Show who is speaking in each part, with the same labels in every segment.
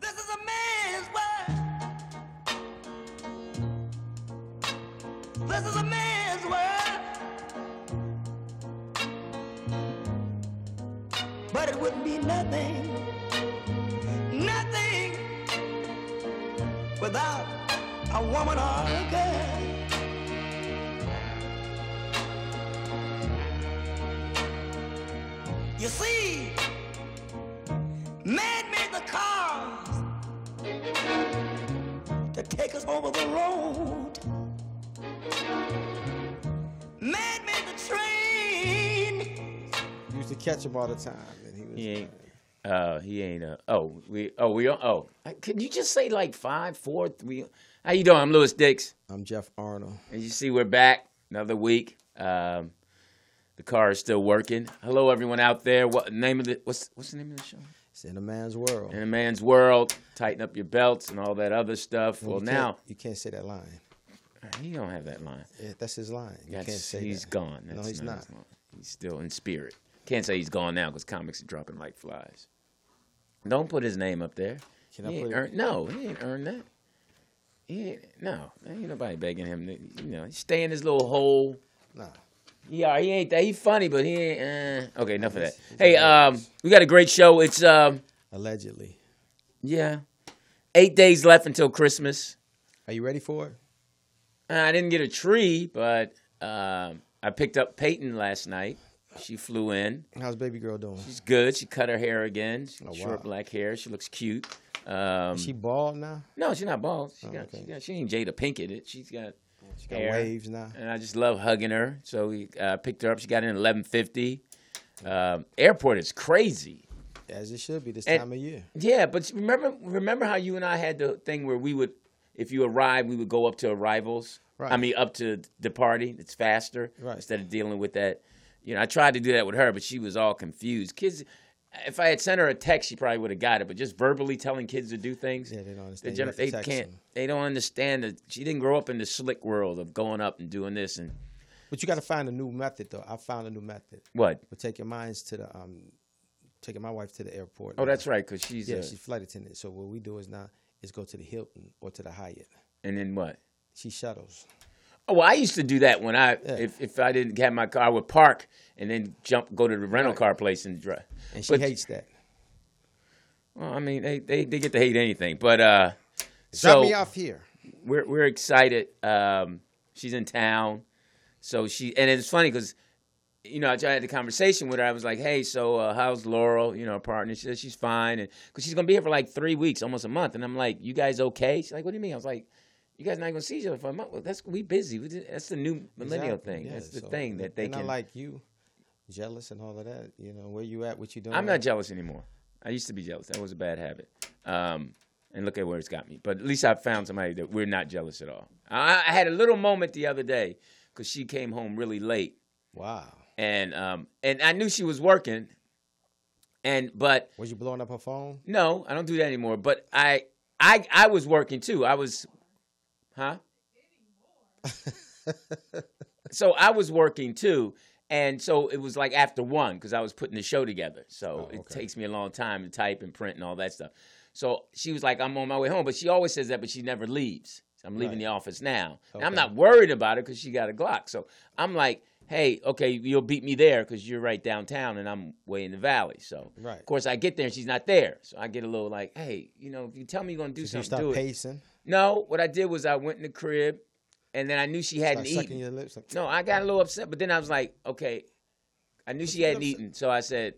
Speaker 1: This is a man's world. This is a man's world. But it would be nothing, nothing without a woman or a girl. You see, man made the cars to take us over the road. Man made the train.
Speaker 2: You used to catch him all the time, and he was.
Speaker 3: He ain't. Oh, he ain't. A, oh, we. Oh, we. on- Oh, I- could you just say like five, four, three? How you doing? I'm Lewis Dix.
Speaker 2: I'm Jeff Arnold.
Speaker 3: As you see, we're back another week. Um, the car is still working. Hello, everyone out there. What name of the? What's What's the name of the show?
Speaker 2: It's in a man's world.
Speaker 3: In a man's world. Tighten up your belts and all that other stuff.
Speaker 2: You
Speaker 3: Well,
Speaker 2: can't-
Speaker 3: now
Speaker 2: you can't say that line.
Speaker 3: he don't have that line.
Speaker 2: Yeah, that's his line. You
Speaker 3: That's,
Speaker 2: can't say
Speaker 3: he's
Speaker 2: that.
Speaker 3: gone.
Speaker 2: no,
Speaker 3: That's
Speaker 2: he's not.
Speaker 3: his line. He's still in spirit. Can't say he's gone now because comics are dropping like flies. Don't put his name up there.
Speaker 2: Can I
Speaker 3: he ain't
Speaker 2: put it-
Speaker 3: earn- no, he ain't earned that. He ain't, no, ain't nobody begging him. To, you know, he stay in his little hole.
Speaker 2: Nah.
Speaker 3: Yeah, he ain't that. He funny, but he ain't. Uh. Okay, enough of that. Hey, um, we got a great show. It's um,
Speaker 2: Allegedly.
Speaker 3: yeah, eight days left until Christmas.
Speaker 2: Are you ready for it?
Speaker 3: Uh, I didn't get a tree, but um, I picked up Peyton last night. She flew in.
Speaker 2: How's baby girl doing?
Speaker 3: She's good. She cut her hair again. She
Speaker 2: Oh,
Speaker 3: Short
Speaker 2: wow.
Speaker 3: black hair. She looks cute. Um,
Speaker 2: She bald now.
Speaker 3: no, she's not bald. She
Speaker 2: Oh,
Speaker 3: got,
Speaker 2: okay.
Speaker 3: she got. She ain't Jada Pinkett. It. She's got.
Speaker 2: She got
Speaker 3: hair.
Speaker 2: waves now.
Speaker 3: And I just love hugging her. So we uh, picked her up. She got in at eleven fifty. Um, airport is crazy.
Speaker 2: As it should be this
Speaker 3: And-
Speaker 2: time of year.
Speaker 3: Yeah, but remember, remember how you and I had the thing where we would, if you arrived, we would go up to arrivals. I
Speaker 2: Right.
Speaker 3: mean, up to the party. It's faster
Speaker 2: Right.
Speaker 3: instead of dealing with that. You know, I tried to do that with her, but she was all confused. Kids, if I had sent her a text, she probably would have got it. But just verbally telling kids to do things,
Speaker 2: Yeah, they don't
Speaker 3: they,
Speaker 2: understand. You
Speaker 3: gen-
Speaker 2: have to
Speaker 3: they
Speaker 2: text
Speaker 3: can't.
Speaker 2: them.
Speaker 3: They don't understand that she didn't grow up in the slick world of going up and doing this and
Speaker 2: But you got to find a new method, though. I found a new method.
Speaker 3: what.
Speaker 2: We're taking mines to the um, taking my wife to the airport.
Speaker 3: Oh,
Speaker 2: now.
Speaker 3: that's right, because she's,
Speaker 2: Yeah,
Speaker 3: a-
Speaker 2: she's flight attendant. So what we do is now is go to the Hilton or to the Hyatt.
Speaker 3: and then what?
Speaker 2: She shuttles.
Speaker 3: Oh, well, I used to do that when I
Speaker 2: Yeah.
Speaker 3: if, if I didn't have my car, I would park and then jump go to the rental car place and drive.
Speaker 2: And she
Speaker 3: But-
Speaker 2: hates that.
Speaker 3: Well, I mean, they, they, they get to hate anything, but uh,
Speaker 2: Drop
Speaker 3: so
Speaker 2: me off here.
Speaker 3: we're we're excited. Um, she's in town, so she and it's funny because you know I had the conversation with her. I was like, hey, so uh, how's Laurel? You know, her partner. She said she's fine, and because she's gonna be here for like three weeks, almost a month. And I'm like, you guys okay? She's like, what do you mean? I was like. You guys not gonna see each other for a month? Well, that's we busy. We just- That's the new millennial
Speaker 2: Exactly,
Speaker 3: thing.
Speaker 2: yeah,
Speaker 3: that's the
Speaker 2: so
Speaker 3: thing that they
Speaker 2: they're
Speaker 3: can.
Speaker 2: not like you, jealous and all of that. You know where you at, what you doing.
Speaker 3: I'm not jealous anymore. I used to be jealous. That was a bad habit. Um, and look at where it's got me. But at least I found somebody that we're not jealous at all. I, I had a little moment the other day because she came home really late,
Speaker 2: Wow,
Speaker 3: and um, and I knew she was working, and but
Speaker 2: was you blowing up her phone?
Speaker 3: no, I don't do that anymore. But I I I was working too. I was huh? so I was working too. And so it was like after one because I was putting the show together. So
Speaker 2: Oh,
Speaker 3: it
Speaker 2: okay.
Speaker 3: takes me a long time to type and print and all that stuff. So she was like, I'm on my way home. But she always says that, but she never leaves. So I'm leaving
Speaker 2: Right.
Speaker 3: the office now. And I'm
Speaker 2: Okay.
Speaker 3: not worried about it because she got a Glock. So I'm like, hey, okay, you'll beat me there because you're right downtown and I'm way in the valley. So
Speaker 2: Right.
Speaker 3: of course I get there and she's not there. So I get a little like, hey, you know, if you tell me you're gonna
Speaker 2: Did
Speaker 3: do
Speaker 2: you
Speaker 3: something,
Speaker 2: stop
Speaker 3: do it.
Speaker 2: pacing?
Speaker 3: No, what I did was I went in the crib and then I knew she hadn't
Speaker 2: Start sucking
Speaker 3: eaten.
Speaker 2: your lips. Oh, Like,
Speaker 3: No, I got a little upset, but then I was like, okay, I knew she
Speaker 2: you
Speaker 3: hadn't
Speaker 2: upset?
Speaker 3: eaten, so I said,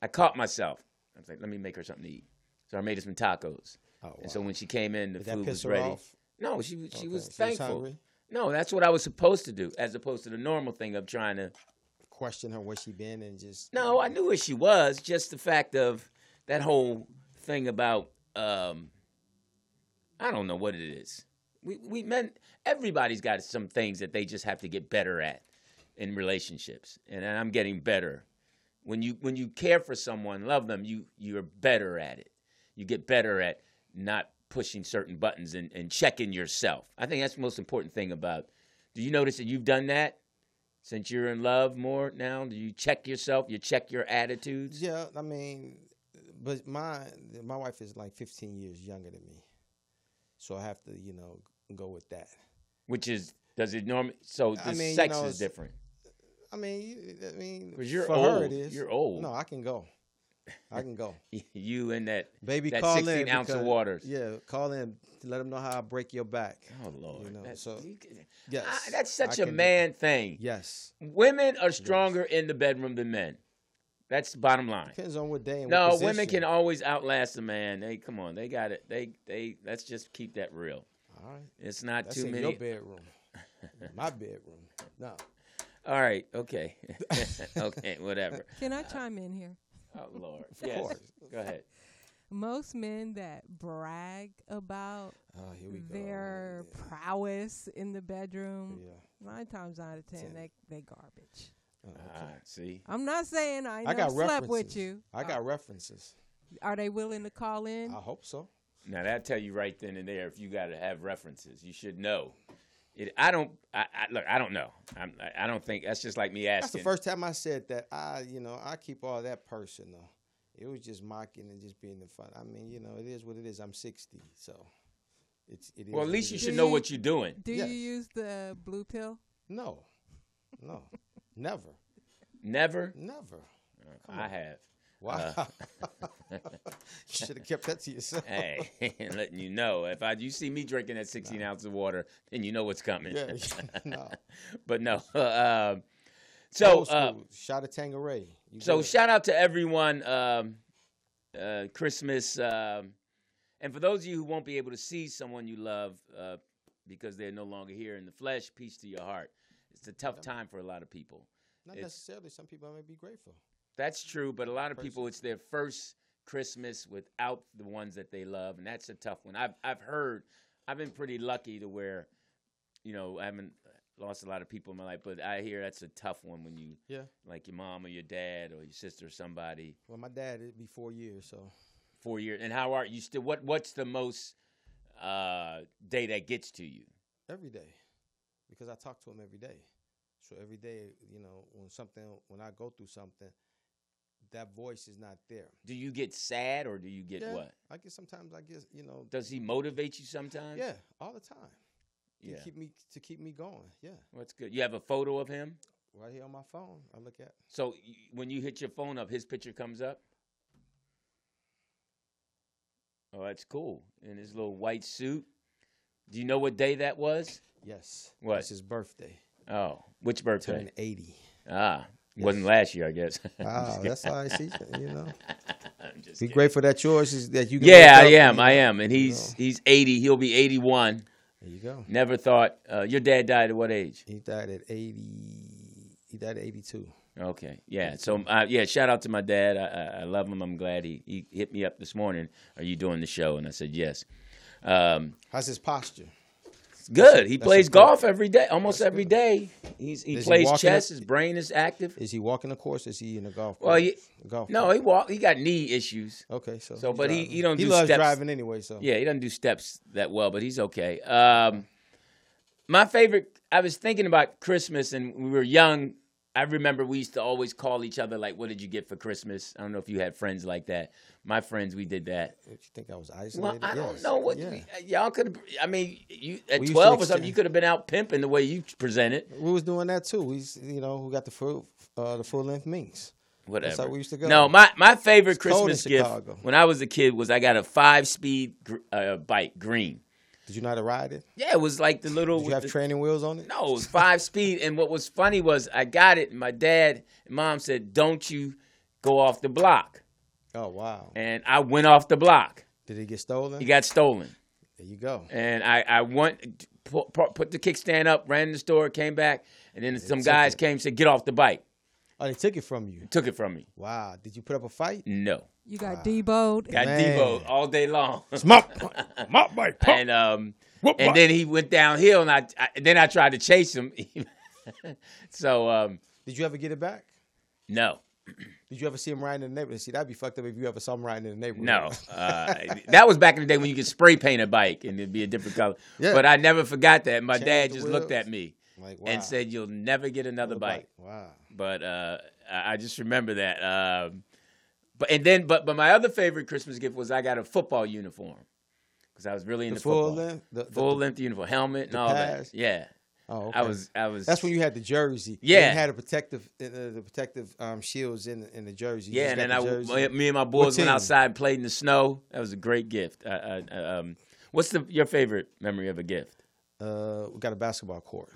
Speaker 3: I caught myself. I was like, let me make her something to eat. So I made her some tacos.
Speaker 2: Oh, wow.
Speaker 3: And so when she came in, the
Speaker 2: Did
Speaker 3: food
Speaker 2: that piss
Speaker 3: was
Speaker 2: her
Speaker 3: ready.
Speaker 2: off?
Speaker 3: No, she she
Speaker 2: Okay,
Speaker 3: was
Speaker 2: she was
Speaker 3: thankful.
Speaker 2: hungry?
Speaker 3: no, that's what I was supposed to do, as opposed to the normal thing of trying to
Speaker 2: Question her where she been and just
Speaker 3: No, I knew where she was. Just the fact of that whole thing about um, I don't know what it is. We we men everybody's got some things that they just have to get better at in relationships, and I'm getting better. When you when you care for someone, love them, you you're better at it. You get better at not pushing certain buttons and, and checking yourself. I think that's the most important thing about. Do you notice that you've done that since you're in love more now? Do you check yourself? You check your attitudes?
Speaker 2: Yeah, I mean, but my my wife is like 15 years younger than me, so I have to you know go with that.
Speaker 3: Which is does it normally? So the
Speaker 2: I mean, you
Speaker 3: sex
Speaker 2: know,
Speaker 3: is
Speaker 2: it's-
Speaker 3: different.
Speaker 2: I mean, you- I mean,
Speaker 3: 'Cause you're
Speaker 2: for
Speaker 3: old.
Speaker 2: her it is.
Speaker 3: You're old.
Speaker 2: No, I can go. I can go.
Speaker 3: You and that
Speaker 2: Baby,
Speaker 3: that
Speaker 2: call in.
Speaker 3: sixteen ounce of
Speaker 2: because-
Speaker 3: waters.
Speaker 2: Yeah, call in. To let them know how I break your back.
Speaker 3: Oh Lord,
Speaker 2: You know,
Speaker 3: that's,
Speaker 2: so-
Speaker 3: you can-
Speaker 2: Yes,
Speaker 3: I- Ah, that's
Speaker 2: I
Speaker 3: such a
Speaker 2: can do-
Speaker 3: man thing.
Speaker 2: Yes,
Speaker 3: Women are stronger in the bedroom than men. That's the bottom line.
Speaker 2: depends on what day and
Speaker 3: No,
Speaker 2: what
Speaker 3: women
Speaker 2: position.
Speaker 3: can always outlast a man. They come on, they got it. They they let's just keep that real.
Speaker 2: All right,
Speaker 3: It's not
Speaker 2: that's
Speaker 3: too
Speaker 2: in
Speaker 3: many.
Speaker 2: your bedroom. My bedroom. No,
Speaker 3: All right, okay, okay, whatever.
Speaker 4: Can I chime in here?
Speaker 3: Oh Lord, yes.
Speaker 2: course.
Speaker 3: Go ahead.
Speaker 4: Most men that brag about
Speaker 2: oh, here we go.
Speaker 4: their prowess in the bedroom,
Speaker 2: Yeah.
Speaker 4: nine times out of ten,
Speaker 2: Ten.
Speaker 4: They, they garbage.
Speaker 2: Oh, okay.
Speaker 3: All right, see,
Speaker 4: I'm not saying I, ain't
Speaker 2: I
Speaker 4: never
Speaker 2: got
Speaker 4: slept
Speaker 2: references.
Speaker 4: with you.
Speaker 2: I got Uh, references.
Speaker 4: Are they willing to call in?
Speaker 2: I hope so.
Speaker 3: now that tell you right then and there if you got to have references, you should know. It, I don't. I, I look. I don't know. I'm, I- I don't think that's just like me asking.
Speaker 2: That's the first time I said that. I, you know, I keep all that personal. It was just mocking and just being in fun. I mean, you know, it is what it is. I'm 60, so it's it is.
Speaker 3: Well, at
Speaker 2: what
Speaker 3: least
Speaker 2: it
Speaker 3: you
Speaker 2: is.
Speaker 3: should know what you're doing.
Speaker 4: Do
Speaker 2: yes.
Speaker 4: you use the blue pill?
Speaker 2: No, no, never,
Speaker 3: Never.
Speaker 2: never.
Speaker 3: I have. Uh.
Speaker 2: Wow. you should have kept that to yourself.
Speaker 3: Hey, letting you know if I you see me drinking that 16 ounces of water, then you know what's coming.
Speaker 2: Yeah, no.
Speaker 3: but no. um, so
Speaker 2: Old
Speaker 3: uh,
Speaker 2: school, shot of Tangeray. You
Speaker 3: so
Speaker 2: good.
Speaker 3: shout out to everyone. Um, uh, Christmas, um, and for those of you who won't be able to see someone you love uh, because they're no longer here in the flesh, peace to your heart. It's a tough time for a lot of people.
Speaker 2: Not
Speaker 3: it's-
Speaker 2: necessarily. Some people may be grateful.
Speaker 3: That's true, but a lot of people, it's their first Christmas without the ones that they love, and that's a tough one. I've I've heard, I've been pretty lucky to where, you know, I haven't uh, lost a lot of people in my life, but I hear that's a tough one when you
Speaker 2: Yeah.
Speaker 3: like your mom or your dad or your sister or somebody
Speaker 2: Well, my dad it'd be four years, so
Speaker 3: four years. And how are you still? What what's the most uh, day that gets to you?
Speaker 2: every day, because I talk to him every day. So every day, you know, when something, when I go through something, that voice is not there.
Speaker 3: Do you get sad or do you get
Speaker 2: Yeah,
Speaker 3: what?
Speaker 2: I guess sometimes I guess you know.
Speaker 3: Does he motivate you sometimes?
Speaker 2: Yeah, all the time.
Speaker 3: yeah.
Speaker 2: To keep me to keep me going. Yeah,
Speaker 3: Well, that's good. You have a photo of him.
Speaker 2: right here on my phone, I look at.
Speaker 3: So y- when you hit your phone up, his picture comes up. Oh, that's cool. In his little white suit. Do you know what day that was?
Speaker 2: Yes.
Speaker 3: What?
Speaker 2: It's his birthday.
Speaker 3: Oh, which birthday?
Speaker 2: Turned eighty.
Speaker 3: Ah, wasn't last year, I guess. I'm
Speaker 2: Wow,
Speaker 3: just kidding.
Speaker 2: that's all I see. You know,
Speaker 3: I'm just
Speaker 2: be
Speaker 3: kidding.
Speaker 2: grateful that yours is that you. Can
Speaker 3: Yeah, I
Speaker 2: look up,
Speaker 3: am.
Speaker 2: you
Speaker 3: I
Speaker 2: know.
Speaker 3: am, and he's he's 80. He'll be 81.
Speaker 2: There you go.
Speaker 3: Never thought. Uh, your dad died at what age?
Speaker 2: He died at eighty. He died at eighty-two.
Speaker 3: Okay, yeah. So uh, yeah, shout out to my dad. I, I, I love him. I'm glad he, he hit me up this morning. Are you doing the show? And I said yes. Um,
Speaker 2: How's his posture?
Speaker 3: Good. He
Speaker 2: That's
Speaker 3: plays
Speaker 2: important.
Speaker 3: golf every day, almost every day. He's, he
Speaker 2: Does he
Speaker 3: plays
Speaker 2: walk in
Speaker 3: chess.
Speaker 2: it?
Speaker 3: His brain is active.
Speaker 2: Is he walking the course? Is he in the golf?
Speaker 3: Well,
Speaker 2: course?
Speaker 3: he-
Speaker 2: golf.
Speaker 3: No,
Speaker 2: course.
Speaker 3: he walk. He got knee issues.
Speaker 2: okay, so
Speaker 3: So,
Speaker 2: he's
Speaker 3: but he-
Speaker 2: driving.
Speaker 3: he don't
Speaker 2: He
Speaker 3: do
Speaker 2: loves
Speaker 3: steps.
Speaker 2: driving anyway. So
Speaker 3: Yeah, he doesn't do steps that well, but he's okay. Um, my favorite. I was thinking about Christmas, and we were young. I remember we used to always call each other like, "What did you get for Christmas?" I don't know if you had friends like that. My friends, we did that.
Speaker 2: Don't you think I was
Speaker 3: Well,
Speaker 2: isolated?
Speaker 3: I don't
Speaker 2: Yes.
Speaker 3: know what
Speaker 2: Yeah.
Speaker 3: we- y'all could. I mean, you at
Speaker 2: We used to
Speaker 3: twelve or something,
Speaker 2: exchange-
Speaker 3: you could have been out pimping the way you presented.
Speaker 2: We was doing that too. We, s- you know, we got the full, uh, the full length minks.
Speaker 3: Whatever.
Speaker 2: how we used to go.
Speaker 3: No, my, my favorite
Speaker 2: cold in
Speaker 3: Christmas gift
Speaker 2: Chicago.
Speaker 3: when I was a kid was I got a five speed gr- uh, bike, green.
Speaker 2: Did you know how to ride it?
Speaker 3: Yeah, it was like the little.
Speaker 2: Did you have
Speaker 3: the-
Speaker 2: training wheels on it?
Speaker 3: no, it was five speed. And what was funny was I got it, and my dad and mom said, Don't you go off the block.
Speaker 2: Oh wow!
Speaker 3: And I went off the block.
Speaker 2: Did it get stolen?
Speaker 3: It got stolen.
Speaker 2: there you go.
Speaker 3: And I, I went, put, put the kickstand up, ran in the store, came back, and then some
Speaker 2: took
Speaker 3: guys
Speaker 2: it.
Speaker 3: came and said, Get off the bike.
Speaker 2: Oh, they took it from you.
Speaker 3: Took it from me.
Speaker 2: Wow! Did you put up a fight?
Speaker 3: No.
Speaker 4: You got Debo.
Speaker 3: Got
Speaker 2: Man.
Speaker 3: Debo all day long.
Speaker 2: Mop, mop, mate.
Speaker 3: and um
Speaker 2: Whoop,
Speaker 3: and
Speaker 2: whoop.
Speaker 3: then he went downhill and I, I then I tried to chase him. so um
Speaker 2: Did you ever get it back?
Speaker 3: no.
Speaker 2: Did you ever see him riding in the neighborhood? See, that'd be fucked up if you ever saw him riding in the neighborhood.
Speaker 3: No, uh, that was back in the day when you could spray paint a bike and it'd be a different color.
Speaker 2: Yeah.
Speaker 3: But I never forgot that. My
Speaker 2: Change
Speaker 3: dad
Speaker 2: the
Speaker 3: just looked
Speaker 2: wheels.
Speaker 3: at me
Speaker 2: Like, wow.
Speaker 3: and said, "You'll never get another
Speaker 2: What a
Speaker 3: bike."
Speaker 2: Wow.
Speaker 3: But uh, I I just remember that. Um, but and then, but but my other favorite Christmas gift was I got a football uniform because I was really
Speaker 2: The
Speaker 3: into
Speaker 2: full
Speaker 3: football.
Speaker 2: length? The- the-
Speaker 3: full
Speaker 2: the-
Speaker 3: length uniform, helmet, and
Speaker 2: the
Speaker 3: all
Speaker 2: pads?
Speaker 3: that. Yeah,
Speaker 2: Oh,
Speaker 3: I
Speaker 2: okay.
Speaker 3: was. I was.
Speaker 2: That's when you had the jersey.
Speaker 3: Yeah.
Speaker 2: You had a protective, uh, the protective um, shields in the, in the jersey. You
Speaker 3: Yeah,
Speaker 2: just
Speaker 3: and then I,
Speaker 2: got the
Speaker 3: my-
Speaker 2: jersey.
Speaker 3: me and my boys
Speaker 2: team?
Speaker 3: went outside and played in the snow. That was a great gift. I, I, um, what's the your favorite memory of a gift?
Speaker 2: uh, we got a basketball court.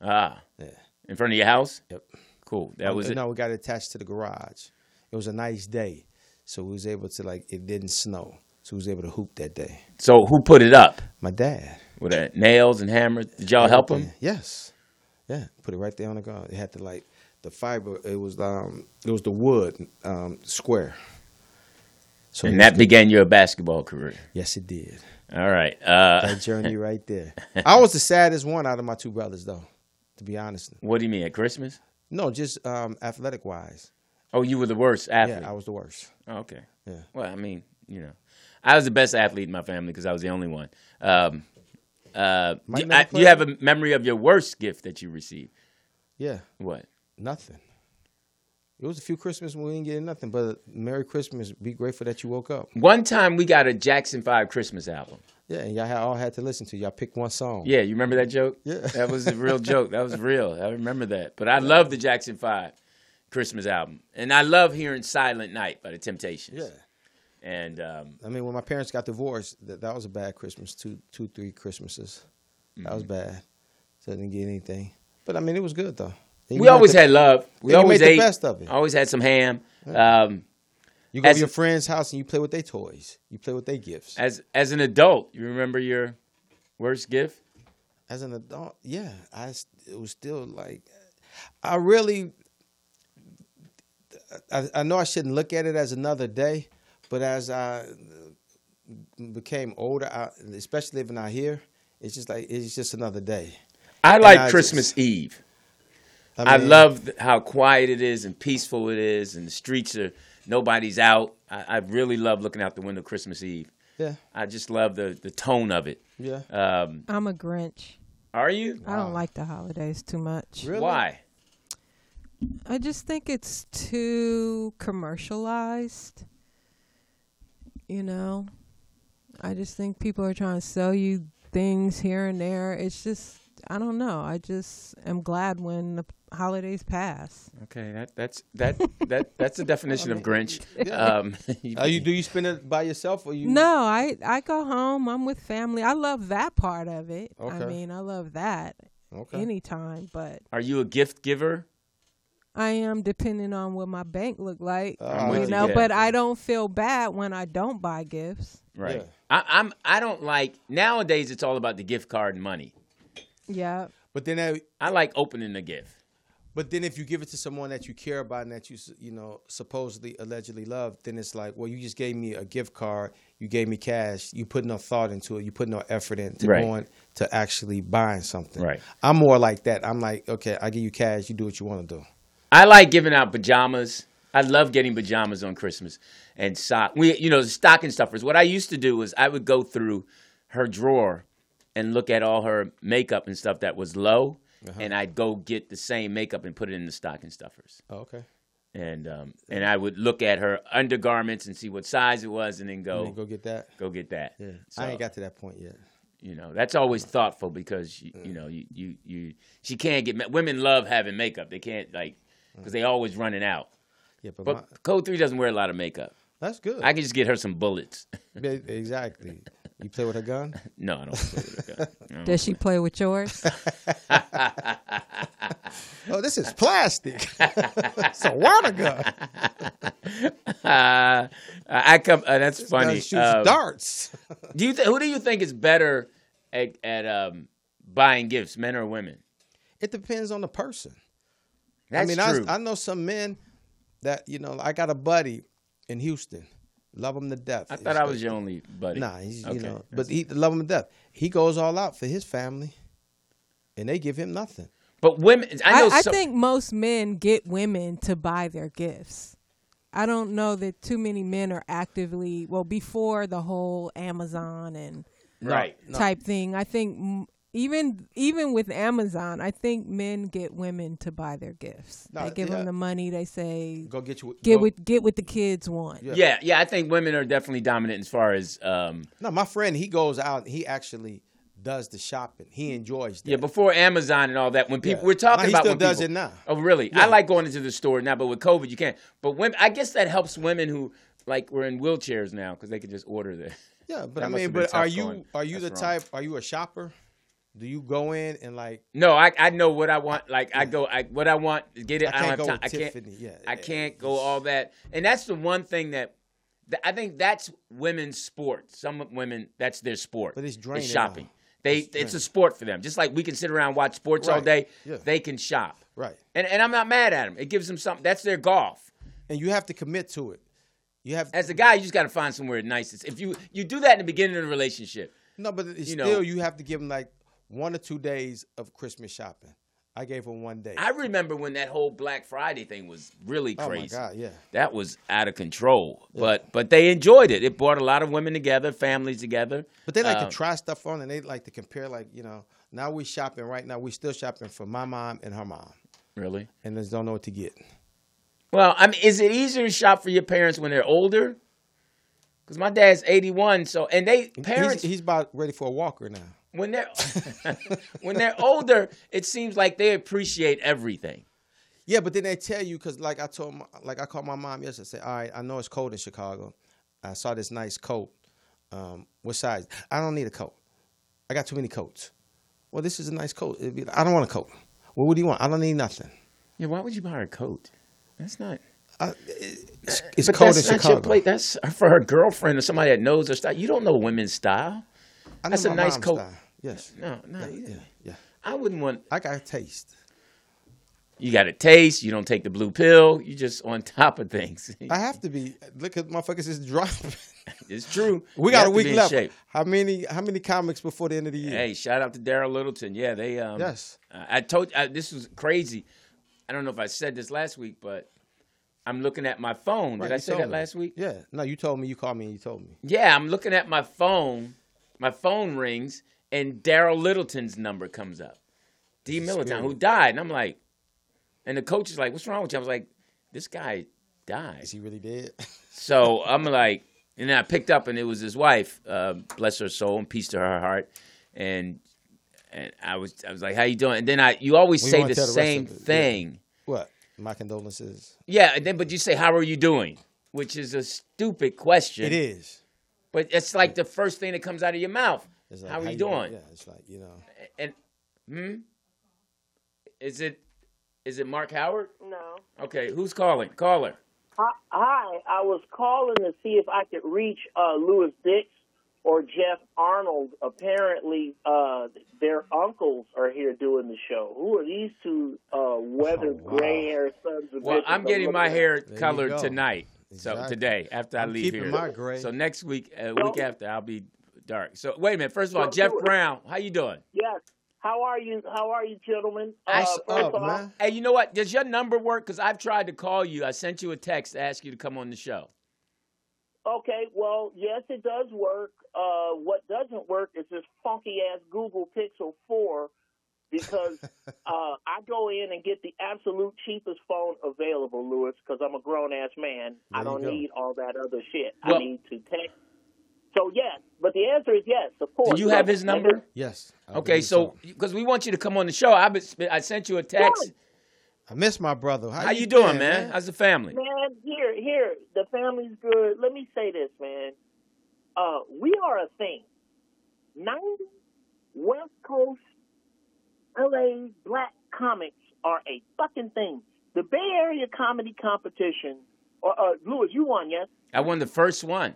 Speaker 3: Ah,
Speaker 2: Yeah.
Speaker 3: in front of your house.
Speaker 2: Yep. Um, uh,
Speaker 3: Cool. That was it.
Speaker 2: No, we got it attached to the garage. It was a nice day, so we was able to like it didn't snow, so we was able to hoop that day.
Speaker 3: So who put it up
Speaker 2: My dad.
Speaker 3: with that nails and hammer? Did y'all help him?
Speaker 2: Yes. Yeah. Put it right there on the ground. It had to like the fiber. It was um it was the wood um square. So
Speaker 3: And that began your basketball career.
Speaker 2: yes, it did.
Speaker 3: All right. Uh,
Speaker 2: That journey right there. I was the saddest one out of my two brothers, though. To be honest,
Speaker 3: what do you mean at Christmas?
Speaker 2: no, just um athletic wise.
Speaker 3: Oh, you were the worst athlete.
Speaker 2: Yeah, I was the worst.
Speaker 3: Oh, okay.
Speaker 2: Yeah.
Speaker 3: Well, I mean, you know, I was the best athlete in my family because I was the only one. Um, uh,
Speaker 2: Might
Speaker 3: do-
Speaker 2: never
Speaker 3: I-
Speaker 2: play
Speaker 3: you have a memory of your worst gift that you received?
Speaker 2: Yeah.
Speaker 3: What?
Speaker 2: Nothing. It was a few Christmas when we didn't get nothing, but Merry Christmas. Be grateful that you woke up.
Speaker 3: One time we got a Jackson Five Christmas album.
Speaker 2: Yeah, and y'all had, all had to listen to. Y'all picked one song.
Speaker 3: Yeah, you remember that joke?
Speaker 2: Yeah.
Speaker 3: that was a real joke. That was real. I remember that. But I love the Jackson Five Christmas album, and I love hearing "Silent Night" by the Temptations.
Speaker 2: Yeah.
Speaker 3: And um,
Speaker 2: I mean, when my parents got divorced, that, that was a bad Christmas. Two, two, three Christmases. That
Speaker 3: Mm-hmm.
Speaker 2: was bad. So I didn't get anything. But I mean, it was good though. Then
Speaker 3: we
Speaker 2: you
Speaker 3: always
Speaker 2: to-
Speaker 3: had love. We
Speaker 2: you made
Speaker 3: always
Speaker 2: the
Speaker 3: ate.
Speaker 2: best of it.
Speaker 3: Always had some ham. Um,
Speaker 2: you go
Speaker 3: as
Speaker 2: to your
Speaker 3: a-
Speaker 2: friend's house and you play with their toys. You play with their gifts.
Speaker 3: as as an adult, you remember your worst gift?
Speaker 2: as an adult, yeah, I s- it was still like I really I, I know I shouldn't look at it as another day, but as I became older, I, especially living out here, it's just like it's just another day.
Speaker 3: I
Speaker 2: I
Speaker 3: like
Speaker 2: just-
Speaker 3: Christmas Eve. I,
Speaker 2: mean,
Speaker 3: love th- how quiet it is and peaceful it is, and the streets are nobody's out. I, I really love looking out the window Christmas Eve.
Speaker 2: Yeah,
Speaker 3: I just love the the tone of it.
Speaker 2: yeah.
Speaker 3: Um,
Speaker 4: I'm a Grinch.
Speaker 3: are you?
Speaker 4: I don't like the holidays too much.
Speaker 2: Really?
Speaker 3: Why?
Speaker 4: I just think it's too commercialized. You know, I just think people are trying to sell you things here and there. It's just, I don't know. I just am glad when the holidays pass.
Speaker 3: Okay, that that's that that that's the definition of Grinch. Um,
Speaker 2: Are you do you spend it by yourself or you?
Speaker 4: No, I I go home. I'm with family. I love that part of it. I
Speaker 2: Okay.
Speaker 4: mean, I love that
Speaker 2: Okay.
Speaker 4: anytime, but
Speaker 3: are you a gift giver?
Speaker 4: I am depending on what my bank look like,
Speaker 2: I'm
Speaker 4: you
Speaker 3: with
Speaker 4: know.
Speaker 3: you.
Speaker 4: But I don't feel bad when I don't buy gifts.
Speaker 3: Right.
Speaker 2: Yeah.
Speaker 3: I, I'm. I don't like nowadays. It's all about the gift card and money.
Speaker 4: Yeah,
Speaker 2: But then, I,
Speaker 3: I like opening the gift.
Speaker 2: but then if you give it to someone that you care about and that you s- you know supposedly allegedly love, then it's like, well, you just gave me a gift card, you gave me cash, you put no thought into it, you put no effort into
Speaker 3: Right.
Speaker 2: going to actually buying something.
Speaker 3: Right.
Speaker 2: I'm more like that. I'm like, okay, I give you cash, you do what you want to do.
Speaker 3: I like giving out pajamas. I love getting pajamas on Christmas and sock. We, you know, the stocking stuffers. What I used to do was I would go through her drawer and look at all her makeup and stuff that was low,
Speaker 2: Uh-huh.
Speaker 3: and I'd go get the same makeup and put it in the stocking stuffers.
Speaker 2: Oh, okay.
Speaker 3: And um, and I would look at her undergarments and see what size it was, and then go
Speaker 2: And then go get that.
Speaker 3: go get that.
Speaker 2: Yeah.
Speaker 3: So,
Speaker 2: I ain't got to that point yet.
Speaker 3: you know that's always thoughtful because you, you know you, you you she can't get ma- women love having makeup. They can't like because they always running out.
Speaker 2: Yeah, but, my,
Speaker 3: But Code Three doesn't wear a lot of makeup.
Speaker 2: that's good.
Speaker 3: I can just get her some bullets.
Speaker 2: Yeah, exactly. You play with a gun?
Speaker 3: no, I don't. play with a gun. I don't.
Speaker 4: does she play with yours?
Speaker 2: Oh, this is plastic. it's a water gun.
Speaker 3: Uh, I come. Uh, that's
Speaker 2: Gun
Speaker 3: funny.
Speaker 2: shoots
Speaker 3: Um,
Speaker 2: darts.
Speaker 3: do you th- who do you think is better at, at um, buying gifts, men or women?
Speaker 2: It depends on the person.
Speaker 3: That's
Speaker 2: I mean,
Speaker 3: true.
Speaker 2: I, I know some men that you know. I got a buddy in Houston. Love him to death.
Speaker 3: I thought I was your only buddy.
Speaker 2: Nah, he's,
Speaker 3: Okay.
Speaker 2: you know, but he love him to death. He goes all out for his family, and they give him nothing.
Speaker 3: But women, I
Speaker 4: I,
Speaker 3: know.
Speaker 4: I
Speaker 3: some,
Speaker 4: think most men get women to buy their gifts. I don't know that too many men are actively well before the whole Amazon and
Speaker 3: right.
Speaker 4: type thing. I think m- even even with Amazon, I think men get women to buy their gifts.
Speaker 2: No,
Speaker 4: they give
Speaker 2: yeah.
Speaker 4: them the money. They say
Speaker 2: Go get you.
Speaker 4: get
Speaker 2: go-
Speaker 4: what get what the kids want.
Speaker 2: Yeah.
Speaker 3: Yeah, yeah. I think women are definitely dominant as far as. Um,
Speaker 2: No, my friend, he goes out. He actually does the shopping. He enjoys that.
Speaker 3: yeah, before Amazon and all that, when people
Speaker 2: Yeah.
Speaker 3: we're talking
Speaker 2: Nah, he
Speaker 3: about
Speaker 2: still
Speaker 3: when
Speaker 2: does
Speaker 3: people-
Speaker 2: it now.
Speaker 3: Oh, really? I like going into the store now, but with COVID, you can't. But women, I guess that helps women who like were in wheelchairs now because they can just order the.
Speaker 2: yeah, but
Speaker 3: That
Speaker 2: I
Speaker 3: must
Speaker 2: mean,
Speaker 3: have been
Speaker 2: but are
Speaker 3: tough
Speaker 2: you
Speaker 3: going.
Speaker 2: are you the
Speaker 3: That's wrong.
Speaker 2: type? Are you a shopper? Do you go in and like?
Speaker 3: No, I I know what I want. Like I go, I what I want, get it.
Speaker 2: I
Speaker 3: I,
Speaker 2: can't
Speaker 3: don't have
Speaker 2: go
Speaker 3: time.
Speaker 2: with
Speaker 3: I can't.
Speaker 2: Tiffany, yeah.
Speaker 3: I can't go all that. And that's the one thing that, that I think that's women's sport. Some women, that's their sport.
Speaker 2: But it's
Speaker 3: is
Speaker 2: draining,
Speaker 3: shopping.
Speaker 2: though.
Speaker 3: They it's, a sport for them. Just like we can sit around and watch sports all
Speaker 2: Right.
Speaker 3: day.
Speaker 2: Yeah.
Speaker 3: They can shop.
Speaker 2: Right.
Speaker 3: And and I'm not mad at them. It gives them something. That's their golf.
Speaker 2: And you have to commit to it. You have
Speaker 3: As a guy, you just got to find somewhere nice. It's- If you you do that in the beginning of the relationship,
Speaker 2: No, but it's
Speaker 3: you know-
Speaker 2: still you have to give them like one or two days of Christmas shopping. I gave him one day.
Speaker 3: I remember when that whole Black Friday thing was really
Speaker 2: oh
Speaker 3: crazy.
Speaker 2: my god, yeah.
Speaker 3: that was out of control. But but they enjoyed it. It brought a lot of women together, families together.
Speaker 2: But they like
Speaker 3: Um,
Speaker 2: to try stuff on and they like to compare like, you know, now we shopping right now, we still shopping for my mom and her mom.
Speaker 3: really.
Speaker 2: And just don't know what to get.
Speaker 3: Well, I mean, is it easier to shop for your parents when they're older? Because my dad's eighty-one, so and they parents
Speaker 2: he's, he's about ready for a walker now.
Speaker 3: when they're when they're older, it seems like they appreciate everything.
Speaker 2: Yeah, but then they tell you because, like I told, my, like I called my mom yesterday. I said, "All right, I know it's cold in Chicago. I saw this nice coat. Um, what size? I don't need a coat. I got too many coats. Well, this is a nice coat. It'd be, I don't want a coat. Well, what do you want? I don't need nothing.
Speaker 3: Yeah, why would you buy her a coat? That's not.
Speaker 2: I, it's it's
Speaker 3: Uh, but
Speaker 2: cold in
Speaker 3: that's not
Speaker 2: Chicago.
Speaker 3: your plate. That's for her girlfriend or somebody that knows her style. You don't know women's style.
Speaker 2: I know
Speaker 3: that's a
Speaker 2: my
Speaker 3: nice
Speaker 2: mom's
Speaker 3: coat.
Speaker 2: style. Yes.
Speaker 3: No, no.
Speaker 2: Yeah, yeah.
Speaker 3: I wouldn't want
Speaker 2: I got a taste.
Speaker 3: You got a taste. You don't take the blue pill. You just on top of things.
Speaker 2: I have to be. Look at motherfuckers is dropping.
Speaker 3: it's true.
Speaker 2: we
Speaker 3: You
Speaker 2: got
Speaker 3: have
Speaker 2: a
Speaker 3: to
Speaker 2: week
Speaker 3: be in
Speaker 2: left.
Speaker 3: shape.
Speaker 2: How many? How many comics before the end of the year?
Speaker 3: Hey, shout out to Daryl Littleton. Yeah, they. Um,
Speaker 2: Yes.
Speaker 3: I I told I, this was crazy. I don't know if I said this last week, but I'm looking at my phone.
Speaker 2: Right,
Speaker 3: Did I
Speaker 2: you
Speaker 3: say
Speaker 2: told
Speaker 3: that
Speaker 2: me.
Speaker 3: last week?
Speaker 2: Yeah. No, you told me. You called me. and You told me.
Speaker 3: Yeah, I'm looking at my phone. My phone rings, and Daryl Littleton's number comes up. D. Militant, who died, and I'm like, and the coach is like, "What's wrong with you?" I was like, "This guy died."
Speaker 2: Is he really dead?
Speaker 3: So I'm like, and I picked up, and it was his wife. Uh, bless her soul and peace to her heart. And and I was I was like, how you doing? And then I you always
Speaker 2: We
Speaker 3: say
Speaker 2: wanna
Speaker 3: the
Speaker 2: tell the rest
Speaker 3: same
Speaker 2: of it, yeah.
Speaker 3: thing.
Speaker 2: What? My condolences.
Speaker 3: Yeah. and then but you say, how are you doing? Which is a stupid question.
Speaker 2: It is.
Speaker 3: But it's like the first thing that comes out of your mouth.
Speaker 2: It's like,
Speaker 3: how are you doing?
Speaker 2: Yeah, it's like you know.
Speaker 3: And hmm, is it is it Mark Howard?
Speaker 5: No.
Speaker 3: Okay, who's calling? Caller.
Speaker 5: Hi, I was calling to see if I could reach uh, Lewis Dix or Jeff Arnold. Apparently, uh, their uncles are here doing the show. Who are these two uh, weathered
Speaker 2: Oh, wow.
Speaker 5: gray hair sons of
Speaker 3: Well,
Speaker 5: bitches
Speaker 3: I'm getting
Speaker 5: looking
Speaker 3: my
Speaker 5: at?
Speaker 3: hair
Speaker 2: you
Speaker 3: colored
Speaker 2: go.
Speaker 3: tonight. So
Speaker 2: Exactly.
Speaker 3: today, after i
Speaker 2: I'm
Speaker 3: leave
Speaker 2: keeping
Speaker 3: here.
Speaker 2: my gray.
Speaker 3: So next week, uh,
Speaker 5: Well-
Speaker 3: week after, I'll be dark. So wait a minute. First of all,
Speaker 5: Well,
Speaker 3: Jeff
Speaker 5: do it.
Speaker 3: Brown, how you doing?
Speaker 5: Yes. How are you? How are you, gentlemen?
Speaker 3: I
Speaker 5: uh,
Speaker 3: s- oh,
Speaker 5: first
Speaker 2: up,
Speaker 5: off,
Speaker 2: Oh, man.
Speaker 3: Hey, you know what? Does your number work? Because I've tried to call you. I sent you a text to ask you to come on the show.
Speaker 5: Okay, well, yes, it does work. Uh, what doesn't work is this funky ass Google Pixel 4 because uh, I go in and get the absolute cheapest phone available, Lewis, because I'm a grown ass man.
Speaker 2: There
Speaker 5: I
Speaker 2: you
Speaker 5: don't
Speaker 2: go.
Speaker 5: need all that other shit.
Speaker 3: Well-
Speaker 5: I need to text. So, yes, but the answer is yes, of course.
Speaker 3: Do you have his
Speaker 5: Look, and
Speaker 3: number?
Speaker 2: yes. I
Speaker 3: Okay,
Speaker 2: believe
Speaker 3: so because we want you to come on the show, I been, I sent you a text.
Speaker 5: Sure.
Speaker 2: I miss my brother. How,
Speaker 3: How you doing, man? How's the family?
Speaker 5: Man, here, here, the family's good. Let me say this, man. Uh, we are a thing. 90 West Coast LA black comics are a fucking thing. The Bay Area comedy competition, or uh, Lewis, you won, yes?
Speaker 3: I won the first one.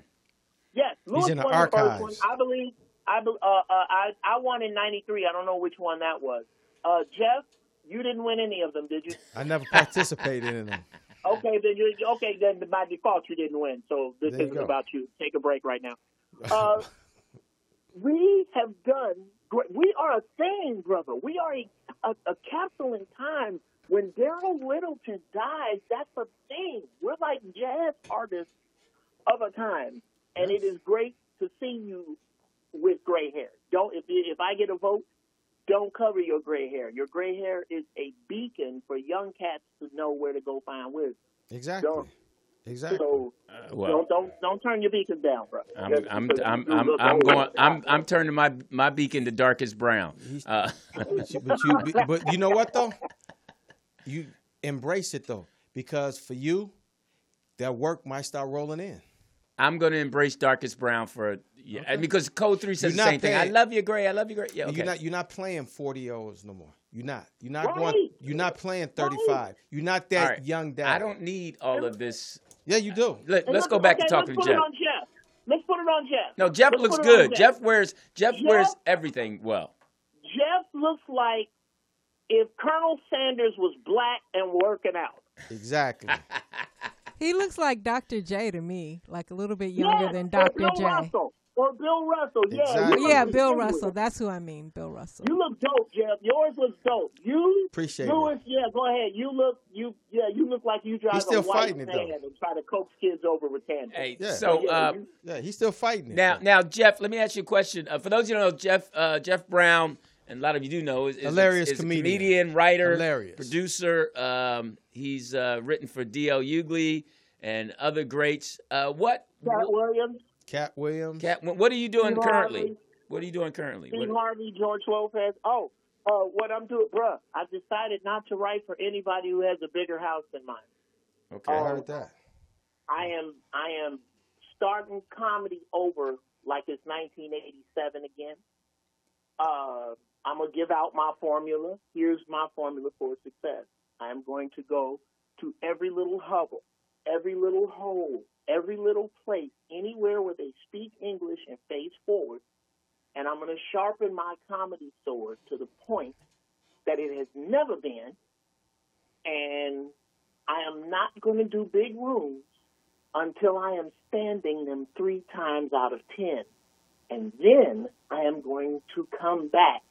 Speaker 5: Yes, Lewis
Speaker 2: in the
Speaker 5: won the
Speaker 2: archives.
Speaker 5: first one. I believe I be- uh, uh, I I won in '93. I don't know which one that was. Uh, Jeff, you didn't win any of them, did you?
Speaker 2: I never participated in them.
Speaker 5: Okay, then you okay then by default you didn't win. So this
Speaker 2: There you
Speaker 5: isn't
Speaker 2: go.
Speaker 5: about you. Take a break right now. Uh, we have done. gr- We are a thing, brother. We are a, a, a capsule in time. When Daryl Littleton dies, that's a thing. We're like jazz artists of a time, and it is great to see you with gray hair. Don't if you, if I get a vote, don't cover your gray hair. Your gray hair is a beacon for young cats to know where to go find wisdom.
Speaker 2: Exactly.
Speaker 5: Don't.
Speaker 2: Exactly.
Speaker 5: So
Speaker 3: Uh, Well,
Speaker 5: don't don't don't turn your beacon down, bro.
Speaker 3: I'm
Speaker 5: Just
Speaker 3: I'm
Speaker 5: because
Speaker 3: I'm
Speaker 5: you
Speaker 3: I'm,
Speaker 5: look
Speaker 3: I'm
Speaker 5: old.
Speaker 3: going. I'm I'm turning my my beacon to darkest brown. Uh,
Speaker 2: But you, but you, but you know what though? You embrace it though, because for you, that work might start rolling in.
Speaker 3: I'm going to embrace darkest brown for yeah, because Code Three says
Speaker 2: You're
Speaker 3: the
Speaker 2: not
Speaker 3: same thing. I
Speaker 2: paying-
Speaker 3: love you, Gray. I love you, Gray. Yeah, okay.
Speaker 2: You're not you're not playing 40 year olds no more. You're not. You're not
Speaker 5: Right.
Speaker 2: going. You're not playing 35. You're not
Speaker 3: All
Speaker 2: that
Speaker 3: right.
Speaker 2: young dad.
Speaker 3: I don't need all of this.
Speaker 2: Yeah, you do.
Speaker 3: Let,
Speaker 5: And
Speaker 3: let's
Speaker 5: look-
Speaker 3: go back
Speaker 5: okay,
Speaker 3: to talking
Speaker 5: let's
Speaker 3: to
Speaker 5: put
Speaker 3: Jeff.
Speaker 5: It on Jeff. Let's put it on Jeff.
Speaker 3: No, Jeff
Speaker 5: Let's
Speaker 3: looks
Speaker 5: put it on
Speaker 3: good. Jeff wears Jeff
Speaker 5: Jeff-
Speaker 3: wears everything well.
Speaker 5: Jeff looks like if Colonel Sanders was black and working out.
Speaker 2: Exactly.
Speaker 4: He looks like Dr. J to me, like a little bit younger
Speaker 5: Yes,
Speaker 4: than
Speaker 5: or
Speaker 4: Dr.
Speaker 5: Bill
Speaker 4: J.
Speaker 5: Russell or Bill Russell. Yeah,
Speaker 2: Exactly.
Speaker 5: you look
Speaker 4: Yeah,
Speaker 5: good.
Speaker 4: Bill Russell. That's who I mean, Bill Russell.
Speaker 5: You look dope, Jeff. Yours was dope. You,
Speaker 2: Appreciate
Speaker 5: Lewis. Yeah, go ahead. You look, you, yeah, you look like you drive
Speaker 2: He's still
Speaker 5: a white
Speaker 2: fighting
Speaker 5: van
Speaker 2: it, though.
Speaker 5: and try to coax kids over with tandem.
Speaker 3: Hey,
Speaker 2: Yeah.
Speaker 3: so
Speaker 5: Yeah,
Speaker 3: uh,
Speaker 5: you-
Speaker 2: Yeah, he's still fighting it.
Speaker 3: now
Speaker 2: though.
Speaker 3: now Jeff, let me ask you a question. Uh, for those who don't know, Jeff uh, Jeff Brown, and a lot of you do know, is, is,
Speaker 2: Hilarious
Speaker 3: is
Speaker 2: comedian.
Speaker 3: a comedian, writer,
Speaker 2: Hilarious.
Speaker 3: producer. Um, he's uh, written for D.L. Hughley and other greats. Uh, what
Speaker 5: Cat Williams,
Speaker 2: Cat Williams.
Speaker 3: Cat, what are you doing
Speaker 5: Steve
Speaker 3: currently?
Speaker 5: Harvey.
Speaker 3: What are you doing currently?
Speaker 5: Steve
Speaker 3: What-
Speaker 5: Harvey, George Lopez. Oh, uh, what I'm doing, bruh, I decided not to write for anybody who has a bigger house than mine.
Speaker 3: okay.
Speaker 2: I
Speaker 5: Oh.
Speaker 2: heard that.
Speaker 5: I am, I am starting comedy over like it's 1987 again. Uh, I'm gonna give out my formula. Here's my formula for success. I am going to go to every little hovel, every little hole, every little place, anywhere where they speak English and face forward, and I'm going to sharpen my comedy sword to the point that it has never been, and I am not going to do big rooms until I am standing them three times out of ten. And then I am going to come back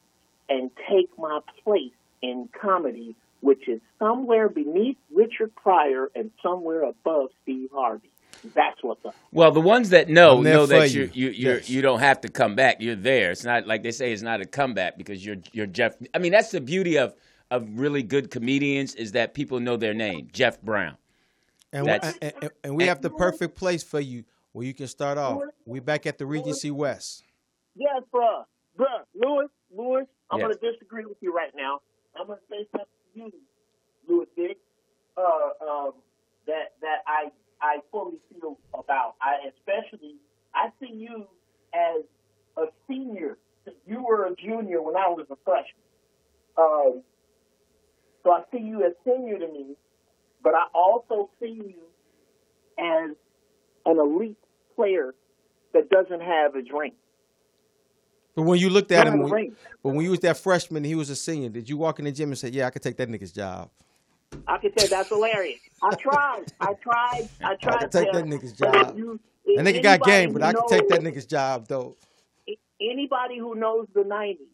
Speaker 5: and take my place in comedy, which is somewhere beneath Richard Pryor and somewhere above Steve Harvey. That's what's up.
Speaker 3: Well, the ones that know
Speaker 2: I'm there
Speaker 3: know
Speaker 2: for
Speaker 3: that you you
Speaker 2: you.
Speaker 3: you you're-
Speaker 2: Yes.
Speaker 3: you don't have to come back. You're there. It's not like they say it's not a comeback because you're you're Jeff. I mean, that's the beauty of of really good comedians is that people know their name, Jeff Brown.
Speaker 2: And,
Speaker 3: That's-
Speaker 2: and, and, and we have the perfect place for you where you can start off. We back at the Regency West.
Speaker 5: Yes, bruh. Bruh, Lewis, Lewis, I'm
Speaker 3: Yes.
Speaker 5: going to disagree with you right now. I'm going to say something to you, Lewis Dick, uh, um, that, that I, I fully feel about. I especially, I see you as a senior. You were a junior when I was a freshman. Um, so I see you as senior to me, but I also see you as an elite player that doesn't have his ring.
Speaker 2: But when you looked at
Speaker 5: Not
Speaker 2: him,
Speaker 5: a
Speaker 2: when,
Speaker 5: ring.
Speaker 2: but when you was that freshman, he was a senior. Did you walk in the gym and say, "Yeah, I could take that nigga's job"?
Speaker 5: I could say that's hilarious. I tried. I tried. I
Speaker 2: I
Speaker 5: tried.
Speaker 2: could take
Speaker 5: Jeff,
Speaker 2: that nigga's
Speaker 5: but if
Speaker 2: job.
Speaker 5: you-
Speaker 2: That
Speaker 5: if
Speaker 2: nigga got
Speaker 5: anybody
Speaker 2: game, but
Speaker 5: who
Speaker 2: I could take that
Speaker 5: knows-
Speaker 2: nigga's job though.
Speaker 5: a- Anybody who knows the '90s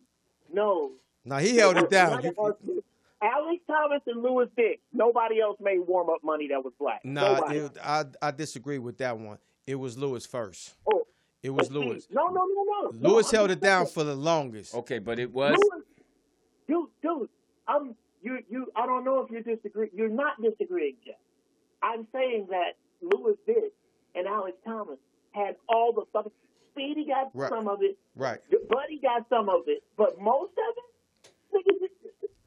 Speaker 5: knows.
Speaker 2: Now he
Speaker 5: that
Speaker 2: held
Speaker 5: what
Speaker 2: it down.
Speaker 5: none
Speaker 2: You,
Speaker 5: of us did. Alex Thomas and Lewis Dick. Nobody else made warm up money that was black.
Speaker 2: nah,
Speaker 5: Nobody.
Speaker 2: it, I I disagree with that one. It was Lewis first.
Speaker 5: oh,
Speaker 2: It was
Speaker 5: and
Speaker 2: Lewis.
Speaker 5: Steve- No, no, no, no. no
Speaker 2: Lewis
Speaker 5: I'm
Speaker 2: held
Speaker 5: just
Speaker 2: it down
Speaker 5: saying.
Speaker 2: for the longest.
Speaker 3: Okay, but it was
Speaker 5: Lewis, dude, dude, I'm you, you. I don't know if you disagree. You're not disagreeing, Jeff. I'm saying that Lewis did and Alex Thomas had all the fucking. Speedy got
Speaker 2: Right.
Speaker 5: some of it.
Speaker 2: Right.
Speaker 5: Buddy got some of it, but most of it, nigga,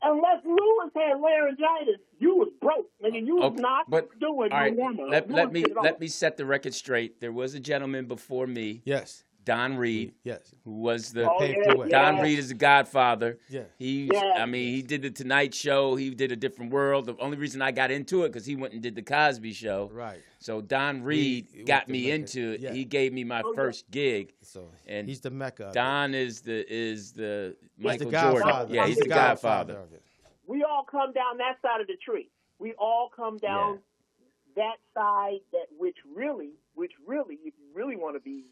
Speaker 5: unless Lewis had laryngitis, you was broke, nigga. You was
Speaker 3: okay,
Speaker 5: not
Speaker 3: but
Speaker 5: doing
Speaker 3: all right.
Speaker 5: no warm up.
Speaker 3: Let,
Speaker 5: Lewis
Speaker 3: let me
Speaker 5: did it all.
Speaker 3: let me set the record straight. There was a gentleman before me,
Speaker 2: Yes.
Speaker 3: Don Reed,
Speaker 2: Yes.
Speaker 3: who was the
Speaker 5: Oh,
Speaker 2: paved
Speaker 5: yeah,
Speaker 2: the way.
Speaker 5: yeah.
Speaker 3: Don Reed is the Godfather.
Speaker 2: Yeah.
Speaker 3: He,
Speaker 5: Yeah.
Speaker 3: I mean, he did the Tonight Show. He did a different world. The only reason I got into it because he went and did the Cosby Show.
Speaker 2: Right.
Speaker 3: So Don Reed
Speaker 2: He- with
Speaker 3: got
Speaker 2: the
Speaker 3: me
Speaker 2: Mecca-
Speaker 3: into it.
Speaker 2: yeah.
Speaker 3: He gave me my first gig.
Speaker 2: So
Speaker 3: And
Speaker 2: he's the mecca. Of it.
Speaker 3: Don is the is the
Speaker 2: He's
Speaker 3: Michael
Speaker 2: the
Speaker 3: Jordan.
Speaker 2: godfather.
Speaker 3: Yeah, he's, the, godfather.
Speaker 2: of it.
Speaker 5: We all come down that side of the tree. We all come down that side that which really, which really, if you really want to be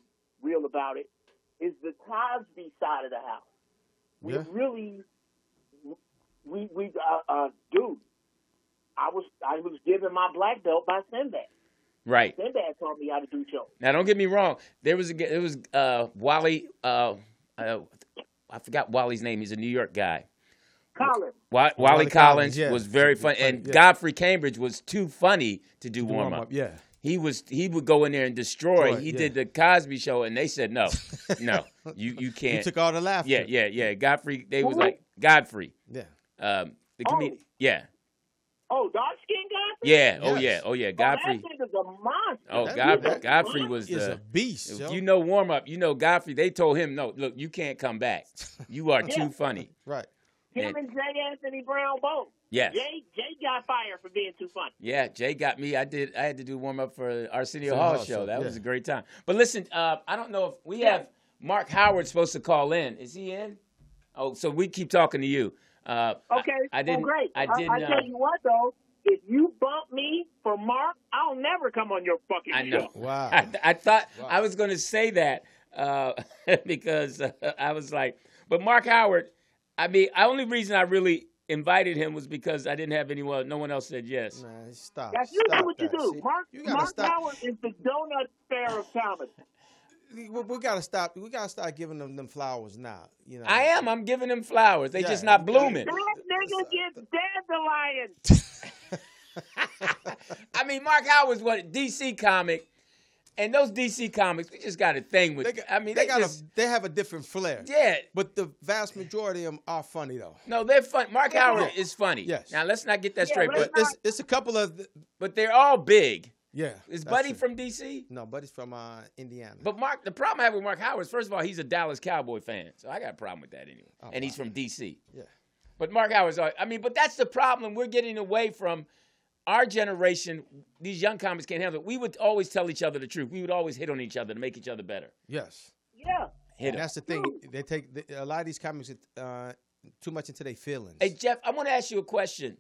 Speaker 5: real about it, is the Cosby side of the house. We
Speaker 2: Yeah.
Speaker 5: really, we we uh, uh, dude. I was I was given my black belt by Sinbad.
Speaker 3: Right.
Speaker 5: Sinbad taught me how to do shows.
Speaker 3: Now, don't get me wrong. There was a g- there was uh, Wally. Uh, uh, I forgot Wally's name. He's a New York guy.
Speaker 5: Colin,
Speaker 3: Wa- Wally,
Speaker 2: Wally
Speaker 3: Collins,
Speaker 2: Collins, yeah.
Speaker 3: was very funny,
Speaker 2: Funny,
Speaker 3: and
Speaker 2: yeah.
Speaker 3: Godfrey Cambridge was too funny to do warm
Speaker 2: Warm-up,
Speaker 3: up.
Speaker 2: Yeah.
Speaker 3: He was he would go in there and destroy.
Speaker 2: Right,
Speaker 3: he
Speaker 2: yeah.
Speaker 3: did the Cosby Show, and they said no, no, you you can't.
Speaker 2: You took all the laughter.
Speaker 3: yeah, yeah, yeah. Godfrey, they was
Speaker 5: Who?
Speaker 3: like Godfrey.
Speaker 2: Yeah.
Speaker 3: Um, the
Speaker 5: Oh.
Speaker 3: comedian. Yeah,
Speaker 5: oh dark skinned Godfrey,
Speaker 3: yeah. Oh
Speaker 2: Yes.
Speaker 3: yeah. Oh yeah.
Speaker 5: Oh, that
Speaker 3: Godfrey.
Speaker 5: nigga's a monster.
Speaker 3: Oh,
Speaker 2: That-
Speaker 3: Godfrey.
Speaker 2: that-
Speaker 3: Godfrey was
Speaker 2: He's
Speaker 3: the
Speaker 2: a beast.
Speaker 3: If
Speaker 2: yo.
Speaker 3: you know warm up, you know Godfrey. They told him, "No, look, you can't come back. You are
Speaker 5: Yeah.
Speaker 3: too funny."
Speaker 2: Right.
Speaker 5: Him and Jay Anthony Brown both.
Speaker 3: Yes.
Speaker 5: Jay Jay got fired for being too funny.
Speaker 3: Yeah, Jay got me. I did. I had to do warm up for Arsenio
Speaker 2: For the
Speaker 3: Hall,
Speaker 2: Hall
Speaker 3: show.
Speaker 2: show,
Speaker 3: That
Speaker 2: yeah.
Speaker 3: was a great time. But listen, uh, I don't know if we have Mark Howard supposed to call in. Is he in? Oh, so we keep talking to you. Uh, I-
Speaker 5: Okay,
Speaker 3: I, didn't.
Speaker 5: Well, great.
Speaker 3: I didn't.
Speaker 5: I,
Speaker 3: uh,
Speaker 5: tell you what though, if you bump me for Mark, I'll never come on your fucking
Speaker 3: I know.
Speaker 5: show.
Speaker 2: Wow.
Speaker 3: I, I thought
Speaker 2: Wow.
Speaker 3: I was going to say that uh, because uh, I was like, but Mark Howard. I mean, the only reason I really invited him was because I didn't have anyone. No one else said yes.
Speaker 2: Man, stop.
Speaker 5: That's
Speaker 2: stop
Speaker 5: usually what you
Speaker 2: that.
Speaker 5: do.
Speaker 2: See,
Speaker 5: Mark
Speaker 2: you gotta
Speaker 5: Mark
Speaker 2: stop.
Speaker 5: Howard is the donut fair of comedy.
Speaker 2: We, we gotta stop. We gotta start giving them them flowers now. You know.
Speaker 3: I am. I'm giving them flowers. They
Speaker 2: Yeah,
Speaker 3: just not
Speaker 2: you gotta-
Speaker 3: blooming.
Speaker 5: That nigga gets dandelions.
Speaker 3: I mean, Mark Howard's what a DC comic, and those DC comics, we just got a thing with.
Speaker 2: They, got-
Speaker 3: I mean,
Speaker 2: they,
Speaker 3: they,
Speaker 2: got
Speaker 3: just
Speaker 2: a. They have a different flair.
Speaker 3: yeah.
Speaker 2: But the vast majority of them are funny though.
Speaker 3: No, they're fun. Mark Howard
Speaker 2: Yeah.
Speaker 3: is funny.
Speaker 2: Yes.
Speaker 3: Now let's not get that
Speaker 5: Yeah,
Speaker 3: straight,
Speaker 5: let's
Speaker 3: but
Speaker 2: But it's it's a couple of. th-
Speaker 3: but they're all big.
Speaker 2: yeah. that's
Speaker 3: Is Buddy
Speaker 2: it.
Speaker 3: from DC?
Speaker 2: No, Buddy's from uh, Indiana.
Speaker 3: But Mark, the problem I have with Mark Howard is, first of all, he's a Dallas Cowboy fan, so I got a problem with that anyway. and he's from DC.
Speaker 2: Oh, Yeah.
Speaker 3: But Mark Howard's, all- I mean, but that's the problem we're getting away from. Our generation, these young comics can't handle it. We would always tell each other the truth. We would always hit on each other to make each other better.
Speaker 2: yes.
Speaker 5: Yeah.
Speaker 3: Hit 'em.
Speaker 2: That's the thing. They take they, a lot of these comics uh, too much into their feelings.
Speaker 3: Hey Jeff, I want to ask you a question.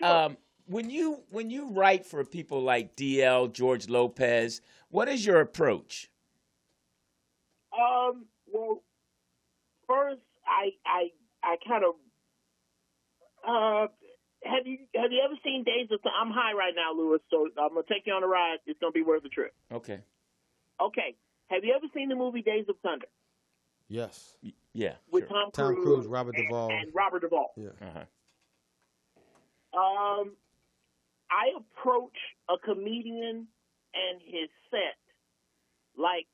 Speaker 3: Um, when you when you write for people like DL, George Lopez, what is your approach?
Speaker 5: Um, well, first, I I I kind of uh, have you have you ever seen Days of Th- I'm high right now, Lewis. So I'm gonna take you on a ride. It's gonna be worth the trip.
Speaker 3: Okay.
Speaker 5: Okay. Have you ever seen the movie Days of Thunder
Speaker 2: yes.
Speaker 3: Y- Yeah. sure.
Speaker 5: with Tom
Speaker 2: Tom
Speaker 5: Cruise,
Speaker 2: Cruise, Robert
Speaker 5: and,
Speaker 2: Duvall.
Speaker 5: and Robert Duvall?
Speaker 2: Yeah.
Speaker 3: Uh-huh.
Speaker 5: Um, I approach a comedian and his set like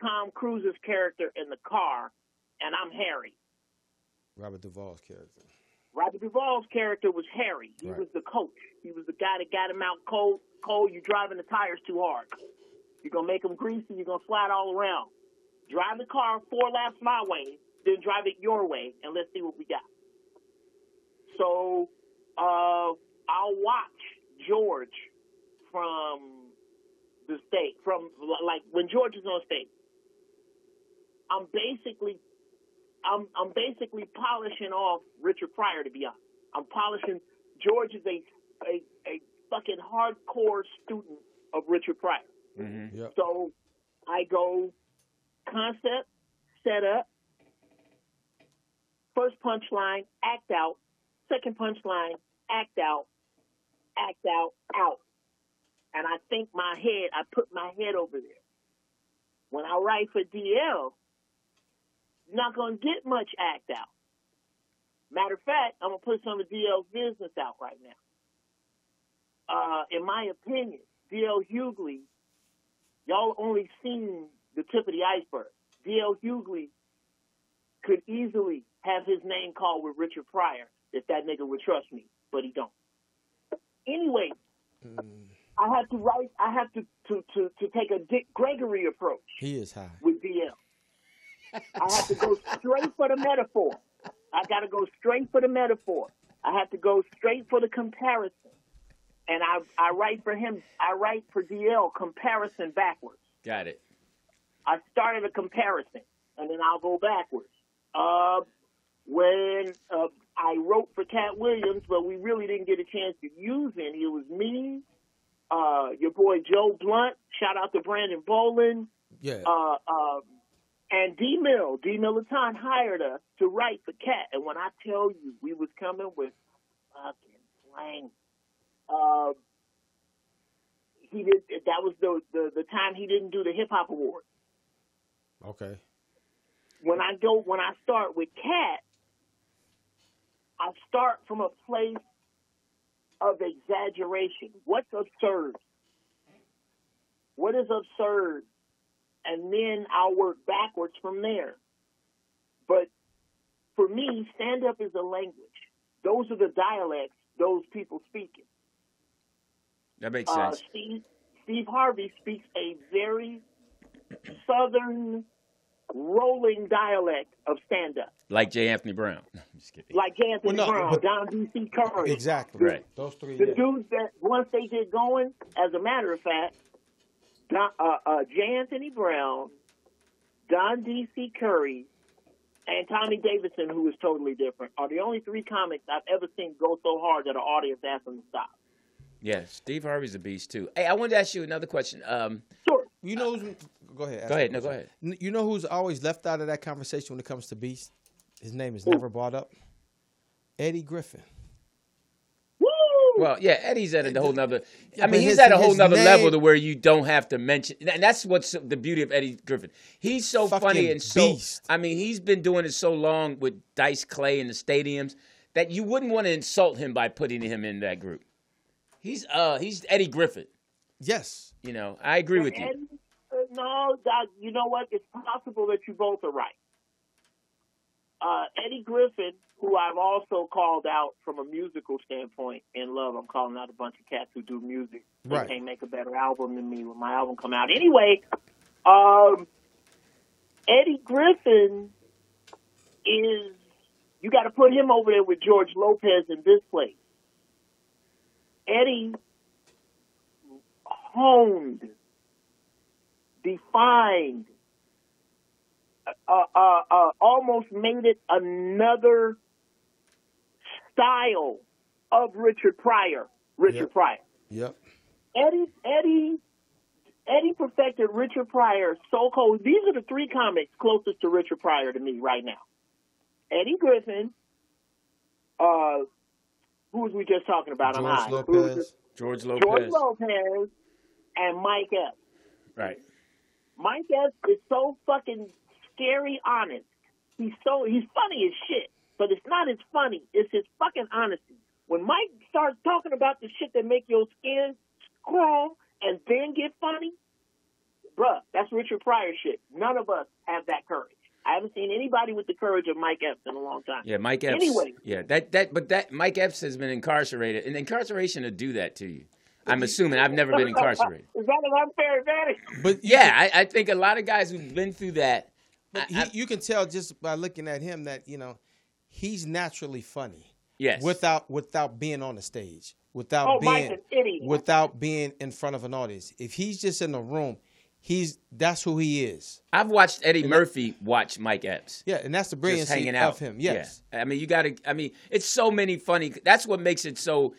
Speaker 5: Tom Cruise's character in the car, and I'm Harry.
Speaker 2: Robert Duvall's character.
Speaker 5: Robert Duvall's character was Harry. He
Speaker 2: Right.
Speaker 5: was the coach. He was the guy that got him out cold. Cold, you're driving the tires too hard. You're gonna make them greasy. You're gonna slide all around. Drive the car four laps my way, then drive it your way, and let's see what we got. So, uh, I'll watch George from the state, from like when George is on stage. I'm basically I'm I'm basically polishing off Richard Pryor to be honest. I'm polishing George is a a, a fucking hardcore student of Richard Pryor.
Speaker 3: Mhm.
Speaker 2: Yep.
Speaker 5: So I go concept, set up, first punchline, act out, second punchline, act out, act out, out. And I think my head, I put my head over there. When I write for DL, not going to get much act out. Matter of fact, I'm going to put some of DL's business out right now. Uh, in my opinion, DL Hughley y'all only seen the tip of the iceberg. D.L. Hughley could easily have his name called with Richard Pryor if that nigga would trust me, but he don't. Anyway, I have to write. I have to to to, to take a Dick Gregory approach
Speaker 2: He is high.
Speaker 5: with DL. I have to go straight for the metaphor. I got to go straight for the metaphor. I have to go straight for the comparison. And I, I write for him, I write for DL comparison backwards.
Speaker 3: Got it.
Speaker 5: I started a comparison, and then I'll go backwards. Uh, when uh, I wrote for Cat Williams, but we really didn't get a chance to use any. It was me, uh, your boy Joe Blunt. Shout out to Brandon Boland.
Speaker 2: Yeah.
Speaker 5: Uh, um, and D Mill, D Militant hired us to write for Cat. And when I tell you, we was coming with fucking slang. Um, he did. That was the, the the time he didn't do the hip hop award.
Speaker 2: Okay.
Speaker 5: When I go, when I start with Cat, I start from a place of exaggeration. What's absurd? What is absurd? And then I'll work backwards from there. But for me, stand up is a language. Those are the dialects those people speaking.
Speaker 3: That makes
Speaker 5: Uh,
Speaker 3: sense.
Speaker 5: Steve, Steve Harvey speaks a very southern rolling dialect of stand up,
Speaker 3: Like J. Anthony Brown. I'm just kidding.
Speaker 5: like Anthony
Speaker 2: Well, no,
Speaker 5: Brown,
Speaker 2: but-
Speaker 5: Don D.C. Curry.
Speaker 2: Exactly.
Speaker 3: Right.
Speaker 2: Those three.
Speaker 5: The
Speaker 2: yeah.
Speaker 5: dudes that once they get going, as a matter of fact, Don, uh, uh, J. Anthony Brown, Don D.C. Curry, and Tommy Davidson, who is totally different, are the only three comics I've ever seen go so hard that an audience asked them to stop.
Speaker 3: yeah, Steve Harvey's a beast too. Hey, I wanted to ask you another question. Um,
Speaker 5: Sure.
Speaker 2: You know. who's go ahead. ask the
Speaker 3: go ahead. No,
Speaker 2: question.
Speaker 3: go ahead.
Speaker 2: N- You know who's always left out of that conversation when it comes to Beast? His name is never brought up. Eddie Griffin.
Speaker 5: Woo!
Speaker 3: Well, yeah, Eddie's at a whole nother. I
Speaker 2: but
Speaker 3: mean, he's
Speaker 2: his-
Speaker 3: at a whole
Speaker 2: his
Speaker 3: nother
Speaker 2: name-
Speaker 3: level to where you don't have to mention, and that's what's the beauty of Eddie Griffin. He's so
Speaker 2: Fucking
Speaker 3: funny and so.
Speaker 2: beast.
Speaker 3: I mean, he's been doing it so long with Dice Clay in the stadiums that you wouldn't want to insult him by putting him in that group. He's uh, he's Eddie Griffin.
Speaker 2: Yes.
Speaker 3: You know, I agree with you.
Speaker 5: And, uh, no, Doc, you know what? It's possible that you both are right. Uh, Eddie Griffin, who I've also called out from a musical standpoint in love, I'm calling out a bunch of cats who do music. They
Speaker 2: Right.
Speaker 5: can't make a better album than me when my album come out. Anyway, um, Eddie Griffin is you got to put him over there with George Lopez in this place. Eddie honed, defined, uh, uh, uh, almost made it another style of Richard Pryor. Richard
Speaker 2: Yeah.
Speaker 5: Pryor.
Speaker 2: Yep.
Speaker 5: Eddie, Eddie, Eddie perfected Richard Pryor so cold. These are the three comics closest to Richard Pryor to me right now. Eddie Griffin, uh, who was we just talking about? I'm
Speaker 2: George
Speaker 5: high. Who was
Speaker 2: Lopez.
Speaker 5: it?
Speaker 3: George
Speaker 5: George
Speaker 3: Lopez.
Speaker 5: Lopez, and Mike Epps.
Speaker 3: Right.
Speaker 5: Mike Epps is so fucking scary honest. He's so he's funny as shit, but it's not his funny. It's his fucking honesty. When Mike starts talking about the shit that make your skin crawl and then get funny, bruh, that's Richard Pryor shit. None of us have that courage. I haven't seen anybody with the courage of Mike Epps in a long time.
Speaker 3: Yeah, Mike Epps.
Speaker 5: Anyway.
Speaker 3: Yeah, that that but that Mike Epps has been incarcerated, and incarceration to do that to you. I'm assuming I've never been incarcerated.
Speaker 5: Is that an unfair advantage?
Speaker 2: But you
Speaker 3: Yeah, I, I think a lot of guys who've been through that.
Speaker 2: But
Speaker 3: I-
Speaker 2: he,
Speaker 3: I-
Speaker 2: you can tell just by looking at him that you know he's naturally funny.
Speaker 3: Yes.
Speaker 2: Without without being on the stage, without
Speaker 5: Oh, Mike's
Speaker 2: being
Speaker 5: an idiot.
Speaker 2: without being in front of an audience. If he's just in the room, he's that's who he is.
Speaker 3: I've watched Eddie Murphy watch Mike Epps.
Speaker 2: Yeah, and that's the
Speaker 3: Just
Speaker 2: brilliancy
Speaker 3: hanging out
Speaker 2: of him. Yes.
Speaker 3: Yeah. I mean, you got to. I mean, it's so many funny. That's what makes it so.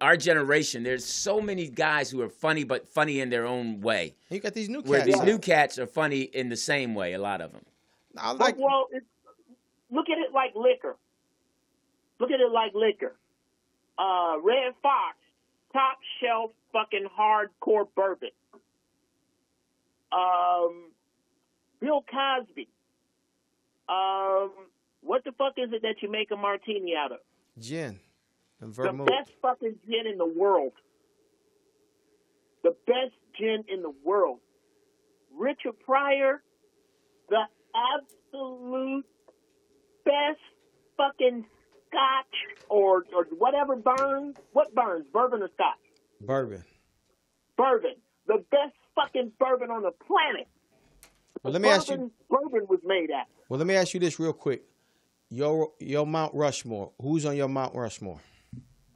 Speaker 3: Our generation, there's so many guys who are funny, but funny in their own way.
Speaker 2: And you got these new
Speaker 3: Where
Speaker 2: cats.
Speaker 3: these
Speaker 2: out.
Speaker 3: new cats are funny in the same way. A lot of them.
Speaker 2: I like
Speaker 5: well, it's, look at it like liquor. Look at it like liquor. Uh, Red Fox, top shelf fucking hardcore bourbon. Um, Bill Cosby. Um, what the fuck is it that you make a martini out of?
Speaker 2: gin and
Speaker 5: The
Speaker 2: vermouth.
Speaker 5: best fucking gin in the world. The best gin in the world. Richard Pryor, the absolute best fucking scotch or, or whatever burns. What burns? Bourbon or scotch?
Speaker 2: Bourbon.
Speaker 5: Bourbon. The best fucking bourbon on the planet.
Speaker 2: Well, let me ask you.
Speaker 5: bourbon, bourbon was made at.
Speaker 2: Well, let me ask you this real quick. Your your Mount Rushmore. Who's on your Mount Rushmore?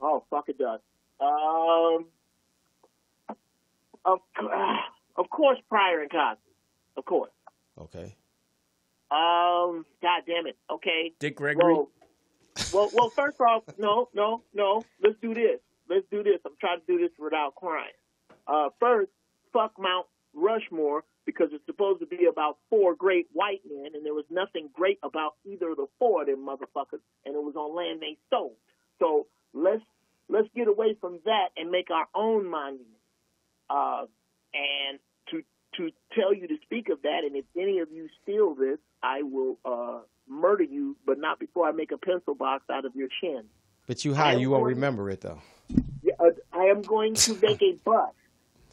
Speaker 5: Oh, fuck it does. Um, of, of course, Pryor and Cosby. Of course.
Speaker 2: Okay.
Speaker 5: Um, God damn it. Okay.
Speaker 3: Dick Gregory.
Speaker 5: Well, well, well, first off, no, no, no. Let's do this. Let's do this. I'm trying to do this without crying. Uh, first, fuck Mount Rushmore because it's supposed to be about four great white men, and there was nothing great about either of the four of them motherfuckers, and it was on land they stole. So let's let's get away from that and make our own monument. Uh, and to to tell you to speak of that, and if any of you steal this, I will uh, murder you, but not before I make a pencil box out of your chin.
Speaker 2: But you
Speaker 5: I
Speaker 2: high,
Speaker 5: am
Speaker 2: you won't
Speaker 5: going-
Speaker 2: remember it though.
Speaker 5: Yeah, uh, I am going to make a bust.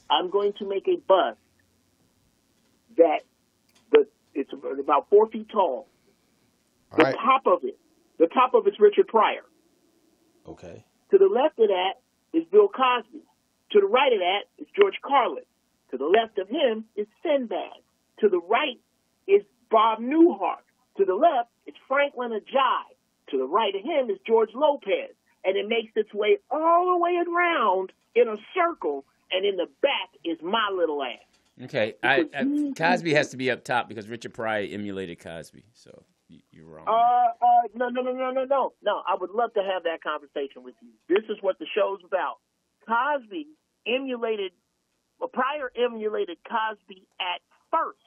Speaker 5: I'm going to make a bust that the it's about four feet tall.
Speaker 2: All
Speaker 5: The
Speaker 2: right.
Speaker 5: top of it, the top of it's Richard Pryor.
Speaker 2: Okay.
Speaker 5: To the left of that is Bill Cosby. To the right of that is George Carlin. To the left of him is Sinbad. To the right is Bob Newhart. To the left is Franklin Ajay. To the right of him is George Lopez. And it makes its way all the way around in a circle, and in the back is my little ass.
Speaker 3: Okay, I, I, Cosby has to be up top because Richard Pryor emulated Cosby, so you, you're wrong.
Speaker 5: Uh, uh, no, no, no, no, no, no, no. I would love to have that conversation with you. This is what the show's about. Cosby emulated, well, Pryor emulated Cosby at first,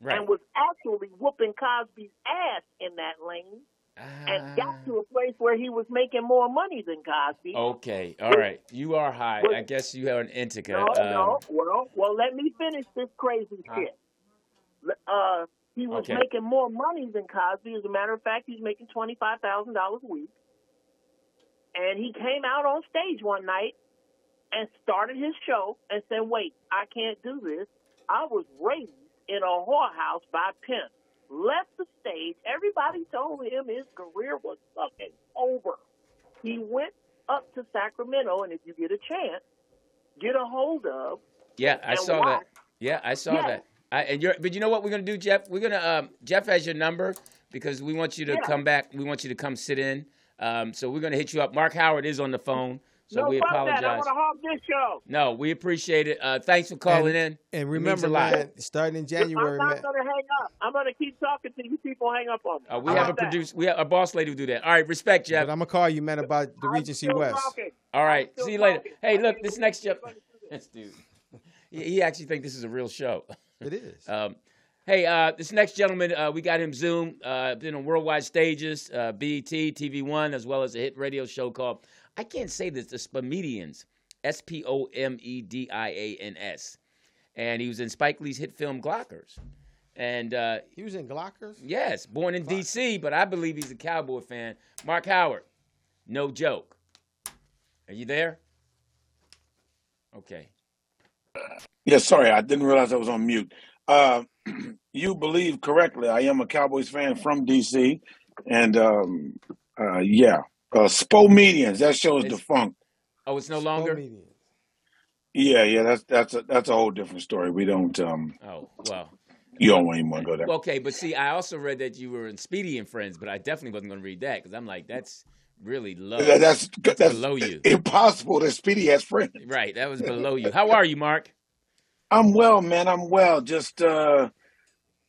Speaker 3: right.
Speaker 5: and was actually whooping Cosby's ass in that lane,
Speaker 3: Ah,
Speaker 5: and got to a place where he was making more money than Cosby.
Speaker 3: okay, all right. You are high. I guess you are an Intica. Um,
Speaker 5: No, no. Well, well, let me finish this crazy
Speaker 3: Huh?
Speaker 5: shit. Uh, he was
Speaker 3: Okay.
Speaker 5: making more money than Cosby. As a matter of fact, he was making twenty five thousand dollars a week. And he came out on stage one night and started his show and said, "Wait, I can't do this. I was raised in a whorehouse by pimps." Left the stage. Everybody told him his career was fucking over. He went up to Sacramento, and if you get a chance, get a hold of
Speaker 3: Yeah, I
Speaker 5: and
Speaker 3: saw
Speaker 5: watch.
Speaker 3: that. Yeah, I saw
Speaker 5: Yes.
Speaker 3: that. I, and you're, but you know what we're gonna do, Jeff? We're gonna um, Jeff has your number because we want you to
Speaker 5: Yeah.
Speaker 3: come back. We want you to come sit in. Um, so we're gonna hit you up. Mark Howard is on the phone, so
Speaker 5: no
Speaker 3: we
Speaker 5: fuck
Speaker 3: apologize.
Speaker 5: that. I want to hog this show.
Speaker 3: No, we appreciate it. Uh, thanks for calling
Speaker 2: and,
Speaker 3: in.
Speaker 2: And
Speaker 3: It means
Speaker 2: remember,
Speaker 3: a lot.
Speaker 2: man, starting in January,
Speaker 5: I'm
Speaker 2: man.
Speaker 5: not gonna hang up. I'm gonna keep talking till you people hang up on me.
Speaker 3: Uh, we
Speaker 5: How
Speaker 3: have a
Speaker 5: about that?
Speaker 3: produce. We have a boss lady who do that. All right, respect,
Speaker 2: But
Speaker 3: Jeff.
Speaker 2: I'm gonna call you, man, about the
Speaker 5: I'm
Speaker 2: Regency
Speaker 5: still
Speaker 2: West.
Speaker 5: talking.
Speaker 3: All right,
Speaker 5: I'm still
Speaker 3: see you later.
Speaker 5: talking.
Speaker 3: Hey,
Speaker 5: I
Speaker 3: look,
Speaker 5: can't
Speaker 3: this
Speaker 5: believe
Speaker 3: next
Speaker 5: you're
Speaker 3: Jeff.
Speaker 5: gonna do this.
Speaker 3: This dude, he, he actually thinks this is a real show.
Speaker 2: It is.
Speaker 3: Um, hey, uh, this next gentleman, uh, we got him Zoom, uh, been on worldwide stages, uh, BET, TV One, as well as a hit radio show called I can't say this, the Spomedians, S P O M E D I A N S, and he was in Spike Lee's hit film Glockers, and uh,
Speaker 2: he was in Glockers.
Speaker 3: yes, born in D.C., but I believe he's a Cowboy fan. Mark Howard, no joke. Are you there? Okay.
Speaker 6: Yeah, sorry, I didn't realize I was on mute. Uh, you believe correctly. I am a Cowboys fan from DC, and um, uh, yeah, uh, Spo Medians. That show is
Speaker 3: It's-
Speaker 6: defunct.
Speaker 3: Oh, it's no
Speaker 2: Sport
Speaker 3: longer.
Speaker 2: median.
Speaker 6: Yeah, yeah, that's that's a, that's a whole different story. We don't um,
Speaker 3: Oh well.
Speaker 6: you don't even want to go there.
Speaker 3: Well, okay, but see, I also read that you were in Speedy and Friends, but I definitely wasn't going to read that because I'm like, that's really low.
Speaker 6: Uh, That- That's
Speaker 3: That's
Speaker 6: that's
Speaker 3: uh, below you.
Speaker 6: impossible. That Speedy has friends.
Speaker 3: Right, that was below you. How are you, Mark?
Speaker 6: I'm well, man. I'm well. Just uh,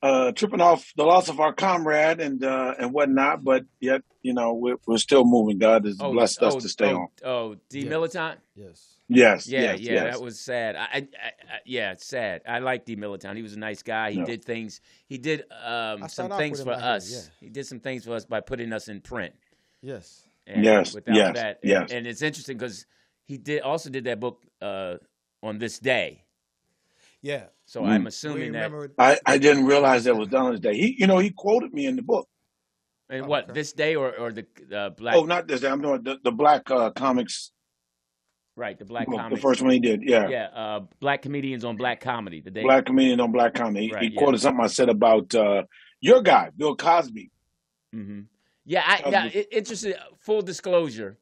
Speaker 6: uh, tripping off the loss of our comrade and uh, and whatnot, but yet you know we're, we're still moving. God has
Speaker 3: Oh,
Speaker 6: blessed us
Speaker 3: oh,
Speaker 6: to stay
Speaker 3: oh,
Speaker 6: on.
Speaker 3: oh, D
Speaker 2: Yes.
Speaker 3: Militant.
Speaker 2: Yes.
Speaker 6: Yes,
Speaker 3: Yeah,
Speaker 6: yes,
Speaker 3: yeah,
Speaker 6: yes.
Speaker 3: that was sad. I, I, I I- yeah, it's sad. I like D Militant. He was a nice guy. He
Speaker 6: Yeah.
Speaker 3: did things. He did um,
Speaker 2: I
Speaker 3: some
Speaker 2: start off
Speaker 3: things
Speaker 2: with
Speaker 3: for
Speaker 2: him out here,
Speaker 3: us.
Speaker 2: yeah.
Speaker 3: He did some things for us by putting us in print.
Speaker 2: Yes.
Speaker 3: and
Speaker 6: Yes,
Speaker 3: without
Speaker 6: yes,
Speaker 3: that and,
Speaker 6: yes.
Speaker 3: and it's interesting because he did also did that book uh, on this day
Speaker 2: Yeah.
Speaker 3: so
Speaker 6: Mm.
Speaker 3: i'm
Speaker 2: We
Speaker 3: assuming that
Speaker 2: remember.
Speaker 6: I, I didn't realize that was Donald's day. He, you know, he quoted me in the book.
Speaker 3: and
Speaker 2: Oh,
Speaker 3: what
Speaker 2: okay.
Speaker 3: this day or, or the uh, black
Speaker 6: Oh, not this day. I'm doing the, the Black uh, Comics
Speaker 3: right the black
Speaker 6: book, Oh, the
Speaker 3: comics
Speaker 6: first one he did. Yeah,
Speaker 3: yeah uh, black comedians on black comedy the day
Speaker 6: Black comedian on Black comedy. He,
Speaker 3: right
Speaker 6: he
Speaker 3: yeah
Speaker 6: quoted something I said about uh, your guy, Bill Cosby.
Speaker 3: hmm yeah i
Speaker 6: That
Speaker 3: now
Speaker 6: was-
Speaker 3: it, interesting uh, full disclosure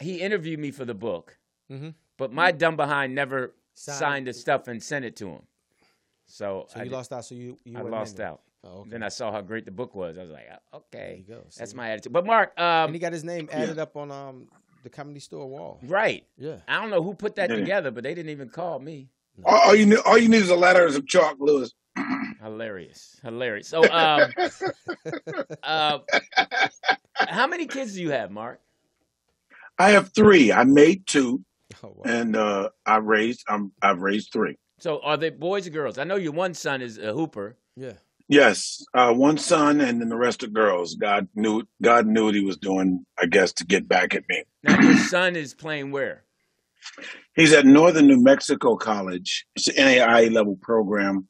Speaker 3: he interviewed me for the book
Speaker 2: Mm-hmm.
Speaker 3: but my dumb behind never
Speaker 2: Signed-
Speaker 3: signed the stuff and sent it to him so,
Speaker 2: So
Speaker 3: I,
Speaker 2: you
Speaker 3: di-
Speaker 2: lost out. So you you
Speaker 3: I
Speaker 2: weren't
Speaker 3: lost
Speaker 2: in it.
Speaker 3: out
Speaker 2: Oh, okay.
Speaker 3: then I saw how great the book was. I was like, "Oh, okay,
Speaker 2: you go,
Speaker 3: that's
Speaker 2: see?
Speaker 3: my attitude. But Mark, um,
Speaker 2: and he got his name added up on um the comedy store wall.
Speaker 3: Right.
Speaker 2: Yeah.
Speaker 3: I don't know who put that
Speaker 6: Yeah.
Speaker 3: together, but they didn't even call me.
Speaker 6: all, all you need, all you need is a letter and some chalk, Lewis.
Speaker 3: Hilarious. Hilarious. So um uh how many kids do you have, Mark?
Speaker 6: I have three. I made two.
Speaker 2: Oh, wow.
Speaker 6: and uh, I raised I'm I've raised three.
Speaker 3: So are they boys or girls? I know your one son is a hooper.
Speaker 2: Yeah.
Speaker 6: Yes, uh, one son, and then the rest are girls. God knew God knew what He was doing. I guess to get back at me.
Speaker 3: Now your son is playing where?
Speaker 6: He's at Northern New Mexico College. It's an NAIA level program.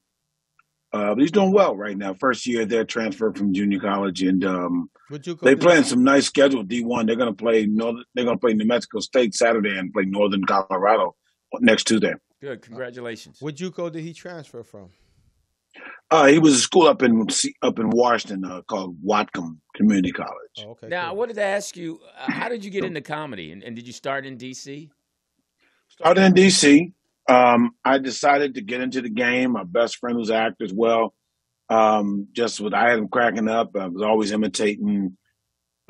Speaker 6: Uh, but he's doing well right now. First year there, transferred from junior college, and um,
Speaker 2: Would you go
Speaker 6: they
Speaker 2: to
Speaker 6: playing some nice schedule. D one, they're going to play Northern, They're going to play New Mexico State Saturday and play Northern Colorado next Tuesday.
Speaker 3: Good. Congratulations.
Speaker 2: Would you go did he transfer from?
Speaker 6: Uh, he was a school up in up in Washington uh, called Watcom Community College.
Speaker 2: Oh, okay.
Speaker 3: Now I
Speaker 2: cool.
Speaker 3: wanted to ask you, uh, how did you get into comedy, and, and did you start in D.C.?
Speaker 6: Started in D.C. Um, I decided to get into the game. My best friend was an actor as well. Um, just what I had him cracking up. I was always imitating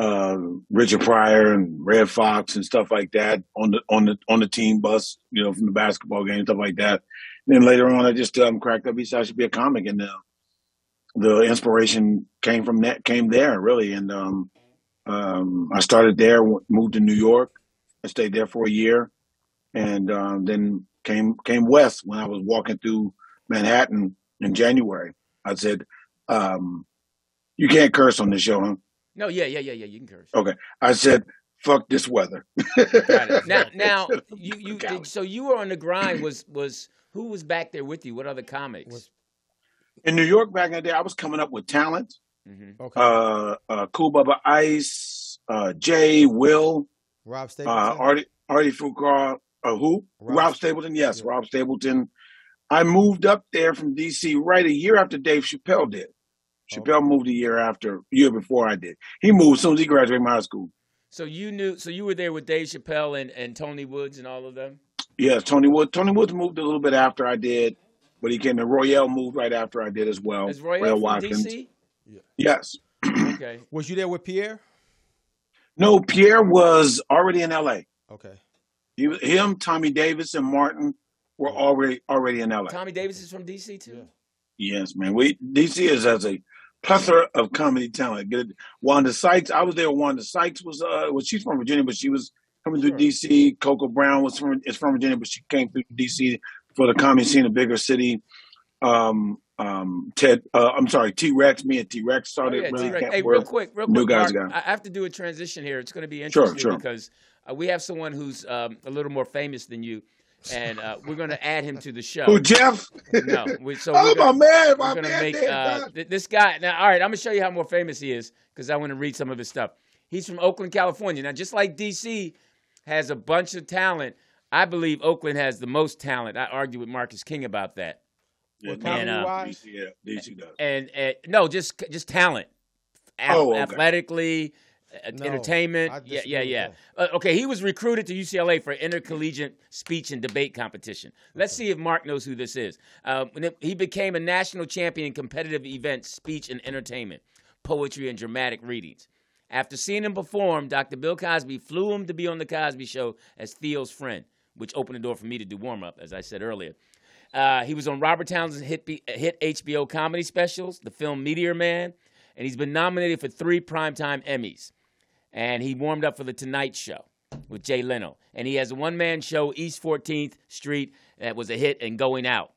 Speaker 6: uh, Richard Pryor and Red Fox and stuff like that on the on the on the team bus, you know, from the basketball game, stuff like that. And then later on, I just um, cracked up. He said I should be a comic, and uh, the inspiration came from that came there really. And um, um, I started there, w- moved to New York, I stayed there for a year, and um, then came came west. When I was walking through Manhattan in January, I said, um, "You can't curse on this show, huh?"
Speaker 3: No, yeah, yeah, yeah, yeah. You can curse.
Speaker 6: Okay. I said, fuck this weather.
Speaker 3: Got it. Now, now you you
Speaker 6: Got
Speaker 3: did,
Speaker 6: it.
Speaker 3: so you were on the grind. Was was who was back there with you? What other comics?
Speaker 2: Was-
Speaker 6: in New York back in the day, I was coming up with talent.
Speaker 3: hmm
Speaker 2: Okay.
Speaker 6: Uh, uh, cool Bubba Ice, uh, Jay, Will,
Speaker 2: Rob
Speaker 6: uh,
Speaker 2: Stapleton.
Speaker 6: Artie, Artie Fukar, uh, who?
Speaker 2: Rob
Speaker 6: Rob, Stapleton. Yes,
Speaker 2: Yeah.
Speaker 6: Rob Stapleton. I moved up there from DC right a year after Dave Chappelle did. Chappelle
Speaker 2: Okay.
Speaker 6: moved a year after, year before I did. He moved as soon as he graduated from high school.
Speaker 3: So you knew. So you were there with Dave Chappelle and, and Tony Woods and all of them.
Speaker 6: Yes, Tony Woods. Tony Woods moved a little bit after I did, but he came to Royale moved right after I did as well.
Speaker 3: Is Royale
Speaker 6: Royale
Speaker 3: from
Speaker 6: Watkins.
Speaker 3: D.C.?
Speaker 6: Yes.
Speaker 3: Okay.
Speaker 2: Was you there with Pierre?
Speaker 6: No, Pierre was already in L.A.
Speaker 2: Okay.
Speaker 6: He, was- him, Tommy Davis, and Martin were already already in L.A.
Speaker 3: Tommy Davis is from D.C. too.
Speaker 6: Yes, man. We D.C. is as a plethora of comedy talent. Get it? Wanda Sykes. I was there. when Wanda Sykes was uh, well, she's from Virginia, but she was coming through
Speaker 3: Sure.
Speaker 6: D.C. Coco Brown was from is from Virginia, but she came through D.C. for the comedy scene, a bigger city. um um Ted uh, I'm sorry, T Rex, me and T Rex
Speaker 3: Oh
Speaker 6: started
Speaker 3: yeah,
Speaker 6: really
Speaker 3: T-Rex.
Speaker 6: can't
Speaker 3: Hey, real
Speaker 6: we're
Speaker 3: quick, real
Speaker 6: new
Speaker 3: quick,
Speaker 6: guys
Speaker 3: Mark.
Speaker 6: got
Speaker 3: I I have to do a transition here. It's going to be
Speaker 6: sure,
Speaker 3: interesting
Speaker 6: sure.
Speaker 3: because uh, we have someone who's um, a little more famous than you, and uh, we're going to add him to the
Speaker 6: Who
Speaker 3: show.
Speaker 6: Jeff?
Speaker 3: No, we, so we're
Speaker 6: oh
Speaker 3: gonna,
Speaker 6: my man,
Speaker 3: we're
Speaker 6: my
Speaker 3: going to
Speaker 6: man
Speaker 3: make
Speaker 6: dead,
Speaker 3: uh,
Speaker 6: huh?
Speaker 3: th- this guy. Now, all right, I'm going to show you how more famous he is because I want to read some of his stuff. He's from Oakland, California. Now, just like DC has a bunch of talent, I believe Oakland has the most talent. I argue with Marcus King about that.
Speaker 6: Yeah,
Speaker 2: Well,
Speaker 6: D-
Speaker 3: And
Speaker 2: comedy
Speaker 3: um,
Speaker 2: wise,
Speaker 6: DC, yeah, DC does.
Speaker 3: and, and no, just just talent ath-
Speaker 6: Oh, okay.
Speaker 3: athletically, uh,
Speaker 2: no.
Speaker 3: entertainment.
Speaker 2: I
Speaker 3: Yeah,
Speaker 2: disagree
Speaker 3: yeah,
Speaker 2: with
Speaker 3: yeah.
Speaker 2: that.
Speaker 3: Uh, okay, he was recruited to UCLA for intercollegiate speech and debate competition. Let's see if Mark knows who this is. Uh, when it- he became a national champion in competitive events, speech and entertainment, poetry and dramatic readings. After seeing him perform, Dr. Bill Cosby flew him to be on the Cosby Show as Theo's friend, which opened the door for me to do warm up, as I said earlier. Uh, he was on Robert Townsend's hit, B- hit HBO comedy specials, the film Meteor Man, and he's been nominated for three primetime Emmys. And he warmed up for The Tonight Show with Jay Leno. And he has a one man show, East 14th Street, that was a hit and going out.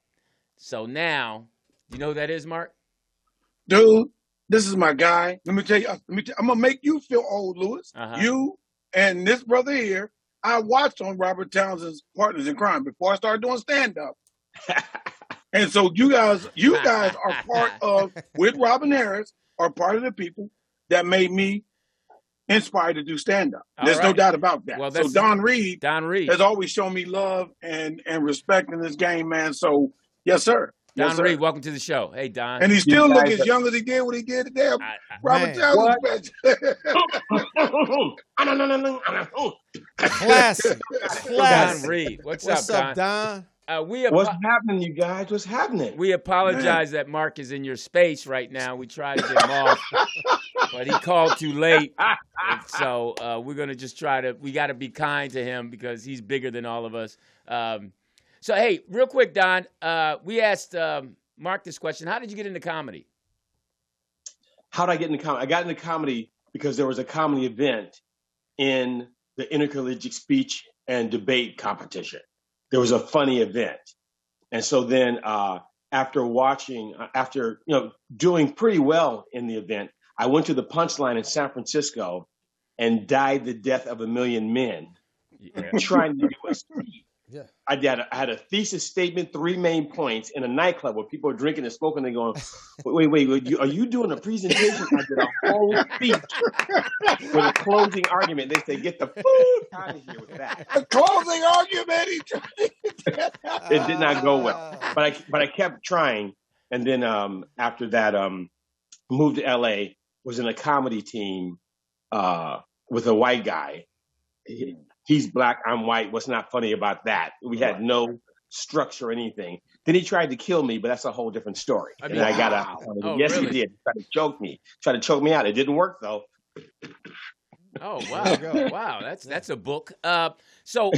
Speaker 3: So now, you know who that is, Mark?
Speaker 6: Dude, this is my guy. Let me tell you, let me tell, I'm gonna make you feel old, Lewis.
Speaker 3: Uh-huh.
Speaker 6: You and this brother here. I watched on Robert Townsend's Partners in Crime before I started doing stand up. And so you guys, you guys are part of with Robin Harris are part of the people that made me inspired to do stand up.
Speaker 3: All
Speaker 6: There's no
Speaker 3: right.
Speaker 6: doubt about that.
Speaker 3: Well,
Speaker 6: So
Speaker 3: that's
Speaker 6: Don Reed
Speaker 3: Don Reed.
Speaker 6: has always shown me love and and respect in this game, man. So yes, sir. Yes,
Speaker 3: Don Reed,
Speaker 6: sir.
Speaker 3: welcome to the show. Hey, Don.
Speaker 6: And he
Speaker 7: You
Speaker 6: still look
Speaker 7: guys
Speaker 6: as
Speaker 7: are
Speaker 6: young as he did when he did at damn
Speaker 3: I, I,
Speaker 6: Robert
Speaker 2: Man.
Speaker 6: Townsend's
Speaker 7: what?
Speaker 6: match.
Speaker 2: Classic.
Speaker 3: Don
Speaker 2: Classic.
Speaker 3: Reed. What's up,
Speaker 2: What's up,
Speaker 3: Don?
Speaker 2: Don?
Speaker 3: Uh, we
Speaker 7: What's
Speaker 3: apo-
Speaker 7: happening, you guys? What's happening?
Speaker 3: We
Speaker 6: man,
Speaker 3: apologize that Mark is in your space right now. We tried to get him off, but he called too late. And so uh, we're going to just try to, we got to be kind to him because he's bigger than all of us. Um, so, hey, real quick, Don, uh, we asked um, Mark this question How did you get into comedy?
Speaker 7: How did I get into comedy? I got into comedy because there was a comedy event in the intercollegiate speech and debate competition. There was a funny event. And so then uh, after watching, uh, after, you know, doing pretty well in the event, I went to the punchline in San Francisco and died the death of a million men
Speaker 3: Yeah.
Speaker 7: trying to do a speech.
Speaker 2: Yeah.
Speaker 7: I did. I had a thesis statement, three main points in a nightclub where people are drinking and smoking. They're going, "Wait, wait, wait! wait, you, are you doing a presentation?" I did a whole speech with a closing argument. They say, "Get the food out of here with that."
Speaker 6: The closing argument. He tried to
Speaker 7: It did not go well,
Speaker 2: Ah.
Speaker 7: but I but I kept trying. And then um, after that, um, moved to L.A. Was in a comedy team uh, with a white guy. He- He's black. I'm white. What's not funny about that? We had
Speaker 6: Right.
Speaker 7: no structure or anything. Then he tried to kill me, but that's a whole different story.
Speaker 3: I
Speaker 7: and
Speaker 3: mean-
Speaker 7: I got out.
Speaker 6: Wow.
Speaker 3: Oh,
Speaker 7: yes,
Speaker 3: really?
Speaker 7: he did. He tried to choke me. Tried to choke me out. It didn't work though.
Speaker 3: Oh
Speaker 2: There
Speaker 3: wow,
Speaker 2: you go.
Speaker 3: wow, that's
Speaker 2: Yeah.
Speaker 3: that's a book. Uh, so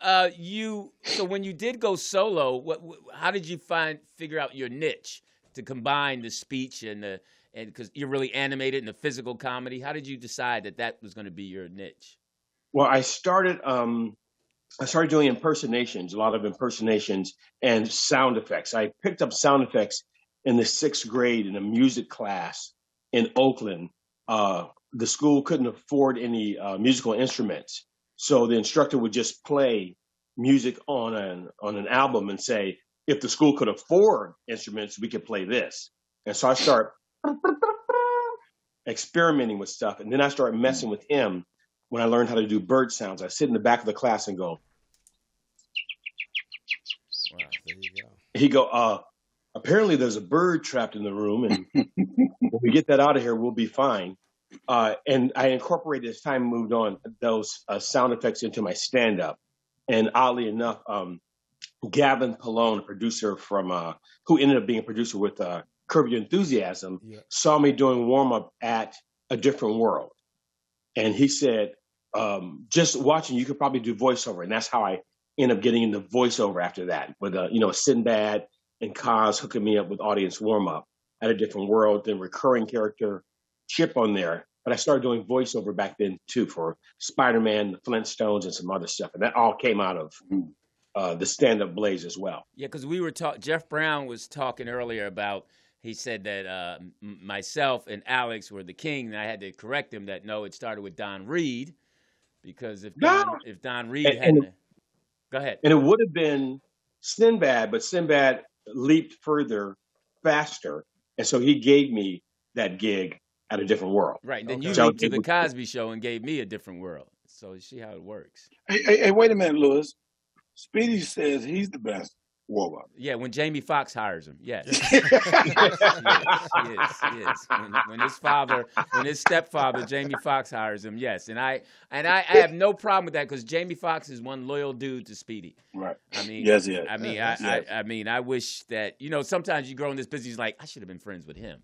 Speaker 3: uh, you so when you did go solo, what, what how did you find figure out your niche to combine the speech and the and because you're really animated and the physical comedy? How did you decide that that was going to be your niche?
Speaker 7: Well, I started. Um, I started doing impersonations, a lot of impersonations and sound effects. I picked up sound effects in the sixth grade in a music class in Oakland. Uh, the school couldn't afford any uh, musical instruments, so the instructor would just play music on an on an album and say, "If the school could afford instruments, we could play this." And so I start experimenting with stuff, and then I started messing with him. When I learned how to do bird sounds, I sit in the back of the class and go,
Speaker 2: Wow, there you go.
Speaker 7: he go, uh, apparently there's a bird trapped in the room, and when we get that out of here, we'll be fine. Uh, and I incorporated as time moved on those uh, sound effects into my stand up. And oddly enough, um, Gavin Pallone, a producer from uh, who ended up being a producer with uh, Curb Your Enthusiasm,
Speaker 2: Yeah.
Speaker 7: saw me doing warm up at A Different World, and he said, um, "Just watching, you could probably do voiceover." And that's how I end up getting into voiceover after that, with uh, you know Sinbad and Kaz hooking me up with audience warm up at A Different World, then recurring character Chip on there. But I started doing voiceover back then too for Spider Man, the Flintstones, and some other stuff, and that all came out of uh, the stand up blaze as well.
Speaker 3: Yeah, because we were talking. Jeff Brown was talking earlier about. He said that uh, m- myself and Alex were the king, and I had to correct him that no, it started with Don Reed, because if Don
Speaker 7: No.
Speaker 3: if Don Reed
Speaker 7: And-
Speaker 3: hadn't,
Speaker 7: and-
Speaker 3: go ahead.
Speaker 7: And it would have been Sinbad, but Sinbad leaped further, faster. And so he gave me that gig at a different world.
Speaker 3: Right. And then
Speaker 2: Okay.
Speaker 3: you
Speaker 7: So I
Speaker 3: leaped
Speaker 7: was
Speaker 3: to the
Speaker 7: able to,
Speaker 3: Cosby Show and gave me a different world. So you see how it works.
Speaker 6: hey, hey, hey, wait a minute, Lewis. Speedy says he's the best warlock.
Speaker 3: Yeah, when Jamie Foxx hires him. Yes. She
Speaker 2: Yeah.
Speaker 3: is. She is. She is. When, when his father, when his stepfather Jamie Foxx hires him, yes. And I and I, I have no problem with that because Jamie Foxx is one loyal dude to Speedy.
Speaker 6: Right.
Speaker 3: I mean,
Speaker 6: Yes, he is.
Speaker 3: I mean,
Speaker 2: Yeah,
Speaker 3: I,
Speaker 6: yes.
Speaker 3: I, I mean, I wish that you know. Sometimes you grow in this business, like I should have been friends with him,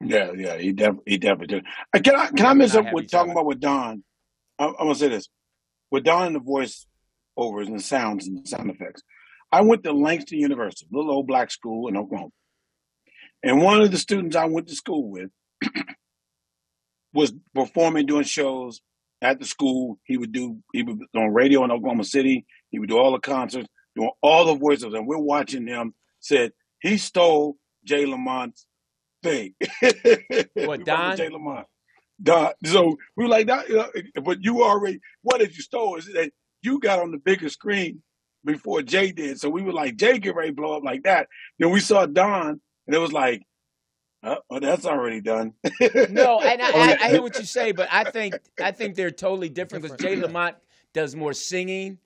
Speaker 6: Yeah, yeah, he definitely, he definitely did. Uh, Can I, can I
Speaker 3: and
Speaker 6: mess
Speaker 3: not
Speaker 6: up
Speaker 3: have
Speaker 6: with
Speaker 3: each
Speaker 6: talking
Speaker 3: other.
Speaker 6: about with Don? I'm, I'm gonna say this with Don and the voice overs and sounds and sound effects. I went to Langston University, little old black school in Oklahoma, and one of the students I went to school with was performing, doing shows at the school. He would do, he would be on radio in Oklahoma City. He would do all the concerts, doing all the voiceovers, and we're watching him. Said he stole Jay Lamont's thing. we
Speaker 3: What
Speaker 6: work with
Speaker 3: Don?
Speaker 6: Jay Lamont. God. So we were like, "Nah, you know, eh, but you already, what if you stole is that you got on the bigger screen before Jay did. So we were like, Jay get ready to blow up like that. Then we saw Don, and it was like, oh, well, that's already done.
Speaker 3: No, and I,
Speaker 7: Oh,
Speaker 3: I, I hear what you say, but I think I think they're totally different because
Speaker 2: Different.
Speaker 3: Jay
Speaker 2: Yeah.
Speaker 3: Lamont does more singing,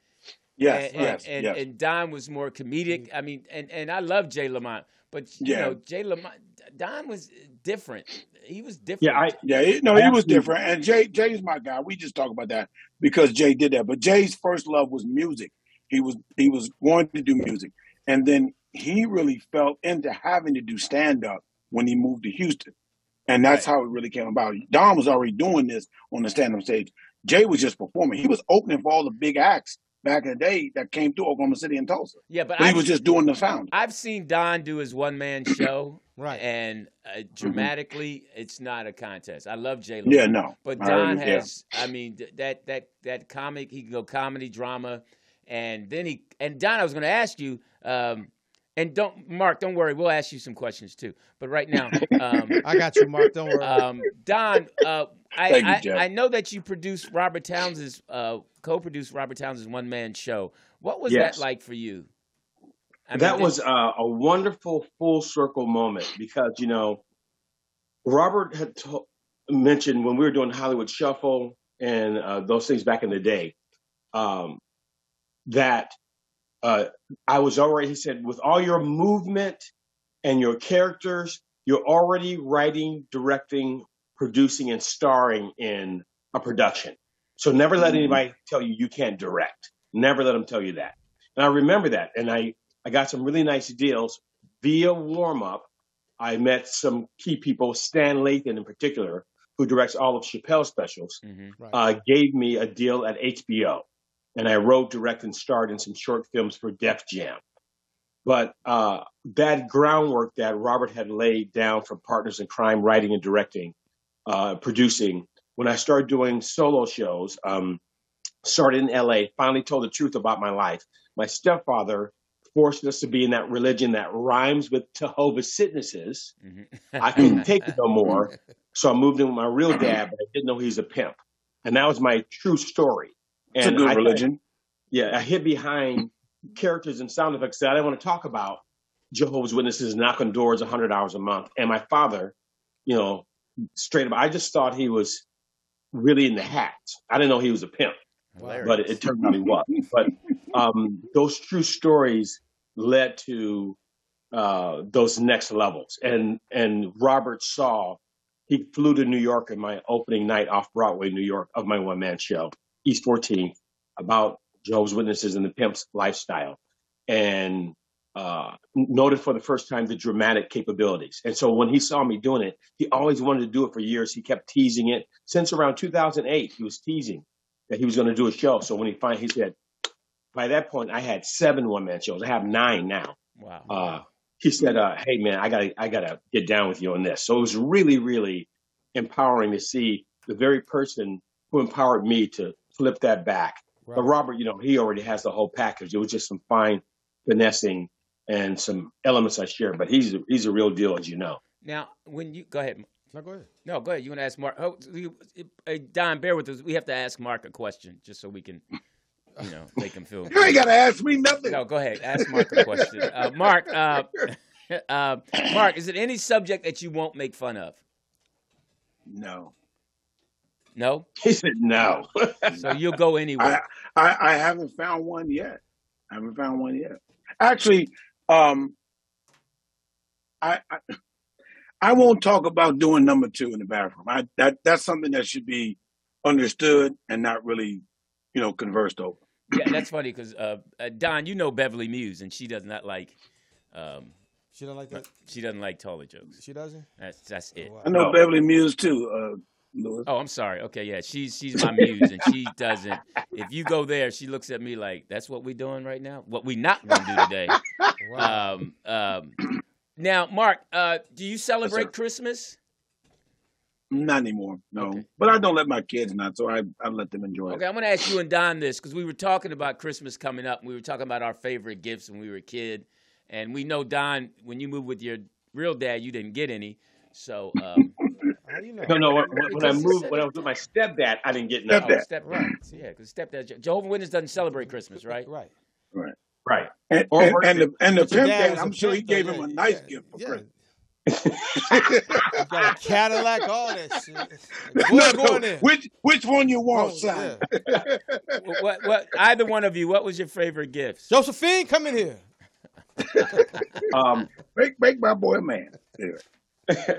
Speaker 6: yes,
Speaker 3: and,
Speaker 6: yes,
Speaker 3: and, and
Speaker 6: yes.
Speaker 3: and Don was more comedic. I mean, and, and I love Jay Lamont, but you
Speaker 6: Yeah.
Speaker 3: know, Jay Lamont, Don was different. He was
Speaker 7: yeah, I,
Speaker 3: different.
Speaker 6: Yeah, it, no,
Speaker 7: I
Speaker 6: he was
Speaker 7: actually,
Speaker 6: different. And Jay, Jay's my guy. We just talked about that because Jay did that. But Jay's first love was music. He was he was wanting to do music, and then he really fell into having to do stand up when he moved to Houston, and that's
Speaker 3: Right.
Speaker 6: how it really came about. Don was already doing this on the stand up stage. Jay was just performing. He was opening for all the big acts back in the day that came through Oklahoma City and Tulsa,
Speaker 3: Yeah, but
Speaker 6: but he
Speaker 3: I've
Speaker 6: was just doing the sound.
Speaker 3: I've seen Don do his one man show,
Speaker 2: Right.
Speaker 3: And uh, dramatically, it's not a contest. I love J Lo.
Speaker 6: Mm-hmm. Yeah, no.
Speaker 3: But
Speaker 6: I
Speaker 3: Don
Speaker 6: already- yeah.
Speaker 3: has, I mean, th- that that that comic. He can go comedy, drama, and then he and Don. I was going to ask you, um, and don't Mark, don't worry, we'll ask you some questions too. But right now, um,
Speaker 2: I got you, Mark. Don't worry.
Speaker 3: um, Don, uh, I,
Speaker 6: Thank you,
Speaker 3: I,
Speaker 6: Jeff.
Speaker 3: I know that you produced Robert Townsend's uh, co-produced Robert Townsend's one man show. What was
Speaker 7: Yes.
Speaker 3: that like for you? I mean,
Speaker 7: that
Speaker 3: did-
Speaker 7: was uh, a wonderful full circle moment because you know Robert had to- mentioned when we were doing Hollywood Shuffle and uh, those things back in the day um, that uh, I was already. He said, with all your movement and your characters, you're already writing, directing, producing, and starring in a production. So never let
Speaker 6: Mhm.
Speaker 7: anybody tell you you can't direct. Never let them tell you that. And I remember that, and I I got some really nice deals via warm up. I met some key people, Stan Lathan in particular, who directs all of Chappelle's specials
Speaker 3: Mhm.
Speaker 2: right.
Speaker 7: uh, gave me a deal at HBO, and I wrote, directed, and starred in some short films for Def Jam. But uh, that groundwork that Robert had laid down for Partners in Crime, writing and directing, uh, producing, when I started doing solo shows, um, started in LA, finally told the truth about my life. My stepfather forced us to be in that religion that rhymes with Jehovah's Witnesses.
Speaker 6: Mm-hmm.
Speaker 3: Mhm.
Speaker 7: I couldn't take it no more. So I moved in with my real dad, but I didn't know he was a pimp. And that was my true story.
Speaker 6: It's a
Speaker 7: And
Speaker 6: good
Speaker 7: I kinda-
Speaker 6: religion.
Speaker 7: yeah, I hid behind characters and sound effects that I didn't want to talk about. Jehovah's Witnesses knocking doors 100 hours a month. And my father, you know, straight up, I just thought he was really in the hat. I didn't know he was a pimp
Speaker 2: Hilarious.
Speaker 7: but it, it turned out he was. But um, those true stories led to uh, those next levels, and and Robert saw he flew to New York in my opening night off Broadway, New York, of my one man show, East 14, about Jehovah's Witnesses and the pimp's lifestyle, and uh, noted for the first time the dramatic capabilities. And so when he saw me doing it, he always wanted to do it for years. He kept teasing it since around 2008. He was teasing that he was going to do a show. So when he finally, he said, by that point, I had seven one man shows. I have nine now.
Speaker 3: wow.
Speaker 7: Uh, he said, uh, "Hey man, I gotta, I gotta get down with you on this." So it was really, really empowering to see the very person who empowered me to flip that back. But
Speaker 2: Right.
Speaker 7: Robert, you know, he already has the whole package. It was just some fine finessing and some elements I shared. But he's, he's a real deal, as you know.
Speaker 3: Now, when you go ahead,
Speaker 2: No, go ahead.
Speaker 3: no, go ahead. You want to ask Mark? Oh, you- uh, Don, bear with us. We have to ask Mark a question just so we can, you know, make him feel.
Speaker 6: You ain't got to ask me nothing.
Speaker 3: No, go ahead. Ask Mark a question. Uh, Mark, uh, uh, Mark, is it any subject that you won't make fun of?
Speaker 6: No.
Speaker 3: No,
Speaker 7: He said, "No."
Speaker 3: so you'll go anywhere.
Speaker 6: I, I I haven't found one yet. I haven't found one yet. Actually, um, I, I I won't talk about doing number two in the bathroom. I that that's something that should be understood and not really, you know, conversed over.
Speaker 3: Yeah, that's funny because uh, uh, Don, you know Beverly Muse, and she does not like. Um,
Speaker 2: She don't like that.
Speaker 3: she doesn't like taller jokes.
Speaker 2: She doesn't.
Speaker 3: That's that's it.
Speaker 2: Wow.
Speaker 6: I know
Speaker 7: No.
Speaker 6: Beverly Mills too, uh, Louis.
Speaker 3: Oh, I'm sorry. Okay, yeah, she's she's my muse, and she doesn't. If you go there, she looks at me like, "That's what we doing right now. What we not gonna do today."
Speaker 2: Wow.
Speaker 3: Um, um, now, Mark, uh, do you celebrate
Speaker 6: sir.
Speaker 3: Christmas?
Speaker 6: Not anymore, no.
Speaker 3: Okay.
Speaker 6: But I don't let my kids not, so I I let them enjoy
Speaker 3: Okay,
Speaker 6: it.
Speaker 3: I'm gonna ask you and Don this because we were talking about Christmas coming up. And we were talking about our favorite gifts when we were a kid, and we know Don. When you moved with your real dad, you didn't get any. So, um,
Speaker 2: How do you know?
Speaker 7: no, no. When, when I
Speaker 3: Because he
Speaker 7: moved,
Speaker 3: said
Speaker 7: when I
Speaker 3: it.
Speaker 7: was with my stepdad, I didn't get
Speaker 6: Step
Speaker 7: nothing.
Speaker 3: oh,
Speaker 6: that
Speaker 3: step
Speaker 2: Right.
Speaker 3: yeah, because stepdad Jehovah Witness doesn't celebrate Christmas, right?
Speaker 2: Right.
Speaker 7: Right.
Speaker 6: and
Speaker 7: Or
Speaker 6: and,
Speaker 7: birthday.
Speaker 6: and the and the
Speaker 2: But your
Speaker 6: pimp
Speaker 2: dad
Speaker 6: dad.
Speaker 2: was a
Speaker 6: I'm sure he
Speaker 2: pimp, though. Yeah.
Speaker 6: gave him a
Speaker 2: Yeah.
Speaker 6: nice gift for
Speaker 2: Yeah.
Speaker 6: Christmas.
Speaker 2: You got a Cadillac, all that shit. Like, boy,
Speaker 6: no,
Speaker 2: I'm going
Speaker 6: no.
Speaker 2: there.
Speaker 6: Which which one you want,
Speaker 2: Going,
Speaker 6: son?
Speaker 2: yeah.
Speaker 3: What, what, what? Either one of you, what was your favorite gifts?
Speaker 2: Josephine, come in here.
Speaker 7: Um,
Speaker 6: Make make my boy a man. Anyway.
Speaker 7: I,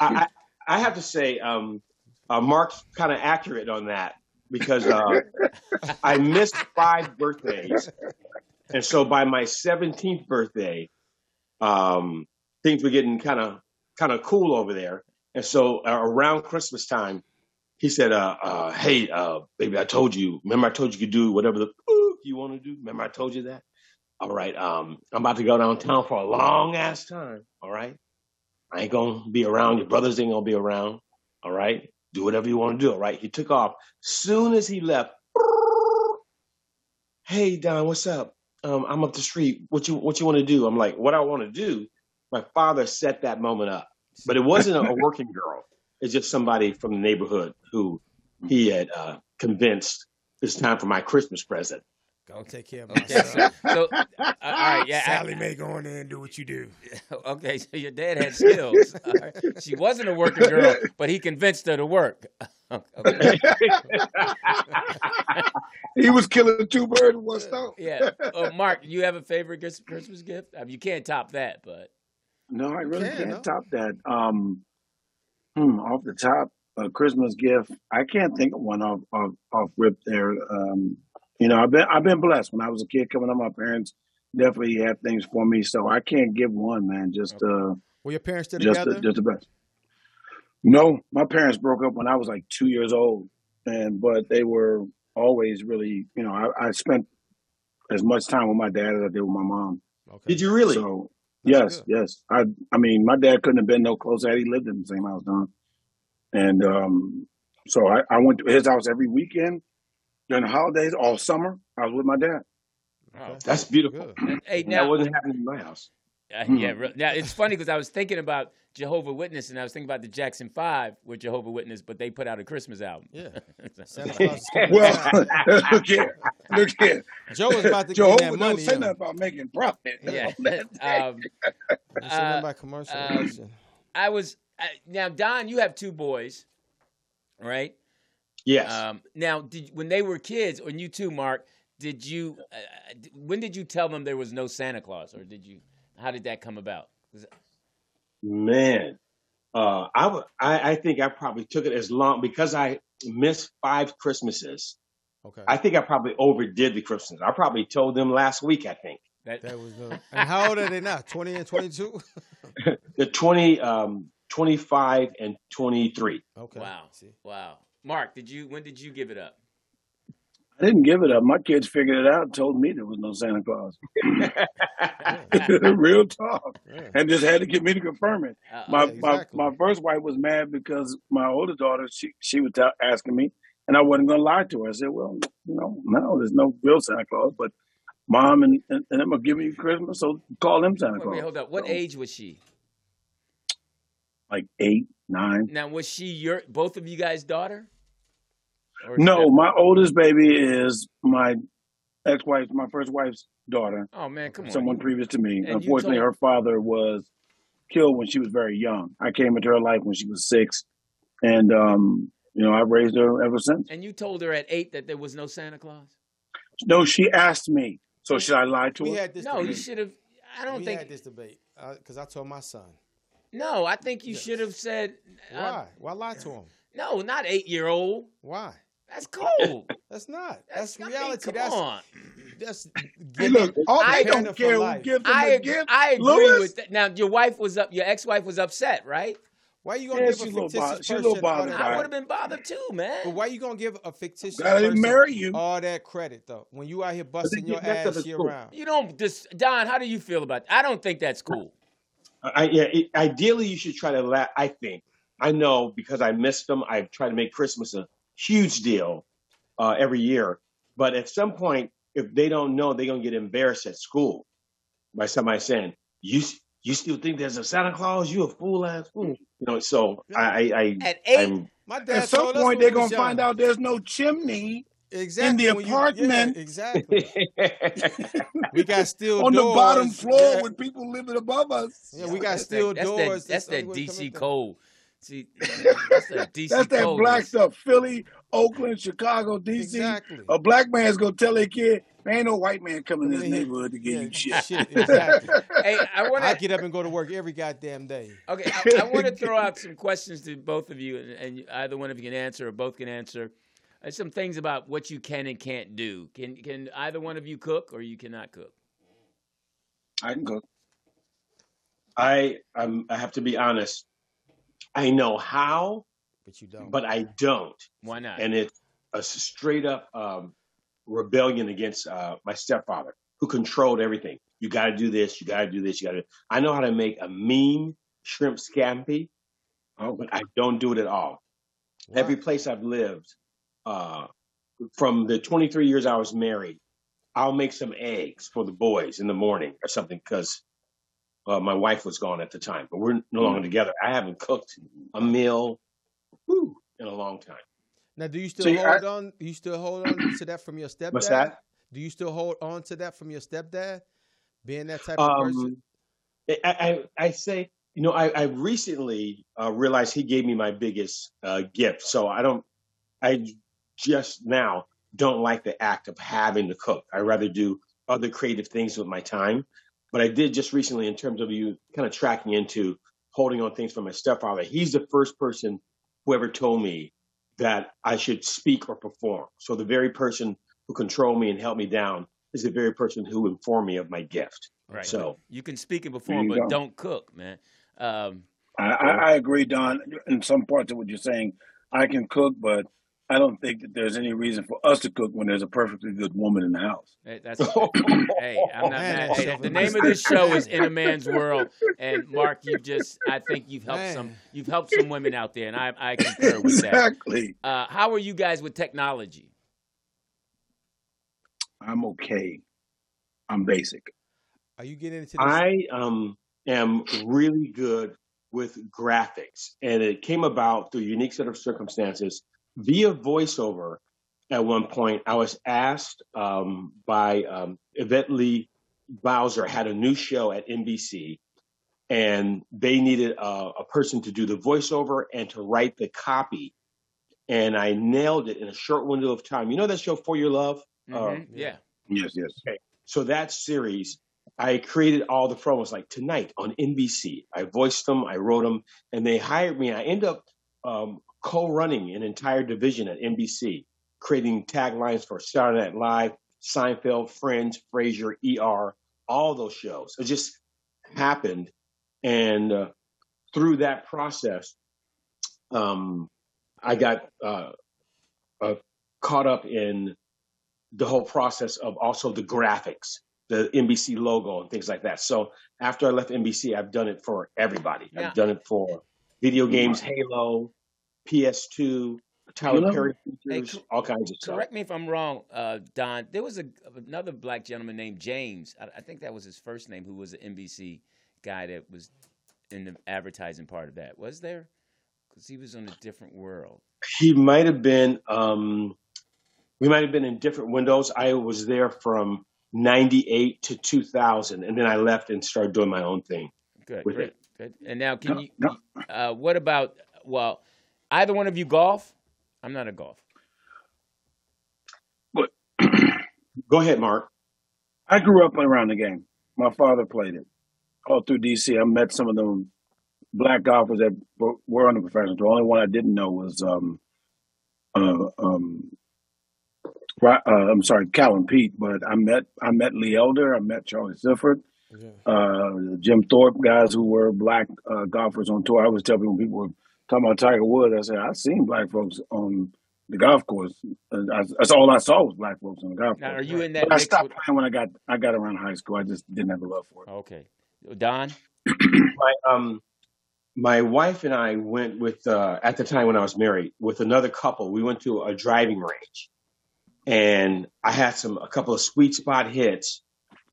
Speaker 7: I I have to say, um, uh, Mark's kind of accurate on that because uh, I missed five birthdays, and so by my seventeenth birthday, um, things were getting kind of kind of cool over there. And so uh, around Christmas time, he said, uh, uh, "Hey, uh, baby, I told you. Remember, I told you you could do whatever the fuck you want to do. Remember, I told you that. All right, um, I'm about to go downtown for a long ass time. All right." I ain't gonna be around. Your brothers ain't gonna be around. All right, do whatever you want to do. All right. He took off. Soon as he left, hey Don, what's up? Um, I'm up the street. What you what you want to do? I'm like, what I want to do. My father set that moment up, but it wasn't a, a working girl. It's just somebody from the neighborhood who he had uh, convinced it's time for my Christmas present.
Speaker 2: Go take care of my
Speaker 3: Okay, so,
Speaker 2: son.
Speaker 3: so uh, all right, yeah. I-
Speaker 2: Sally may go in there and do what you do.
Speaker 3: okay, so your dad had skills. All right. She wasn't a working girl, but he convinced her to work. okay.
Speaker 6: he was killing two birds with one stone.
Speaker 3: Yeah. Oh, Mark, you have a favorite Chris- Christmas gift? I mean, you can't top that, but
Speaker 6: No, I
Speaker 2: You
Speaker 6: really
Speaker 2: can,
Speaker 6: can't
Speaker 2: no?
Speaker 6: top that. Um, hmm, off the top, a Christmas gift. I can't think of one off off off rip there. Um, you know, I've been I've been blessed. When I was a kid coming up, my parents definitely had things for me. So I can't give one man. Just
Speaker 3: okay.
Speaker 6: uh,
Speaker 2: Were your parents still
Speaker 6: just the,
Speaker 2: together?
Speaker 6: just the best. No, my parents broke up when I was like two years old, and but they were always really. You know, I, I spent as much time with my dad as I did with my mom.
Speaker 2: Okay.
Speaker 7: Did you really?
Speaker 6: So
Speaker 2: That's
Speaker 6: yes,
Speaker 2: good.
Speaker 6: yes. I I mean, my dad couldn't have been no closer. He lived in the same house, Don. And um, so I, I went to his house every weekend during the holidays all summer. I was with my dad.
Speaker 3: Oh,
Speaker 2: Okay.
Speaker 7: That's
Speaker 3: cool.
Speaker 7: beautiful.
Speaker 2: Good.
Speaker 3: Hey,
Speaker 7: That
Speaker 3: now,
Speaker 7: wasn't happening in my house.
Speaker 3: uh, yeah.
Speaker 6: Hmm.
Speaker 3: Real, now it's funny because I was thinking about Jehovah Witness, and I was thinking about the Jackson Five were Jehovah Witness, but they put out a Christmas album.
Speaker 2: Yeah.
Speaker 3: So-
Speaker 2: Santa Claus is coming to
Speaker 6: Well,
Speaker 2: town.
Speaker 6: look here, look here.
Speaker 2: Joe was about to get that
Speaker 6: Jehovah don't
Speaker 2: money,
Speaker 6: say
Speaker 2: yo.
Speaker 6: nothing about making profit. That's
Speaker 3: yeah.
Speaker 6: all that.
Speaker 3: um,
Speaker 2: Didn't say nothing
Speaker 3: uh,
Speaker 2: about
Speaker 3: um,
Speaker 2: commercialization.
Speaker 3: I was I, now Don. You have two boys, right?
Speaker 7: Yes.
Speaker 3: Um, now, did when they were kids, and you too, Mark, did you? Uh, uh, d- when did you tell them there was no Santa Claus, or did you? How did that come about? 'Cause-
Speaker 7: Man, uh, I would- I- I think I probably took it as long because I missed five Christmases.
Speaker 2: Okay.
Speaker 7: I think I probably overdid the Christmas. I probably told them last week. I think
Speaker 3: That
Speaker 2: That was no. And how old are they now? 20 and 22?
Speaker 7: the 20, um, 25 and twenty three.
Speaker 2: okay.
Speaker 3: wow,
Speaker 2: See.
Speaker 3: wow. Mark, did you? When did you give it up?
Speaker 6: I didn't give it up. My kids figured it out and told me there was no Santa Claus.
Speaker 2: Yeah.
Speaker 6: Real talk.
Speaker 2: Yeah.
Speaker 6: And just had to get me to confirm it.
Speaker 3: Uh
Speaker 2: Yeah,
Speaker 6: My
Speaker 3: oh.
Speaker 6: my
Speaker 2: exactly.
Speaker 6: my first wife was mad because my older daughter she she was tell asking me, and I wasn't going to lie to her. I said, "Well, you know, no, there's no real Santa Claus, but mom and and, and I'm gonna give you Christmas, so call him Santa
Speaker 3: Wait, wait,
Speaker 6: Claus."
Speaker 3: hold up. What
Speaker 6: So
Speaker 3: age was she?
Speaker 6: like eight, nine.
Speaker 3: Now, was she your both of you guys' daughter or
Speaker 6: No,
Speaker 3: separate?
Speaker 6: my oldest baby is my ex wife, my first wife's daughter,
Speaker 3: Oh man,
Speaker 2: Okay.
Speaker 3: come on.
Speaker 6: someone
Speaker 3: You
Speaker 6: previous to me.
Speaker 3: and you
Speaker 6: Unfortunately,
Speaker 3: told
Speaker 6: her father was killed when she was very young. I came into her life when she was six, and um, you know, I raised her ever since.
Speaker 3: and you told her at eight that there was no Santa Claus.
Speaker 6: No, she asked me. So
Speaker 2: We,
Speaker 6: should I lie to
Speaker 2: we
Speaker 6: her?
Speaker 2: had this
Speaker 3: No, you
Speaker 2: debate.
Speaker 3: should have. I don't
Speaker 2: We had
Speaker 3: think.
Speaker 2: this debate because I told my son.
Speaker 3: No, I think you should
Speaker 2: Yes.
Speaker 3: have said.
Speaker 6: Um,
Speaker 3: Uh,
Speaker 2: Why? Why lie to him?
Speaker 3: no, not eight year old.
Speaker 2: Why?
Speaker 3: That's cold.
Speaker 2: That's not.
Speaker 3: That's
Speaker 2: That's
Speaker 3: I mean,
Speaker 2: reality.
Speaker 3: come
Speaker 2: That's
Speaker 3: on.
Speaker 2: that's
Speaker 6: Hey,
Speaker 2: get
Speaker 6: look,
Speaker 2: all
Speaker 3: I
Speaker 6: they
Speaker 2: preparing them
Speaker 6: don't
Speaker 2: for
Speaker 6: care who
Speaker 2: life.
Speaker 6: gives them
Speaker 3: I
Speaker 6: the
Speaker 3: ag-
Speaker 6: gift.
Speaker 3: I agree
Speaker 6: Lewis?
Speaker 3: with that. Now your wife was up. Your ex wife was upset, right?
Speaker 2: Why you gonna
Speaker 6: Yeah,
Speaker 2: give a
Speaker 6: she's a little
Speaker 2: fictitious
Speaker 6: bothered. She's a little
Speaker 2: person all
Speaker 6: bothered
Speaker 2: that
Speaker 3: I
Speaker 6: by
Speaker 3: would
Speaker 6: it.
Speaker 2: credit?
Speaker 3: have been bothered too, man.
Speaker 2: But why you gonna give a
Speaker 6: I'm
Speaker 2: fictitious
Speaker 6: glad I didn't
Speaker 2: person
Speaker 6: marry you.
Speaker 2: all that credit though? When you out here
Speaker 7: But
Speaker 2: busting
Speaker 7: th-
Speaker 2: your
Speaker 7: that stuff
Speaker 2: ass
Speaker 7: is
Speaker 2: year
Speaker 7: cool.
Speaker 2: round.
Speaker 3: You don't just Don. How do you feel about? I don't think that's cool.
Speaker 7: I, yeah, it, ideally, you should try to. La- I think I know because I missed them. I try to make Christmas a huge deal uh, every year. But at some point, if they don't know, they're gonna get embarrassed at school by somebody saying, "You s- you still think there's a Santa Claus? You a fool ass fool." You know. So
Speaker 2: Yeah.
Speaker 7: I I,
Speaker 3: At
Speaker 7: I
Speaker 3: eight,
Speaker 7: I'm
Speaker 2: My
Speaker 6: At
Speaker 2: dad
Speaker 6: some
Speaker 2: told us
Speaker 6: point,
Speaker 2: when we
Speaker 6: they're
Speaker 2: was
Speaker 6: gonna find
Speaker 2: young.
Speaker 6: out there's no chimney in the
Speaker 2: Exactly. When you yeah,
Speaker 6: apartment
Speaker 2: exactly. We got steel
Speaker 6: on the bottom
Speaker 2: doors.
Speaker 6: floor
Speaker 2: Yeah.
Speaker 6: with people living above us.
Speaker 2: Yeah,
Speaker 3: yeah,
Speaker 2: we
Speaker 3: but
Speaker 2: got
Speaker 3: that's that.
Speaker 2: steel
Speaker 3: That's that.
Speaker 2: doors.
Speaker 3: That's
Speaker 2: That's the only way
Speaker 3: that
Speaker 2: to come in
Speaker 3: DC
Speaker 2: there.
Speaker 3: cold. See, that's that
Speaker 6: That's
Speaker 3: DC
Speaker 6: that black
Speaker 3: coldness.
Speaker 6: stuff. Philly, Oakland, Chicago, D.C.
Speaker 2: Exactly.
Speaker 6: A black man's gonna tell their kid, "There ain't no white man coming
Speaker 2: Coming
Speaker 6: in this
Speaker 2: in here.
Speaker 6: neighborhood to give
Speaker 2: Yeah,
Speaker 6: you shit."
Speaker 2: shit, exactly.
Speaker 3: hey, I want
Speaker 2: I
Speaker 3: to.
Speaker 2: get up and go to work every goddamn day.
Speaker 3: Okay, I, I want to throw out some questions to both of you, and, and either one of you can answer, or both can answer. Uh, some things about what you can and can't do. Can can either one of you cook, or you cannot cook?
Speaker 6: I can cook.
Speaker 7: I I'm, I have to be honest. I know how,
Speaker 2: But you don't.
Speaker 7: but I don't,
Speaker 3: Why not?
Speaker 7: and it's a s- straight up um, rebellion against uh, my stepfather, who controlled everything. You got to do this. You got to do this. You got to. I know how to make a mean, shrimp scampi, uh,
Speaker 6: Oh,
Speaker 7: but I don't do it at all. Every
Speaker 2: Wow.
Speaker 7: place I've lived, uh, from the 23 years I was married, I'll make some eggs for the boys in the morning or something because uh, my wife was gone at the time, but we're no longer together. I haven't cooked a meal whew, in a long time.
Speaker 2: Now, do you still
Speaker 6: see, I
Speaker 2: hold on? Do you still hold on to that from your
Speaker 7: What's
Speaker 2: stepdad?
Speaker 7: that?
Speaker 2: Do you still hold on to that from your stepdad? Being that type of person?
Speaker 7: Um, I, I, I say, you know, I, I recently uh, realized he gave me my biggest uh, gift. So I don't, I just now don't like the act of having to cook. I rather do other creative things with my time. But I did just recently, in terms of you kind of tracking into holding on things from my stepfather, he's the first person who ever told me that I should speak or perform. So the very person who controlled me and held me down is the very person who informed me of my gift.
Speaker 3: Right.
Speaker 2: Okay.
Speaker 3: But
Speaker 7: So
Speaker 3: you can speak and
Speaker 6: there
Speaker 3: perform,
Speaker 6: you
Speaker 3: but
Speaker 6: go.
Speaker 3: don't cook, man. Um,
Speaker 6: I, I I agree, Don, in some parts of what you're saying. I can cook, but I don't think that there's any reason for us to cook when there's a perfectly good woman in the house.
Speaker 3: Hey, That's
Speaker 6: Oh,
Speaker 3: that, hey, I'm not
Speaker 2: Man,
Speaker 3: mad.
Speaker 2: that
Speaker 3: Hey, the
Speaker 2: chauvinist
Speaker 3: name of
Speaker 2: is
Speaker 3: this show is
Speaker 2: man,
Speaker 3: In a Man's World, and Mark, you've just I think you've helped some
Speaker 2: man.
Speaker 3: you've helped some women out there, and I I concur with that.
Speaker 6: exactly.
Speaker 3: Uh, how are you guys with technology?
Speaker 6: I'm okay. I'm basic.
Speaker 2: Are you getting into this?
Speaker 7: I um, am really good with graphics, and it came about through a unique set of circumstances via voiceover. At one point, I was asked um, by um, Yvette Lee Bowser had a new show at NBC, and they needed a, a person to do the voiceover and to write the copy. And I nailed it in a short window of time. You know that show For Your Love?
Speaker 6: Oh,
Speaker 7: Uh,
Speaker 3: Mm-hmm.
Speaker 2: Yeah.
Speaker 3: Yeah.
Speaker 6: Yes, yes.
Speaker 7: Okay. So that series, I created all the promos like tonight on NBC. I voiced them, I wrote them, and they hired me. I end up um, co-running an entire division at NBC, creating taglines for Saturday Night Live, Seinfeld, Friends, Frasier, ER, all those shows. It just happened, and uh, through that process, um, I got uh, uh, caught up in the whole process of also the graphics, the NBC logo and things like that. So after I left NBC, I've done it for everybody. I've
Speaker 3: Now,
Speaker 7: done it for video
Speaker 6: Wow.
Speaker 7: games, Halo, PS2,
Speaker 6: You
Speaker 7: Tyler
Speaker 6: know,
Speaker 7: Perry
Speaker 3: hey,
Speaker 7: features,
Speaker 3: cor-
Speaker 7: all kinds of stuff.
Speaker 3: correct me if I'm wrong, uh, Don. There was a, another black gentleman named James. I, I think that was his first name, who was an NBC guy that was in the advertising part of that. Was there? Because he was on a different world.
Speaker 7: He might have been, um, we might have been in different windows. I was there from 98 to 2000, and then I left and started doing my own thing
Speaker 3: Good,
Speaker 7: with it.
Speaker 3: great, good. And now, can
Speaker 6: no,
Speaker 3: you?
Speaker 6: no.
Speaker 3: Uh, what about? Well, either one of you golf? I'm not a golf.
Speaker 6: But
Speaker 7: Go ahead, Mark.
Speaker 6: I grew up around the game. My father played it all through DC. I met some of them black golfers that were were on the professional tour. The only one I didn't know was um uh, um Ro- uh, I'm sorry, Cal and Pete. But I met I met Lee Elder. I met Charlie Sifford.
Speaker 2: Yeah.
Speaker 6: uh, Jim Thorpe guys who were black uh, golfers on tour. I always tell people when people were talking about Tiger Woods, I said, I've seen black folks on the golf course. And I, that's all I saw was black folks on the golf
Speaker 3: Now,
Speaker 6: course.
Speaker 3: are you
Speaker 2: Right.
Speaker 3: in
Speaker 6: But
Speaker 3: that
Speaker 6: I
Speaker 3: mix
Speaker 6: stopped
Speaker 3: with?
Speaker 6: playing when I got I got around high school. I just didn't have a love for it.
Speaker 3: Okay, Don.
Speaker 7: My, um, my wife and I went with uh, at the time when I was married with another couple. We went to a driving range, and I had some a couple of sweet spot hits.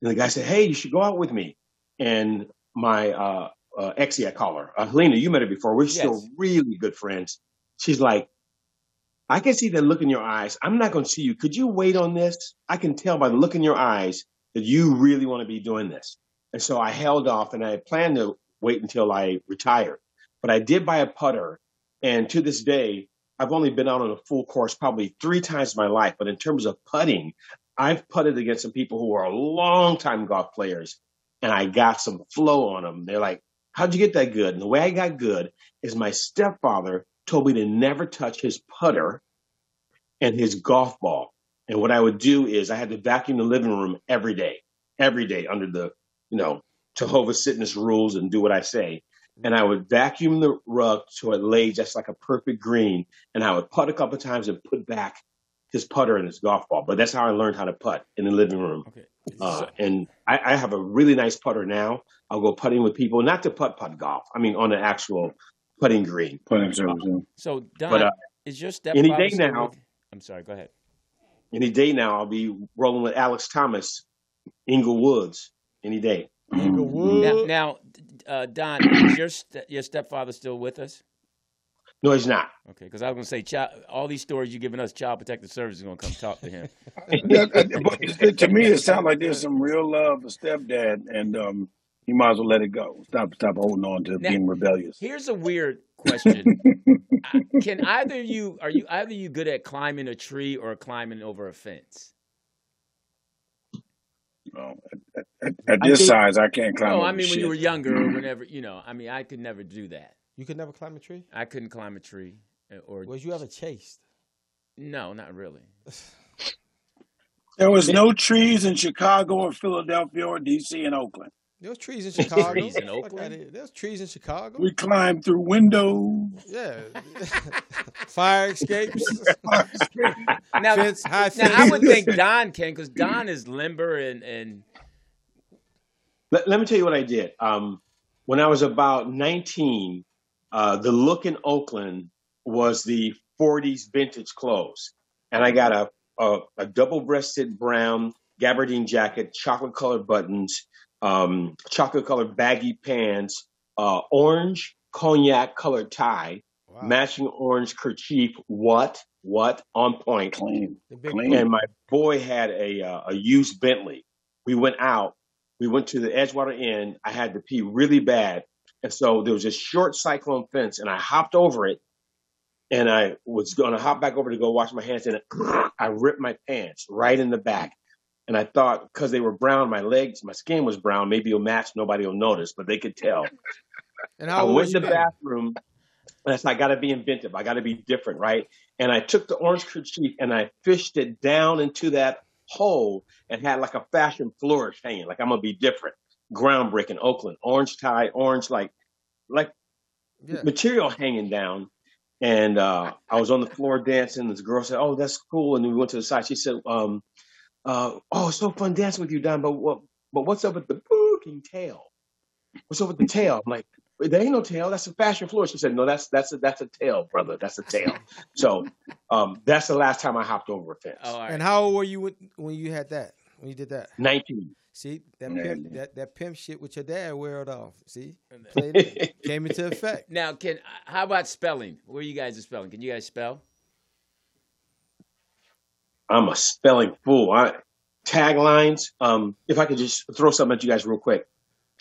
Speaker 7: And the guy said, "Hey, you should go out with me." And my uh, uh, exie, I call her uh, Helena. You met her before. We're still
Speaker 3: Yes.
Speaker 7: really good friends. She's like, "I can see the look in your eyes. I'm not going to see you. Could you wait on this? I can tell by the look in your eyes that you really want to be doing this." And so I held off, and I had planned to wait until I retired. But I did buy a putter, and to this day, I've only been out on a full course probably three times in my life. But in terms of putting, I've putted against some people who are longtime golf players, and I got some flow on them. They're like, "How'd you get that good?" And the way I got good is my stepfather told me to never touch his putter and his golf ball. And what I would do is I had to vacuum the living room every day, every day under the, you know, Jehovah's Witness rules and do what I say. And I would vacuum the rug so it lay just like a perfect green. And I would putt a couple times and put back his putter and his golf ball. But that's how I learned how to putt in the living room.
Speaker 3: Okay.
Speaker 7: Uh,
Speaker 3: So,
Speaker 7: and I, I have a really nice putter now. I'll go putting with people, not to putt putt golf. I mean, on an actual putting green.
Speaker 6: Putting service. yeah.
Speaker 3: So Don,
Speaker 7: But uh,
Speaker 3: is your
Speaker 7: any
Speaker 3: stepfather
Speaker 7: day
Speaker 3: still
Speaker 7: now,
Speaker 3: with? I'm sorry. Go ahead.
Speaker 7: any day now, I'll be rolling with Alex Thomas, Ingle Woods, any day.
Speaker 6: Mm-hmm.
Speaker 3: Now,
Speaker 2: Inglewood.
Speaker 3: now, uh, Don, is your st- your stepfather still with us?
Speaker 7: No, he's not.
Speaker 3: Okay, because I was gonna say, child, all these stories you're giving us, Child Protective Services is gonna come talk to him.
Speaker 6: Yeah, uh, but it- it- to me, it sounds like there's some real love for stepdad, and um, you might as well let it go. Stop, stop holding on to
Speaker 3: Now-
Speaker 6: being rebellious.
Speaker 3: Here's a weird question: I- Can either you are you either you good at climbing a tree or climbing over a fence?
Speaker 6: No, at, at, at
Speaker 7: I
Speaker 6: this
Speaker 7: think
Speaker 6: size, I can't climb
Speaker 3: No, Oh, I
Speaker 6: over
Speaker 3: mean when you
Speaker 6: shit. Mm-hmm.
Speaker 3: were younger or whenever you know. I mean, I could never do that.
Speaker 2: You could never climb a tree.
Speaker 3: I couldn't climb a tree, uh, or
Speaker 2: Was you ever chased?
Speaker 3: no, not really.
Speaker 6: There was no trees in Chicago or Philadelphia or D.C. and Oakland.
Speaker 2: There's trees in Chicago.
Speaker 3: Trees in
Speaker 2: Fuck outta
Speaker 3: Oakland.
Speaker 2: here. There's trees in Chicago.
Speaker 6: We climbed through windows,
Speaker 2: Yeah. Fire escapes,
Speaker 6: fire escapes.
Speaker 3: Now,
Speaker 2: fence, high
Speaker 3: now I would
Speaker 2: fences.
Speaker 3: think Don can because Don is limber and and
Speaker 7: Let, let me tell you what I did. Um, when I was about 19, uh, the look in Oakland was the 40s vintage clothes. And I got a, a, a double breasted brown gabardine jacket, chocolate colored buttons, um, chocolate colored baggy pants, uh, orange cognac colored tie,
Speaker 2: Wow.
Speaker 7: matching orange kerchief. What? What? On point
Speaker 6: Clean,
Speaker 2: The big
Speaker 6: clean.
Speaker 7: and my boy had a uh, a used Bentley. We went out. We went to the Edgewater Inn. I had to pee really bad, and so there was this short cyclone fence, and I hopped over it, and I was going to hop back over to go wash my hands, and I ripped my pants right in the back. And I thought because they were brown, my legs, my skin was brown. Maybe it'll match. Nobody will notice, but they could tell.
Speaker 2: And
Speaker 7: I
Speaker 2: how old
Speaker 7: went
Speaker 2: was
Speaker 7: in
Speaker 2: you
Speaker 7: the
Speaker 2: then?
Speaker 7: bathroom and I said, I got to be inventive. I got to be different, right? And I took the orange kerchief and I fished it down into that hole and had like a fashion flourish hanging. Like I'm gonna be different, groundbreaking Oakland, orange tie, orange like like
Speaker 2: Yeah.
Speaker 7: material hanging down. And uh, I was on the floor dancing. This girl said, "Oh, that's cool." And we went to the side. She said, um, uh, "Oh, it's so fun dancing with you, Don. But what? But what's up with the booking tail?" what's up with the tail? I'm like, there ain't no tail. That's a fashion floor. She said, no, that's that's a that's a tail, brother. That's a tail. So um, that's the last time I hopped over a
Speaker 3: oh,
Speaker 7: fence.
Speaker 3: all
Speaker 2: And
Speaker 3: right.
Speaker 2: how old were you when, when you had that? When you did that?
Speaker 7: Nineteen.
Speaker 2: See that
Speaker 6: Yeah,
Speaker 2: pimp
Speaker 6: yeah.
Speaker 2: that, that pimp shit with your dad wear it off. See,
Speaker 3: And-
Speaker 2: played it came into effect.
Speaker 3: Now, can how about spelling? Where you guys are spelling? Can you guys spell?
Speaker 7: I'm a spelling fool. I, taglines. Um, if I could just throw something at you guys real quick.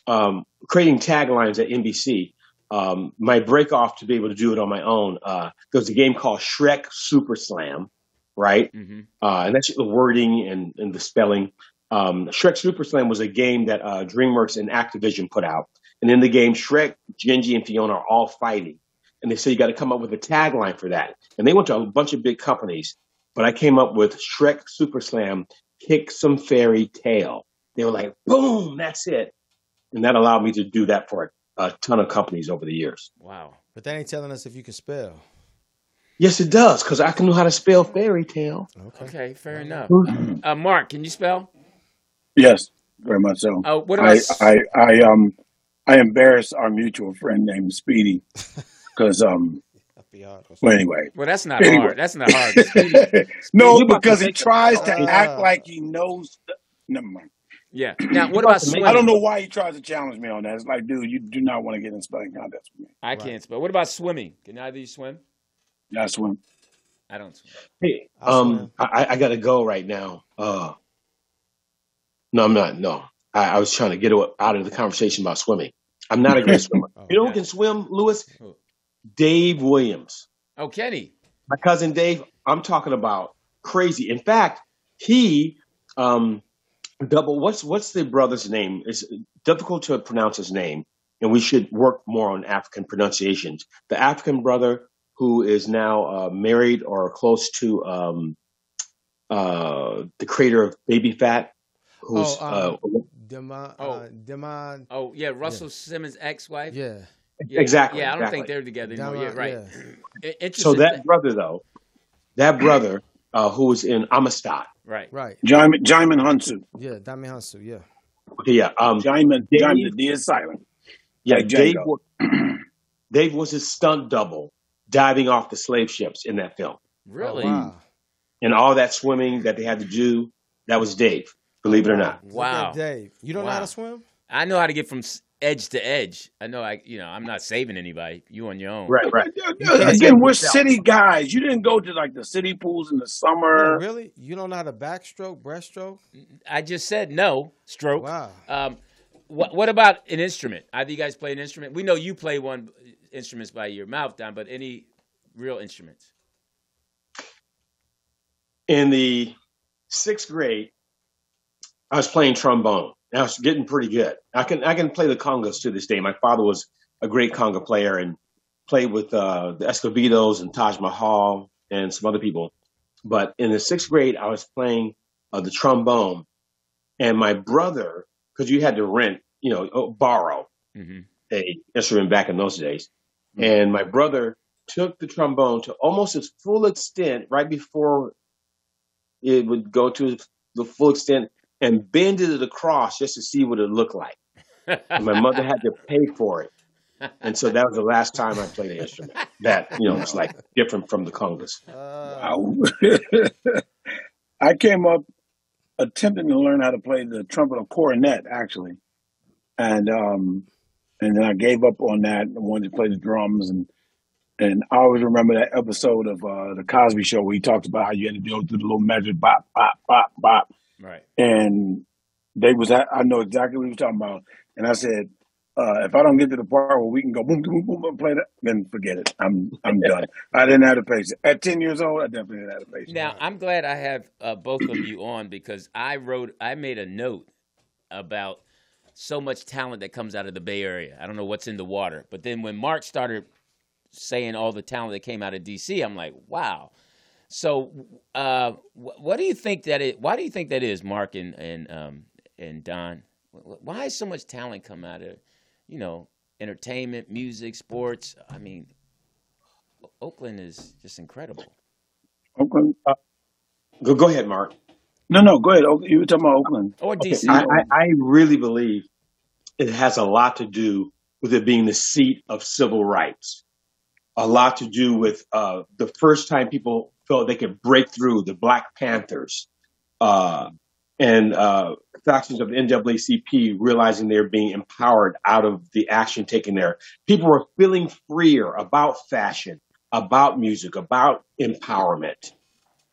Speaker 7: Um, creating taglines at NBC. Um, my break off to be able to do it on my own. Uh, there was a game called Shrek Super Slam, right?
Speaker 3: Mm-hmm.
Speaker 7: uh, and that's the wording and, and the spelling. Um, Shrek Super Slam was a game that uh, DreamWorks and Activision put out. And in the game, Shrek, Genji, and Fiona are all fighting. And they say you got to come up with a tagline for that. And they went to a bunch of big companies, but I came up with Shrek Super Slam, kick some fairy tale. They were like, boom, that's it. And that allowed me to do that for a, a ton of companies over the years.
Speaker 3: Wow.
Speaker 2: But that ain't telling us if you can spell.
Speaker 7: Yes, it does, because I can know how to spell fairy tale.
Speaker 2: Okay.
Speaker 3: Okay, fair enough.
Speaker 6: Mm-hmm.
Speaker 7: Mhm.
Speaker 3: Uh, Mark, can you spell?
Speaker 6: Yes, very much so.
Speaker 3: Uh, what about?
Speaker 6: I,
Speaker 3: s-
Speaker 6: I, I, um, I embarrassed our mutual friend named Speedy because, um,
Speaker 2: That'd be hard.
Speaker 6: well, anyway,
Speaker 3: Well, that's not
Speaker 6: anyway.
Speaker 3: hard. That's not hard. Speedy, Speedy.
Speaker 6: no,
Speaker 7: You about to
Speaker 6: because he
Speaker 7: make up
Speaker 6: tries to
Speaker 7: something?
Speaker 6: act
Speaker 2: Uh,
Speaker 6: like he knows. The, never mind.
Speaker 3: Yeah. Now,
Speaker 7: You
Speaker 3: what
Speaker 7: about
Speaker 3: about
Speaker 7: to make up
Speaker 6: I don't
Speaker 3: swimming?
Speaker 6: know why he tries to challenge me on that. It's like, dude, you do not want to get in spelling contest with me.
Speaker 3: I
Speaker 2: right.
Speaker 3: can't spell. What about swimming? Can either of you swim?
Speaker 6: That's when
Speaker 3: I don't swim.
Speaker 7: Hey,
Speaker 2: I
Speaker 7: um,
Speaker 2: swim.
Speaker 7: I, I I gotta go right now. Uh, no, I'm not. No, I, I was trying to get awa- out of the conversation about swimming. I'm not a great swimmer.
Speaker 2: Oh,
Speaker 7: You know who
Speaker 3: Yeah.
Speaker 7: can swim, Lewis?
Speaker 3: Who?
Speaker 7: Dave Williams,
Speaker 3: Oh, Kenny.
Speaker 7: my cousin Dave. I'm talking about crazy. In fact, he um double. What's what's the brother's name? It's difficult to pronounce his name, and we should work more on African pronunciations. The African brother who is now uh, married or close to um, uh, the creator of Baby Fat,
Speaker 2: oh
Speaker 7: who's uh,
Speaker 2: um, Demon, uh,
Speaker 3: Oh,
Speaker 2: Demon,
Speaker 3: oh, yeah.
Speaker 2: yeah,
Speaker 3: Russell Simmons' ex-wife.
Speaker 2: yeah,
Speaker 3: Yeah,
Speaker 7: exactly,
Speaker 3: yeah. I don't think
Speaker 7: exactly.
Speaker 3: they're together anymore. Yeah,
Speaker 2: Demon,
Speaker 3: right.
Speaker 2: yeah.
Speaker 3: I-
Speaker 7: So
Speaker 3: Interesting
Speaker 7: that
Speaker 3: thing.
Speaker 7: brother, though, that brother uh, who was in Amistad,
Speaker 3: Right.
Speaker 2: Right.
Speaker 6: Jaimin Jaimin Hunsu.
Speaker 2: Yeah, Oh, Dami Hansu. Yeah.
Speaker 7: Okay, yeah. Um,
Speaker 6: Jaimin,
Speaker 7: Dave,
Speaker 6: Jaimin, the D is silent,
Speaker 7: yeah,
Speaker 6: like
Speaker 7: Dave,
Speaker 6: Django.
Speaker 7: wa- Dave was his stunt double diving off the slave ships in that film,
Speaker 2: Oh
Speaker 3: Really?
Speaker 2: wow!
Speaker 7: and all that swimming that they had to do. That was Dave,
Speaker 2: Oh
Speaker 7: believe it or not.
Speaker 2: wow! Look at
Speaker 3: Wow.
Speaker 2: Dave. You don't know how to
Speaker 3: Wow.
Speaker 2: swim?
Speaker 3: I know how to get from s- edge to edge. I know I, you know, I'm not saving anybody. You on your own.
Speaker 7: Right, right. You can't
Speaker 6: Again,
Speaker 7: save
Speaker 6: we're
Speaker 7: yourself.
Speaker 6: city guys. You didn't go to like the city pools in the
Speaker 2: No,
Speaker 6: summer.
Speaker 2: really. You don't know how to backstroke, breaststroke?
Speaker 3: I just said no stroke.
Speaker 2: Wow.
Speaker 3: Um, what what about an instrument? Either you guys play an instrument? We know you play one instruments by your mouth, Don, but any real instruments?
Speaker 7: In the sixth grade, I was playing trombone. And I was getting pretty good. I can I can play the congos to this day. My father was a great conga player and played with uh, the Escobedos and Taj Mahal and some other people. But in the sixth grade, I was playing uh, the trombone, and my brother, because you had to rent, you know, oh, borrow
Speaker 3: hmm
Speaker 7: a instrument back in those days,
Speaker 3: Hmm.
Speaker 7: and my brother took the trombone to almost its full extent right before it would go to the full extent and bended it across just to see what it looked like. And my mother had to pay for it. And so that was the last time I played an instrument that, you know, was
Speaker 6: Wow,
Speaker 7: like different from the congas.
Speaker 2: Uh,
Speaker 6: wow. I came up attempting to learn how to play the trumpet or cornet, actually, and um, and then I gave up on that and wanted to play the drums and And I always remember that episode of uh, the Cosby Show where he talked about how you had to go through the little measured bop, bop, bop, bop.
Speaker 3: Right.
Speaker 6: And they was, I I know exactly what he was talking about. And I said, uh, if I don't get to the part where we can go boom, boom, boom, boom, and play that, then forget it. I'm, I'm done. I didn't have the patience. At 10 years old, I definitely didn't have the patience.
Speaker 3: Now I'm glad I have uh, both of you on because I wrote, I made a note about so much talent that comes out of the Bay Area. I don't know what's in the water, but then when Mark started saying all the talent that came out of DC, I'm like, wow. So, uh, wh- what do you think that it? Why do you think that is, Mark and and um, and Don? Wh- Why is so much talent come out of, you know, entertainment, music, sports? I mean, O- Oakland is just incredible.
Speaker 6: Oakland?
Speaker 7: Uh, go, go ahead, Mark.
Speaker 6: No, no, go ahead. Oak- You were talking about Oakland.
Speaker 3: Or
Speaker 7: Okay.
Speaker 6: You
Speaker 7: I,
Speaker 3: DC,
Speaker 6: know,
Speaker 7: I, I really believe it has a lot to do with it being the seat of civil rights, a lot to do with uh, the first time people felt they could break through the Black Panthers uh, and uh, factions of the NAACP realizing they're being empowered out of the action taken there. People were feeling freer about fashion, about music, about empowerment.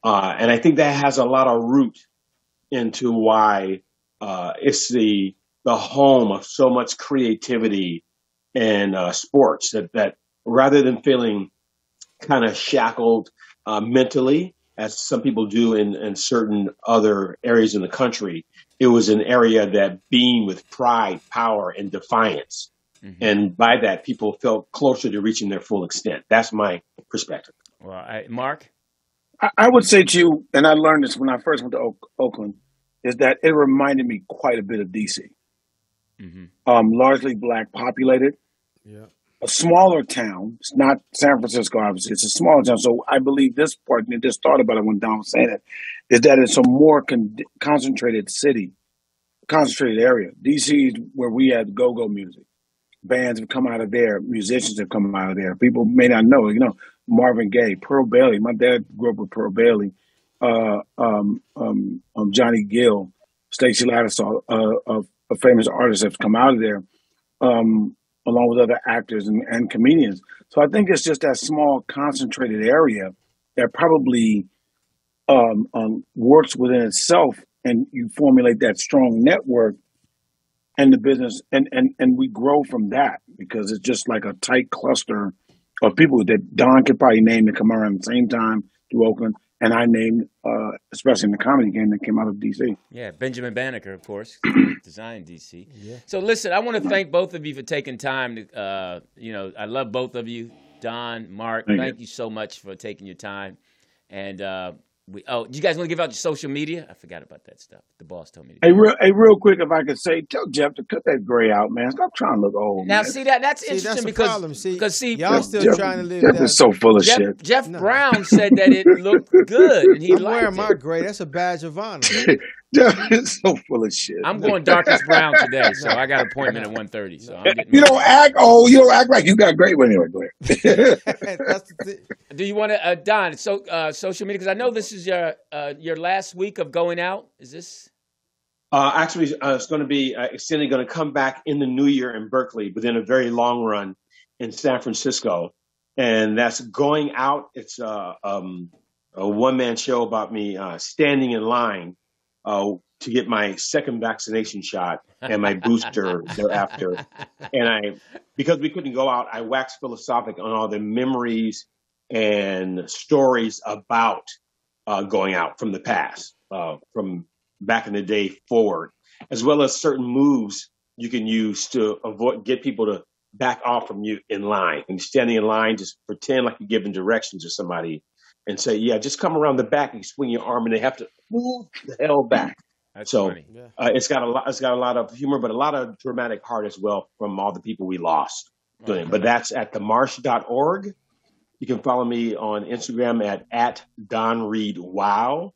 Speaker 7: Uh, and I think that has a lot of root into why uh, it's the the home of so much creativity and uh, sports that that rather than feeling kind of shackled uh, mentally as some people do in, in certain other areas in the country, it was an area that beamed with pride, power, and defiance.
Speaker 3: hmm
Speaker 7: And by that, people felt closer to reaching their full extent. That's my perspective.
Speaker 3: Well, I, Mark.
Speaker 6: I, I would say to you, and I learned this when I first went to Oak, Oakland, is that it reminded me quite a bit of DC,
Speaker 2: Mm-hmm.
Speaker 3: hmm
Speaker 6: um, largely black populated.
Speaker 2: yeah.
Speaker 6: a smaller town. It's not San Francisco, obviously. It's a smaller town. So I believe this part, and I just thought about it when Don was saying it, is that it's a more con- concentrated city, concentrated area. DC is where we have go-go music. Bands have come out of there. Musicians have come out of there. People may not know, you know, Marvin Gaye, Pearl Bailey. My dad grew up with Pearl Bailey, uh, um, um, um, Johnny Gill, Stacey Lattisaw, uh, of of famous artists have come out of there um, along with other actors and, and comedians. So I think it's just that small concentrated area that probably um, um, works within itself, and you formulate that strong network and the business, and and and we grow from that because it's just like a tight cluster of people that Don could probably name that come around the same time to Oakland, and I named, uh, especially in the comedy game that came out of DC.
Speaker 3: Yeah, Benjamin Banneker, of course, d- designed DC.
Speaker 2: Yeah.
Speaker 3: So listen, I want to
Speaker 6: Right.
Speaker 3: thank both of you for taking time to, uh, you know, I love both of you, Don, Mark.
Speaker 6: Thank you.
Speaker 3: Thank you so much for taking your time. And uh, we, oh, do you guys want to give out your social media? I forgot about that stuff. The boss told me to
Speaker 6: Hey,
Speaker 3: do that.
Speaker 6: real, hey, real quick, if I could say, tell Jeff to cut that gray out, man. Stop trying to look old,
Speaker 3: Now,
Speaker 6: man.
Speaker 3: see that that's
Speaker 2: See, that's
Speaker 3: interesting
Speaker 2: the
Speaker 3: because
Speaker 2: problem. See,
Speaker 3: because see,
Speaker 2: y'all
Speaker 6: Jeff,
Speaker 2: still
Speaker 6: Jeff,
Speaker 2: trying to live
Speaker 6: Jeff
Speaker 2: that.
Speaker 6: is so full of
Speaker 3: Jeff
Speaker 6: shit.
Speaker 3: Jeff
Speaker 2: Nah.
Speaker 3: Brown said that it looked good and he
Speaker 2: I'm wearing
Speaker 3: liked
Speaker 2: my
Speaker 3: it.
Speaker 2: gray. That's a badge of honor.
Speaker 6: it's so full of shit.
Speaker 3: I'm going darkest brown today, so
Speaker 2: No,
Speaker 3: I got an appointment
Speaker 2: no,
Speaker 3: at 1.30, so
Speaker 2: no.
Speaker 3: I'm getting
Speaker 6: Eh, You
Speaker 3: ready
Speaker 6: don't
Speaker 3: now.
Speaker 6: act old. You don't act like you got great. Well, anyway, go ahead.
Speaker 2: That's the thing.
Speaker 3: Do you want to, uh, Don? So uh, social media, because I know this is your uh, your last week of going out. Is this?
Speaker 7: Uh, actually, uh, it's going to be uh, extended, going to come back in the new year in Berkeley, but then a very long run in San Francisco. And that's going out. It's uh, um, a one man show about me uh, standing in line uh, to get my second vaccination shot and my booster thereafter. And I, because we couldn't go out, I waxed philosophic on all the memories and stories about uh, going out from the past, uh, from back in the day forward, as well as certain moves you can use to avoid get people to back off from you in line. And standing in line, just pretend like you're giving directions to somebody and say, "Yeah, just come around the back." You swing your arm, and they have to move the hell back.
Speaker 3: That's
Speaker 7: So
Speaker 3: funny.
Speaker 2: Yeah.
Speaker 7: uh, it's got a lot. It's got a lot of humor, but a lot of dramatic heart as well from all the people we lost doing it.
Speaker 3: Okay.
Speaker 7: But that's at themarsh.org. You can follow me on Instagram at, at Don Reed Wow,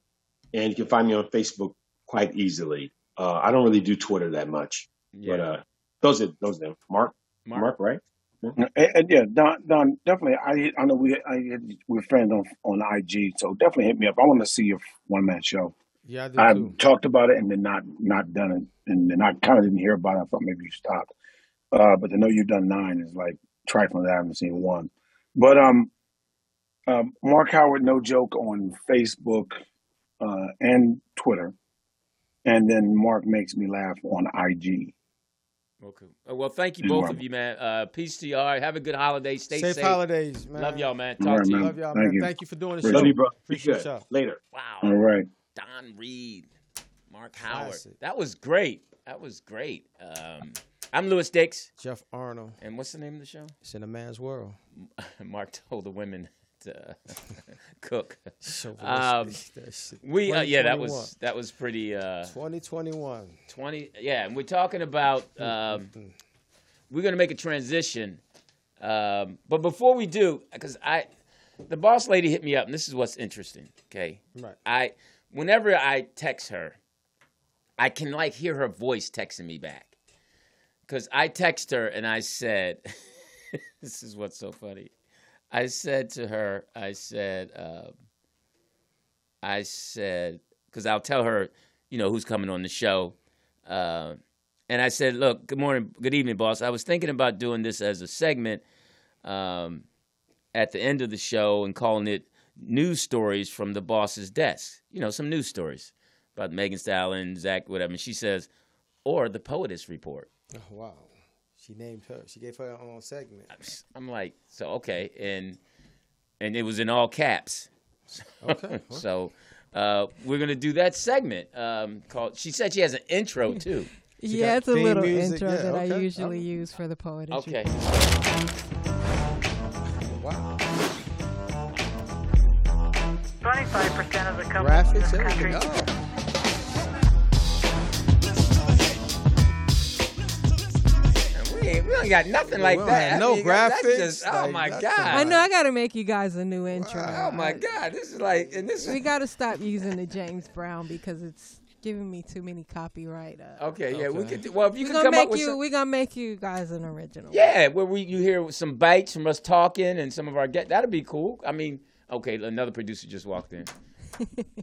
Speaker 7: and you can find me on Facebook quite easily. Uh, I don't really do Twitter that much, but
Speaker 3: Yeah.
Speaker 7: uh, those are those are Mark,
Speaker 3: Mark.
Speaker 7: Mark, right? Yeah.
Speaker 6: and, and yeah, Don, Don, definitely. I I know we I, we're friends on on IG, so definitely hit me up. I want to see your one man show.
Speaker 2: Yeah, I do
Speaker 6: I've
Speaker 2: too.
Speaker 6: talked about it and then not not done it, and then I kind of didn't hear about it. I thought maybe you stopped, uh, but to know you've done nine is like trifling. That I haven't seen one, but um, um, Mark Howard, no joke on Facebook uh, and Twitter, and then Mark makes me laugh on IG.
Speaker 3: Okay. Uh, Well, thank you
Speaker 6: Is
Speaker 3: both
Speaker 6: where I'm
Speaker 3: of you, man. Uh, peace to y'all. Have a good holiday. Stay
Speaker 2: Safe
Speaker 3: safe.
Speaker 2: holidays,
Speaker 3: Love
Speaker 2: man.
Speaker 3: y'all, man.
Speaker 6: All
Speaker 3: Talk
Speaker 6: right,
Speaker 3: to you.
Speaker 2: Love
Speaker 6: man.
Speaker 2: y'all,
Speaker 6: Thank
Speaker 2: man.
Speaker 6: you.
Speaker 2: Thank you for doing the
Speaker 6: Appreciate
Speaker 7: Love
Speaker 2: show.
Speaker 7: you,
Speaker 6: it.
Speaker 7: bro. Be
Speaker 2: Appreciate
Speaker 7: good.
Speaker 2: y'all.
Speaker 7: Later.
Speaker 6: All
Speaker 3: Wow.
Speaker 6: right.
Speaker 3: Don Reed, Mark Howard.
Speaker 2: Classic.
Speaker 3: That was great. That was great. Um, I'm Lewis Dix,
Speaker 2: Jeff Arnold.
Speaker 3: and what's the name of the show?
Speaker 2: It's in a man's world.
Speaker 3: Mark told the women to cook.
Speaker 2: So
Speaker 3: Um,
Speaker 2: realistic. That shit.
Speaker 3: we uh, yeah, that
Speaker 2: 2021.
Speaker 3: was that was pretty uh,
Speaker 2: 2021.
Speaker 3: twenty. Yeah, and we're talking about um, we're gonna make a transition. Um, but before we do, because I, the boss lady hit me up, and this is what's interesting. Okay,
Speaker 2: Right.
Speaker 3: I whenever I text her, I can like hear her voice texting me back. Because I text her and I said, this is what's so funny. I said to her, I said, um, I said, because I'll tell her, you know, who's coming on the show. Uh, and I said, look, good morning, good evening, boss. I was thinking about doing this as a segment um, at the end of the show and calling it News Stories from the Boss's Desk. You know, some news stories about Megan Stallion, Zach, whatever. And she says, or the Poetess Report.
Speaker 2: Oh, wow. She named her. She gave her her own segment.
Speaker 3: I'm like, so okay, and and it was in all caps.
Speaker 2: Okay. Well,
Speaker 3: So uh, we're gonna do that segment um, called. She said she has an intro too.
Speaker 2: She
Speaker 4: Yeah,
Speaker 2: got
Speaker 4: it's a
Speaker 2: theme
Speaker 4: little
Speaker 2: music.
Speaker 4: intro
Speaker 2: Yeah,
Speaker 4: that I
Speaker 2: okay.
Speaker 4: usually
Speaker 2: Okay.
Speaker 4: use for the poetry.
Speaker 3: Okay,
Speaker 2: Wow.
Speaker 8: 25% of the companies in
Speaker 2: Graphics,
Speaker 8: this
Speaker 2: everything.
Speaker 8: country
Speaker 2: Oh.
Speaker 3: we ain't we don't got nothing
Speaker 2: Yeah, we
Speaker 3: like
Speaker 2: don't
Speaker 3: that.
Speaker 2: have
Speaker 3: I
Speaker 2: no
Speaker 3: mean, that- that's
Speaker 2: graphics,
Speaker 3: just oh
Speaker 2: like
Speaker 3: my
Speaker 2: nothing
Speaker 3: god,
Speaker 4: I
Speaker 2: like-
Speaker 4: know I got to make you guys a new intro.
Speaker 3: oh my
Speaker 4: I,
Speaker 3: god, this is like and this
Speaker 4: we
Speaker 3: is
Speaker 4: got to stop using the James Brown because it's giving me too many copyright. Uh,
Speaker 3: okay. Yeah, we
Speaker 2: Okay.
Speaker 3: could do, well if you
Speaker 4: we're
Speaker 3: could
Speaker 4: gonna
Speaker 3: come up
Speaker 4: make
Speaker 3: with
Speaker 4: you.
Speaker 3: some.
Speaker 4: We're gonna make you guys an original.
Speaker 3: Yeah, where we you hear some bites from us talking and some of our get that'd be cool. I mean, okay, another producer just walked in.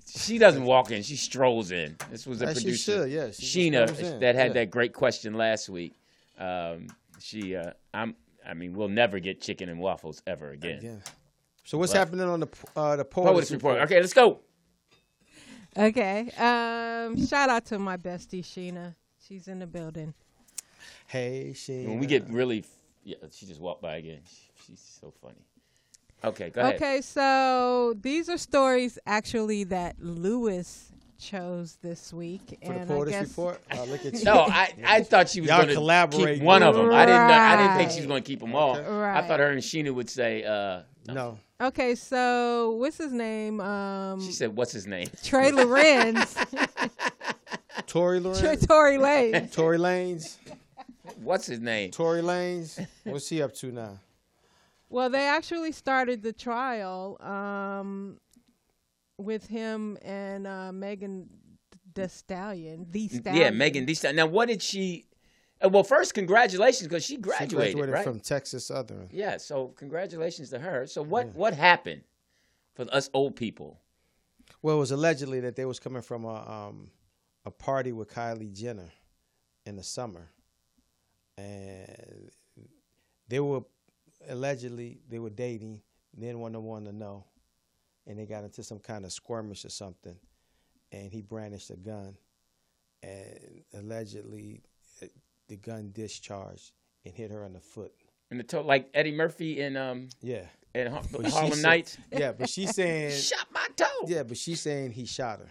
Speaker 3: She doesn't walk in; she strolls in. This was a
Speaker 2: As she
Speaker 3: producer,
Speaker 2: should, yeah, she just comes
Speaker 3: Sheena,
Speaker 2: in,
Speaker 3: that had
Speaker 2: yeah.
Speaker 3: that great question last week. Um, she, uh, I'm, I mean, we'll never get chicken and waffles ever again.
Speaker 2: Yeah. So what's
Speaker 3: But-
Speaker 2: happening on the uh, the
Speaker 3: Poets
Speaker 2: poetry
Speaker 3: report.
Speaker 2: report?
Speaker 3: Okay, let's go.
Speaker 4: Okay. Um. Shout out to my bestie Sheena. She's in the building.
Speaker 2: Hey, she. uh,
Speaker 3: When we get really, yeah, she just walked by again. She's so funny. Okay, go ahead.
Speaker 4: Okay, so these are stories actually that Lewis chose this week,
Speaker 2: for the
Speaker 4: and I
Speaker 2: poetry
Speaker 4: guess
Speaker 2: report. Uh, look at you.
Speaker 3: No, I, I thought she was
Speaker 2: Y'all
Speaker 3: going to keep
Speaker 2: collaborate.
Speaker 3: one of them. I didn't know, I didn't think she was
Speaker 4: Right.
Speaker 3: going to keep them all. I
Speaker 4: Right.
Speaker 3: thought her and Sheena would say. Uh,
Speaker 2: No.
Speaker 4: Okay, so what's his name? Um,
Speaker 3: she said, "What's his name?"
Speaker 4: Trey Lorenz,
Speaker 2: Tory
Speaker 4: Trey
Speaker 2: Lanez.
Speaker 4: Tory Lanez.
Speaker 2: Tory Lanez.
Speaker 3: What's his name?
Speaker 2: Tory Lanez. What's he up to now?
Speaker 4: Well, they actually started the trial um, with him and uh, Megan the stallion, the stallion.
Speaker 3: Yeah, Megan Thee Stallion. Now, what did she? uh, Well, first, congratulations because she graduated,
Speaker 2: she graduated
Speaker 3: right?
Speaker 2: from Texas Southern.
Speaker 3: yeah. So, congratulations to her. So, what what happened for us old people?
Speaker 2: Well, it was allegedly that they was coming from a um, a party with Kylie Jenner in the summer, and they were allegedly they were dating. They didn't want no one to know, and they got into some kind of skirmish or something, and he brandished a gun, and allegedly uh, the gun discharged and hit her in the foot.
Speaker 3: And the to- like Eddie Murphy in um
Speaker 2: Yeah,
Speaker 3: in Har-
Speaker 2: But she
Speaker 3: Harlem
Speaker 2: said-
Speaker 3: Nights.
Speaker 2: Yeah, but she's saying
Speaker 3: Shot my toe.
Speaker 2: Yeah, but she's saying he shot her,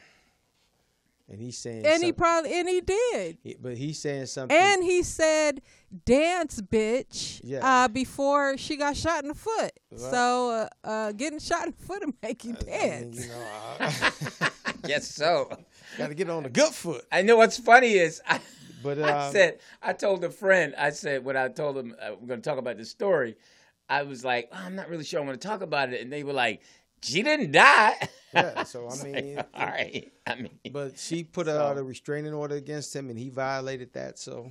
Speaker 2: and he's saying
Speaker 4: and he
Speaker 2: some-
Speaker 4: probably and he did.
Speaker 2: he- but he's saying something.
Speaker 4: And he said, "Dance, bitch!"
Speaker 2: Yeah.
Speaker 4: Uh, before she got shot in the foot. So uh, uh, getting shot in the foot will make you
Speaker 2: I mean,
Speaker 4: dance.
Speaker 2: you know, I,
Speaker 3: Yes, so.
Speaker 2: got to get on the good foot.
Speaker 3: I know what's funny is I,
Speaker 2: But
Speaker 3: I
Speaker 2: um,
Speaker 3: said I told a friend I said when I told them uh, we're going to talk about this story, I was like "Oh, I'm not really sure I want to talk about it, and they were like, she didn't die.
Speaker 2: yeah, so I
Speaker 3: Like,
Speaker 2: mean,
Speaker 3: all right, I mean,
Speaker 2: but she put out a restraining order against him, and he violated that. So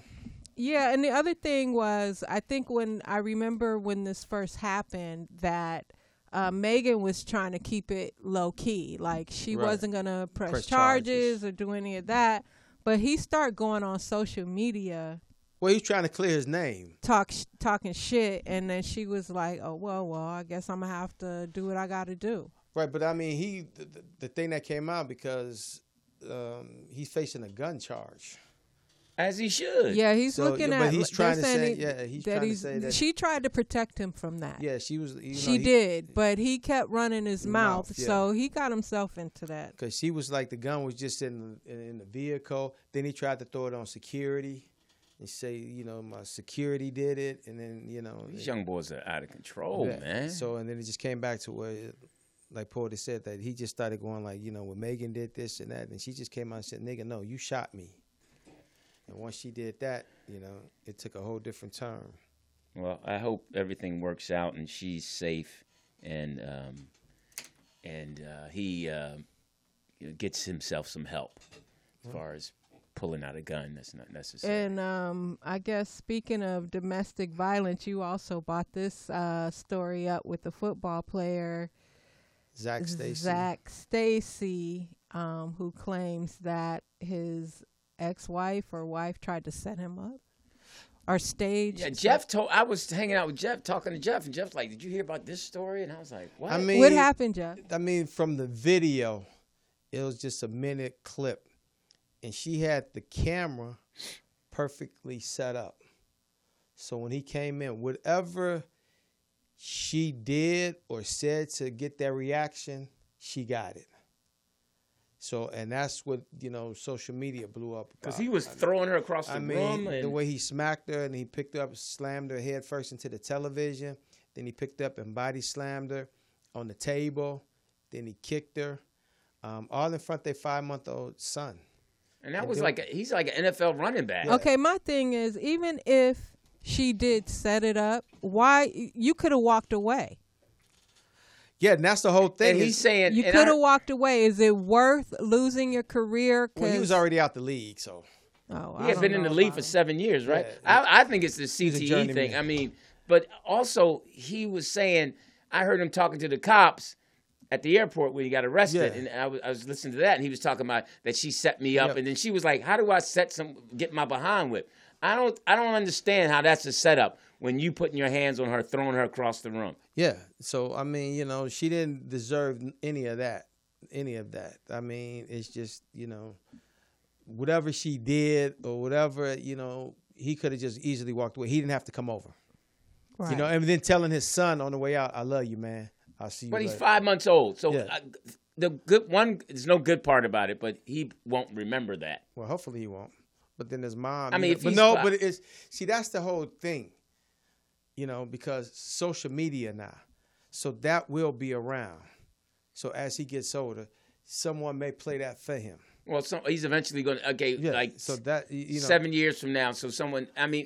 Speaker 4: Yeah, and the other thing was, I think when I remember when this first happened, that uh, Megan was trying to keep it low key, like she
Speaker 2: Right.
Speaker 4: wasn't gonna press,
Speaker 2: Press
Speaker 4: charges,
Speaker 2: charges.
Speaker 4: or do any of that. But he started going on social media,
Speaker 2: well, he was trying to clear his name.
Speaker 4: talk sh- talking shit, and then she was like, "Oh well, well, I guess I'm gonna have to do what I gotta do."
Speaker 2: Right, but I mean, he the, the- the thing that came out because um, he's facing a gun charge.
Speaker 3: as he should.
Speaker 4: Yeah, he's
Speaker 2: So,
Speaker 4: looking
Speaker 2: yeah,
Speaker 4: at.
Speaker 2: but he's
Speaker 4: they're
Speaker 2: trying to
Speaker 4: saying
Speaker 2: say-
Speaker 4: he-
Speaker 2: yeah, he's
Speaker 4: that
Speaker 2: trying to
Speaker 4: he's-
Speaker 2: say that-
Speaker 4: she tried to protect him from that.
Speaker 2: Yeah, she was. You know,
Speaker 4: she did, but he kept running his mouth,
Speaker 2: Mouth, yeah.
Speaker 4: so he got himself into that.
Speaker 2: because she was like the gun was just in the, in the vehicle. Then he tried to throw it on security and say, you know, my security did it, and then you know,
Speaker 3: These young boys are out of control,
Speaker 2: Yeah.
Speaker 3: man.
Speaker 2: So and then it just came back to where, like Porter said, that he just started going like, you know, when Megan did this and that, and she just came out and said, "Nigga, no, you shot me." And once she did that, you know, it took a whole different turn.
Speaker 3: Well, I hope everything works out and she's safe, and um, and uh, he um you know, gets himself some help as far as pulling out a gun that's not necessary.
Speaker 4: And um, I guess speaking of domestic violence, you also bought this uh, story up with the football player
Speaker 2: Zach Stacy.
Speaker 4: Zach Stacy, um, who claims that his ex-wife or wife tried to set him up or stage.
Speaker 3: Yeah, Jeff told I was hanging out with Jeff, talking to Jeff, and Jeff's like, "Did you hear about this story?" And I was like, "What?"
Speaker 2: I mean,
Speaker 4: What happened, Jeff?
Speaker 2: I mean, from the video, it was just a minute clip, and she had the camera perfectly set up. So when he came in, whatever she did or said to get that reaction, she got it. So and that's what you know, social media blew up
Speaker 3: because
Speaker 2: about.
Speaker 3: he was throwing her across the
Speaker 2: I
Speaker 3: room.
Speaker 2: mean,
Speaker 3: And,
Speaker 2: the way he smacked her and he picked her up, slammed her head first into the television. Then he picked up and body slammed her on the table. Then he kicked her, um, all in front of their five month old son.
Speaker 3: and that was like a, he's like an NFL running back.
Speaker 4: Okay, my thing is, even if she did set it up, why you could have walked away.
Speaker 2: Yeah, and that's the whole thing.
Speaker 3: And
Speaker 2: is-
Speaker 3: he's saying
Speaker 4: You
Speaker 3: and
Speaker 4: could
Speaker 3: I-
Speaker 4: have walked away. Is it worth losing your career?
Speaker 2: well, he was
Speaker 4: 'Cause-
Speaker 2: already out the league, so
Speaker 4: Oh, I
Speaker 3: He had
Speaker 4: don't
Speaker 3: been in
Speaker 4: know
Speaker 3: the league
Speaker 4: about
Speaker 3: for
Speaker 4: it.
Speaker 3: seven years, right?
Speaker 2: Yeah.
Speaker 3: I, I think it's the CTE
Speaker 2: journeyman.
Speaker 3: thing. I mean, but also he was saying, I heard him talking to the cops at the airport when he got arrested,
Speaker 2: Yeah.
Speaker 3: and I was, I was listening to that, and he was talking about that she set me up,
Speaker 2: Yep.
Speaker 3: and then she was like, "How do I set some get my behind with?" I don't I don't understand how that's a setup when you putting your hands on her, throwing her across the room.
Speaker 2: yeah. So I mean, you know, she didn't deserve any of that. Any of that. I mean, it's just you know, whatever she did or whatever, you know, he could have just easily walked away. He didn't have to come over.
Speaker 4: Right.
Speaker 2: You know, and then telling his son on the way out, "I love you, man. I'll see you."
Speaker 3: But he's
Speaker 2: later."
Speaker 3: five months old, so
Speaker 2: Yeah.
Speaker 3: I, the good one. There's no good part about it, but he won't remember that.
Speaker 2: Well, hopefully he won't. But then his mom.
Speaker 3: I
Speaker 2: you
Speaker 3: mean,
Speaker 2: know-
Speaker 3: if
Speaker 2: but
Speaker 3: he's
Speaker 2: no,
Speaker 3: fi-
Speaker 2: but it's see that's the whole thing. You know, because social media now, so that will be around. So as he gets older, someone may play that for him.
Speaker 3: Well, so he's eventually going to okay,
Speaker 2: Yeah.
Speaker 3: like
Speaker 2: so that y- you know.
Speaker 3: seven years from now. So someone, I mean,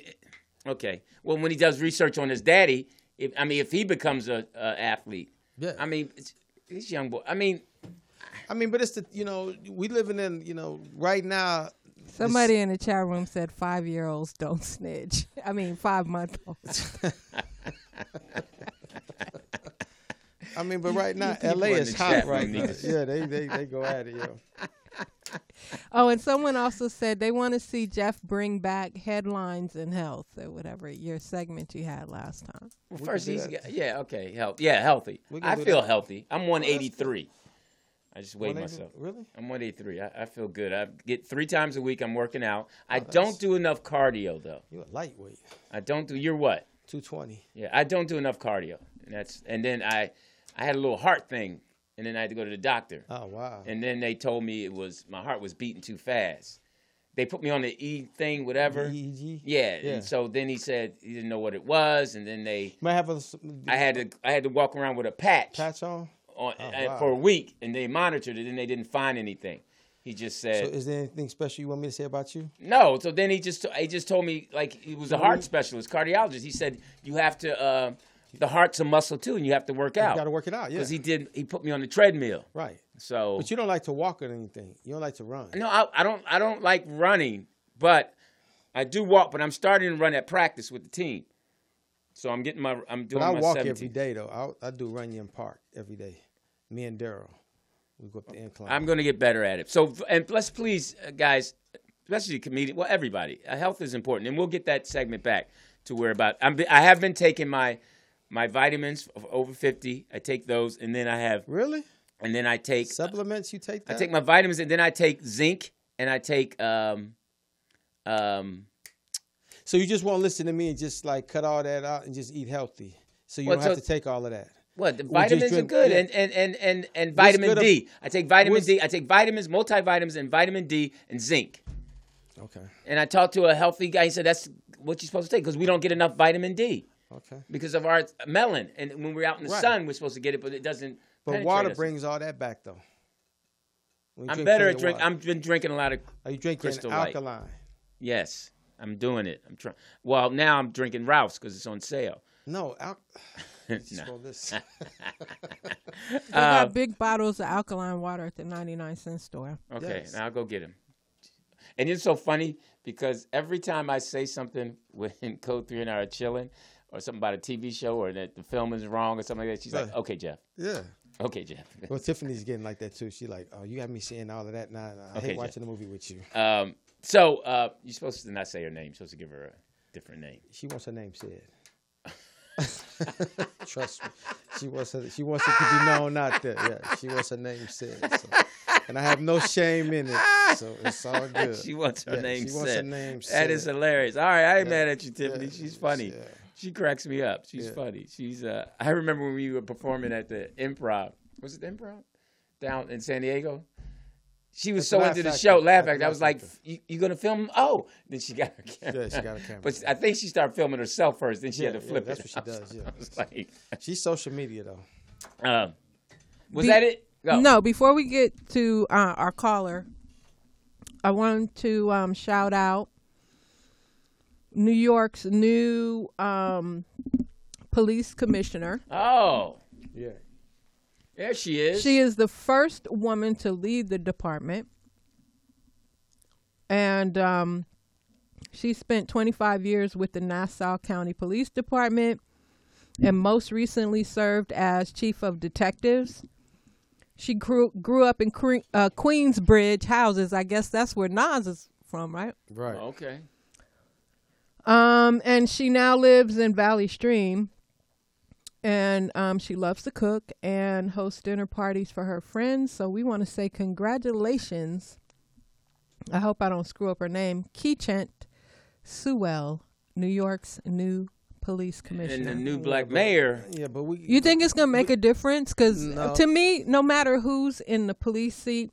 Speaker 3: okay. Well, when he does research on his daddy, if, I mean, if he becomes a, a athlete,
Speaker 2: Yeah.
Speaker 3: I mean, it's, he's young boy. I mean,
Speaker 2: I mean, but it's the you know we living in you know right now.
Speaker 4: Somebody in the chat room said five year olds don't snitch. I mean, five month olds.
Speaker 2: I mean, but right now
Speaker 3: people
Speaker 2: L.A.
Speaker 3: in
Speaker 2: is
Speaker 3: the
Speaker 2: hot
Speaker 3: chat room
Speaker 2: right
Speaker 3: need
Speaker 2: now.
Speaker 3: to-
Speaker 2: Yeah, they they they go at it. Yo.
Speaker 4: oh, and someone also said they want to see Jeff bring back headlines in health or whatever your segment you had last time.
Speaker 3: Well, first
Speaker 2: do
Speaker 3: he's
Speaker 2: that.
Speaker 3: got- yeah okay health yeah healthy.
Speaker 2: We can
Speaker 3: I
Speaker 2: do
Speaker 3: feel
Speaker 2: that.
Speaker 3: healthy. I'm 183. I just
Speaker 2: Well,
Speaker 3: weighed
Speaker 2: they-
Speaker 3: myself.
Speaker 2: Really?
Speaker 3: I'm 183. I, I feel good. I get three times a week. I'm working
Speaker 2: Oh,
Speaker 3: out. I don't do enough cardio though.
Speaker 2: You a lightweight?
Speaker 3: I don't do. You're what?
Speaker 2: Two twenty.
Speaker 3: Yeah, I don't do enough cardio. And that's and then I I had a little heart thing and then I had to go to the doctor.
Speaker 2: Oh wow.
Speaker 3: And then they told me it was my heart was beating too fast. They put me on the E thing, whatever.
Speaker 2: EEG.
Speaker 3: Yeah.
Speaker 2: Yeah.
Speaker 3: And so then he said he didn't know what it was and then they
Speaker 2: Might have a s-
Speaker 3: I had to I had to walk around with a patch,
Speaker 2: patch on.
Speaker 3: on
Speaker 2: Oh,
Speaker 3: uh,
Speaker 2: wow.
Speaker 3: for a week and they monitored it and they didn't find anything. He just
Speaker 2: So,
Speaker 3: said
Speaker 2: is there anything special you want me to say about you?
Speaker 3: No, so then he just he just told me like he was a heart specialist, cardiologist. He said you have to uh, the heart's a muscle too, and you have to work out.
Speaker 2: You got to work it out. Yeah.
Speaker 3: because he did he put me on the treadmill.
Speaker 2: right.
Speaker 3: So
Speaker 2: But you don't like to walk or anything. You don't like to run.
Speaker 3: no, I, I don't I don't like running, but I do walk. But I'm starting to run at practice with the team. So I'm getting my I'm doing
Speaker 2: But I
Speaker 3: my
Speaker 2: walk
Speaker 3: 17.
Speaker 2: every day though. I I do Runyon Park every day. Me and Daryl, we go up the incline.
Speaker 3: I'm going to get better at it. So, and let's please, uh, guys, especially comedian, well, everybody, uh, health is important, and we'll get that segment back to where about. I'm, I have been taking my my vitamins of over 50. I take those, and then I have,
Speaker 2: really
Speaker 3: and then I take,
Speaker 2: supplements. You take
Speaker 3: I
Speaker 2: that?
Speaker 3: take my vitamins, and then I take zinc, and I take, um, um.
Speaker 2: So you just won't listen to me and just like cut all that out and just eat healthy. So you
Speaker 3: Well,
Speaker 2: don't have
Speaker 3: so-
Speaker 2: to take all of that.
Speaker 3: What the
Speaker 2: Well, just
Speaker 3: vitamins are
Speaker 2: drink-
Speaker 3: good
Speaker 2: yeah.
Speaker 3: and, and, and, and, and
Speaker 2: What's
Speaker 3: vitamin
Speaker 2: good
Speaker 3: D. I take vitamin
Speaker 2: what's-
Speaker 3: D. I take vitamins, multivitamins, and vitamin D and zinc.
Speaker 2: Okay.
Speaker 3: And I talked to a healthy guy. He said that's what you're supposed to take because we don't get enough vitamin D
Speaker 2: Okay.
Speaker 3: because of our melon. And when we're out in the
Speaker 2: Right.
Speaker 3: sun, we're supposed to get it, but it doesn't.
Speaker 2: But
Speaker 3: penetrate
Speaker 2: water
Speaker 3: us.
Speaker 2: brings all that back though. When you
Speaker 3: I'm
Speaker 2: drink
Speaker 3: better at
Speaker 2: plenty of
Speaker 3: drink.
Speaker 2: water.
Speaker 3: I've been drinking a lot of.
Speaker 2: Are you drinking
Speaker 3: Crystal Light.
Speaker 2: alkaline?
Speaker 3: Yes, I'm doing it. I'm trying. Well, now I'm drinking Ralph's because it's on sale.
Speaker 2: No, al- just
Speaker 3: No.
Speaker 2: roll this.
Speaker 4: They
Speaker 3: Uh,
Speaker 4: got big bottles of alkaline water at the ninety nine cent store.
Speaker 3: Okay,
Speaker 2: Yes.
Speaker 3: now I'll go get him. And it's so funny because every time I say something when Code Three and I are chilling, or something about a TV show, or that the film is wrong, or something like that, she's like,
Speaker 2: Right.
Speaker 3: "Okay, Jeff.
Speaker 2: yeah.
Speaker 3: Okay, Jeff."
Speaker 2: Well, Tiffany's getting like that too. She like, oh, you got me seeing all of that now. and I
Speaker 3: Okay,
Speaker 2: hate
Speaker 3: Jeff.
Speaker 2: watching the movie with you.
Speaker 3: Um, so uh, you're supposed to not say her name. You're supposed to give her a different name.
Speaker 2: She wants her name said. Trust me, she wants her, she wants it to be known out there. Yeah, she wants her name said, so. and I have no shame in it, so it's all good.
Speaker 3: she wants her
Speaker 2: Yeah,
Speaker 3: name
Speaker 2: she wants her
Speaker 3: said.
Speaker 2: name
Speaker 3: That is
Speaker 2: said.
Speaker 3: hilarious. All right, I ain't
Speaker 2: Yeah,
Speaker 3: mad at you, Tiffany.
Speaker 2: yeah,
Speaker 3: She's funny.
Speaker 2: yeah.
Speaker 3: She cracks me up. She's
Speaker 2: Yeah.
Speaker 3: funny. She's. Uh, I remember when we were performing at the Improv. Was it the Improv down in San Diego? She was
Speaker 2: At the
Speaker 3: so
Speaker 2: Laugh
Speaker 3: into the
Speaker 2: Factory.
Speaker 3: show,
Speaker 2: At
Speaker 3: laugh
Speaker 2: the
Speaker 3: act. I
Speaker 2: Laugh
Speaker 3: was like,
Speaker 2: Factory.
Speaker 3: you, "You gonna film?" Oh, then she got her camera.
Speaker 2: Yeah, she got a camera.
Speaker 3: But I think she started filming herself first. Then she
Speaker 2: Yeah,
Speaker 3: had to
Speaker 2: yeah,
Speaker 3: flip
Speaker 2: that's
Speaker 3: it.
Speaker 2: what she
Speaker 3: I was-
Speaker 2: does, yeah.
Speaker 3: I was like,
Speaker 2: She's social media though.
Speaker 3: um, was
Speaker 4: Be-
Speaker 3: that it?
Speaker 4: No, before we get to uh, our caller, I wanted to um, shout out New York's new um, police commissioner.
Speaker 3: Oh,
Speaker 2: Yeah,
Speaker 3: there she is.
Speaker 4: She is the first woman to lead the department. And um, she spent 25 years with the Nassau County Police Department and most recently served as chief of detectives. She grew, grew up in Cre- uh, Queensbridge houses. I guess that's where Nas is from, right?
Speaker 2: right.
Speaker 3: Okay.
Speaker 4: Um, and she now lives in Valley Stream, and um, she loves to cook and host dinner parties for her friends. So we want to say congratulations. I hope I don't screw up her name, Keechant Sewell, New York's new police
Speaker 3: And
Speaker 4: commissioner.
Speaker 3: the new black mayor.
Speaker 2: Yeah, but we
Speaker 4: you think it's gonna make a difference? Because
Speaker 2: No.
Speaker 4: to me, no matter who's in the police seat,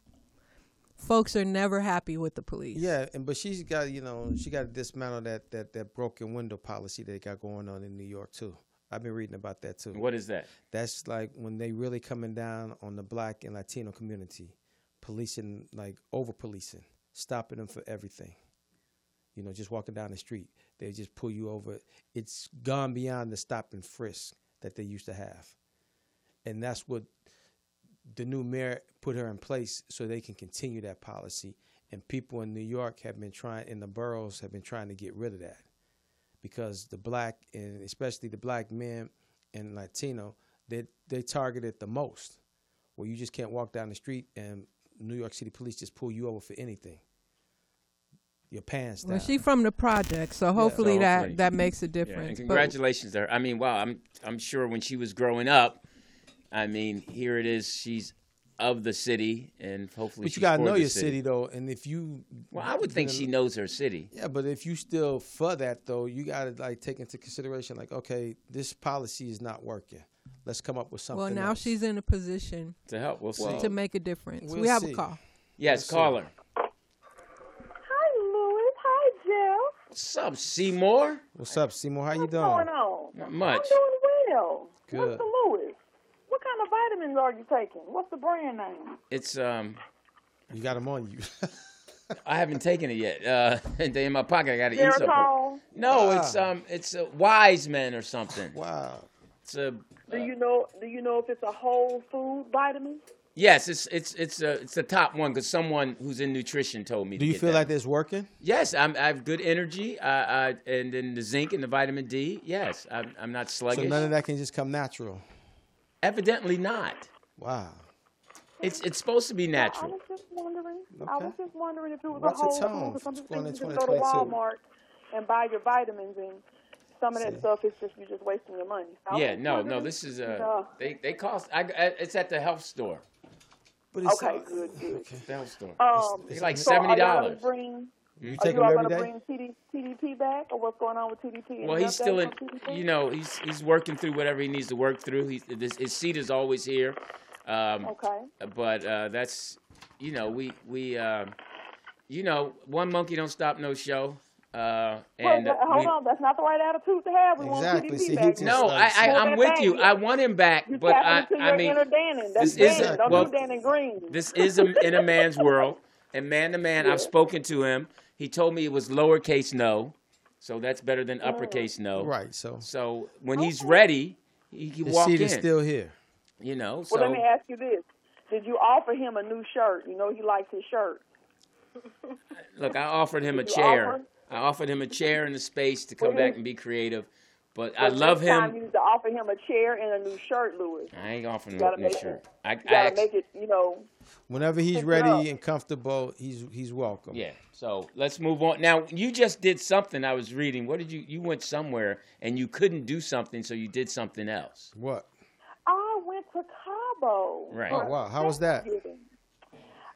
Speaker 4: folks are never happy with the police.
Speaker 2: Yeah, and but she's got you know she got to dismantle that that that broken window policy they got going on in New York too. I've been reading about that too.
Speaker 3: What is that?
Speaker 2: That's like when they really coming down on the black and Latino community, policing like over policing, stopping them for everything. You know, just walking down the street, they just pull you over. It's gone beyond the stop and frisk that they used to have, and that's what the new mayor put her in place so they can continue that policy. And people in New York have been trying, in the boroughs have been trying to get rid of that because the black and especially the black men and Latino, they they targeted the most. Where you just can't walk down the street and New York City police just pull you over for anything. Your pants down.
Speaker 4: Well, she from the project, so hopefully,
Speaker 3: hopefully.
Speaker 4: that that makes a
Speaker 3: Yeah, and
Speaker 4: difference. But-
Speaker 3: congratulations to her. I mean, wow. I'm I'm sure when she was growing up, I mean, here it is. She's of the city, and hopefully,
Speaker 2: but
Speaker 3: she's
Speaker 2: you gotta
Speaker 3: for
Speaker 2: know
Speaker 3: the
Speaker 2: your city though, and if you
Speaker 3: Well, I would think
Speaker 2: you know,
Speaker 3: she knows her city.
Speaker 2: Yeah, but if you still for that though, you gotta like take into consideration like, okay, this policy is not working. Let's come up with something.
Speaker 4: well, now
Speaker 2: else. Oh,
Speaker 4: she's in a position
Speaker 3: To help, we'll see.
Speaker 4: to make a difference.
Speaker 2: we'll
Speaker 4: we have
Speaker 2: see.
Speaker 4: a call.
Speaker 3: yes, call her.
Speaker 5: Hi, Louis. Hi, Jill.
Speaker 3: What's up, Seymour?
Speaker 2: What's up, Seymour? How you
Speaker 5: What's
Speaker 2: doing?
Speaker 5: going on?
Speaker 3: Not
Speaker 5: I'm
Speaker 3: much.
Speaker 5: doing well.
Speaker 2: Good.
Speaker 5: What's the Louis? What kind of vitamins are you taking? What's the brand name?
Speaker 3: It's um,
Speaker 2: You got him on you.
Speaker 3: I haven't taken it yet. Uh, and they in my pocket. I got to eat something.
Speaker 5: Eritol.
Speaker 3: No,
Speaker 2: Ah.
Speaker 3: it's um, it's uh, Wise Men or something.
Speaker 2: wow.
Speaker 3: It's a
Speaker 5: Do you know? Do you know if it's a whole food vitamin?
Speaker 3: yes, it's it's it's a it's the top one because someone who's in nutrition told me.
Speaker 2: Do
Speaker 3: to
Speaker 2: you
Speaker 3: get
Speaker 2: feel
Speaker 3: that.
Speaker 2: like that's working?
Speaker 3: Yes, I'm, I have good energy, uh, uh, and then the zinc and the vitamin D. Yes, I'm, I'm not
Speaker 2: So
Speaker 3: sluggish.
Speaker 2: none of that can just come natural.
Speaker 3: Evidently not.
Speaker 2: Wow.
Speaker 3: It's it's supposed to be
Speaker 5: I
Speaker 3: natural.
Speaker 5: was just wondering. I was
Speaker 2: Okay.
Speaker 5: just wondering if it was
Speaker 2: What's
Speaker 5: a
Speaker 2: the
Speaker 5: whole
Speaker 2: tone?
Speaker 5: food. Because I'm just
Speaker 2: Going
Speaker 5: thinking you
Speaker 2: in
Speaker 5: just go to
Speaker 2: 2022.
Speaker 5: Walmart and buy your vitamins and. Some of that
Speaker 2: See.
Speaker 5: stuff is just you're just wasting your money. I was
Speaker 3: Yeah,
Speaker 5: just
Speaker 3: no, no.
Speaker 5: wondering,
Speaker 3: This is
Speaker 5: you
Speaker 3: uh,
Speaker 5: know.
Speaker 3: they they cost. I, I- it's at the health store.
Speaker 2: But it's
Speaker 5: Okay, good, good.
Speaker 3: The health store.
Speaker 5: Um,
Speaker 3: It's like
Speaker 5: so are y'all gonna
Speaker 3: $70.
Speaker 5: bring
Speaker 2: You
Speaker 5: Are
Speaker 2: take
Speaker 5: you
Speaker 2: them
Speaker 5: all
Speaker 2: every day?
Speaker 5: going to bring TD, TDP back, or what's going on with TDP? Any
Speaker 3: Well, he's still in.
Speaker 5: updates on TDP?
Speaker 3: You know, he's he's working through whatever he needs to work through. He's, this, his seat is always here. Um,
Speaker 5: Okay.
Speaker 3: but uh, that's you know we we uh, you know one monkey don't stop no show. Uh, and
Speaker 5: well,
Speaker 3: uh,
Speaker 5: hold
Speaker 3: we-
Speaker 5: on, that's not the right attitude to have. We
Speaker 2: Exactly.
Speaker 5: want TDP
Speaker 2: See, he
Speaker 5: back.
Speaker 2: just-
Speaker 3: No, I, I
Speaker 5: Pull
Speaker 3: I'm
Speaker 5: that
Speaker 3: with
Speaker 5: back.
Speaker 3: you. I want him back,
Speaker 5: you
Speaker 3: but I
Speaker 5: tapping into your
Speaker 3: I mean
Speaker 5: inner Dannon. That's
Speaker 3: this is-
Speaker 5: Dannon. Don't
Speaker 3: well-
Speaker 5: do Dannon Green.
Speaker 3: this is a, in a man's world, and man to man, I've
Speaker 5: Yeah.
Speaker 3: spoken to him. He told me it was lowercase no, so that's better
Speaker 5: Oh.
Speaker 3: than uppercase no.
Speaker 2: Right. So
Speaker 3: So when he's ready, he can
Speaker 2: his
Speaker 3: walk
Speaker 2: seat
Speaker 3: in.
Speaker 2: is still here.
Speaker 3: you know.
Speaker 5: well,
Speaker 3: so
Speaker 5: let me ask you this: Did you offer him a new shirt? You know he likes his shirt.
Speaker 3: Look, I offered him a
Speaker 5: You
Speaker 3: chair.
Speaker 5: offer?
Speaker 3: I offered him a chair and the space to come
Speaker 5: Well,
Speaker 3: back
Speaker 5: he-
Speaker 3: and be creative. But I
Speaker 5: But
Speaker 3: love
Speaker 5: next Time you
Speaker 3: him.
Speaker 5: need to offer him a chair and a new shirt, Louis.
Speaker 3: I ain't offering
Speaker 5: You
Speaker 3: him
Speaker 5: gotta
Speaker 3: a new
Speaker 5: make
Speaker 3: shirt.
Speaker 5: it.
Speaker 3: I,
Speaker 5: You
Speaker 3: I
Speaker 5: gotta
Speaker 3: asked-
Speaker 5: make it. You know.
Speaker 2: Whenever he's
Speaker 5: Pick it
Speaker 2: ready
Speaker 5: up.
Speaker 2: and comfortable, he's he's welcome.
Speaker 3: yeah. So let's move on. Now you just did something. I was reading. What did you? You went somewhere and you couldn't do something, so you did something else.
Speaker 2: What?
Speaker 5: I went to Cabo.
Speaker 3: Right.
Speaker 5: for
Speaker 3: Oh,
Speaker 2: wow. How was that?
Speaker 5: Thanksgiving.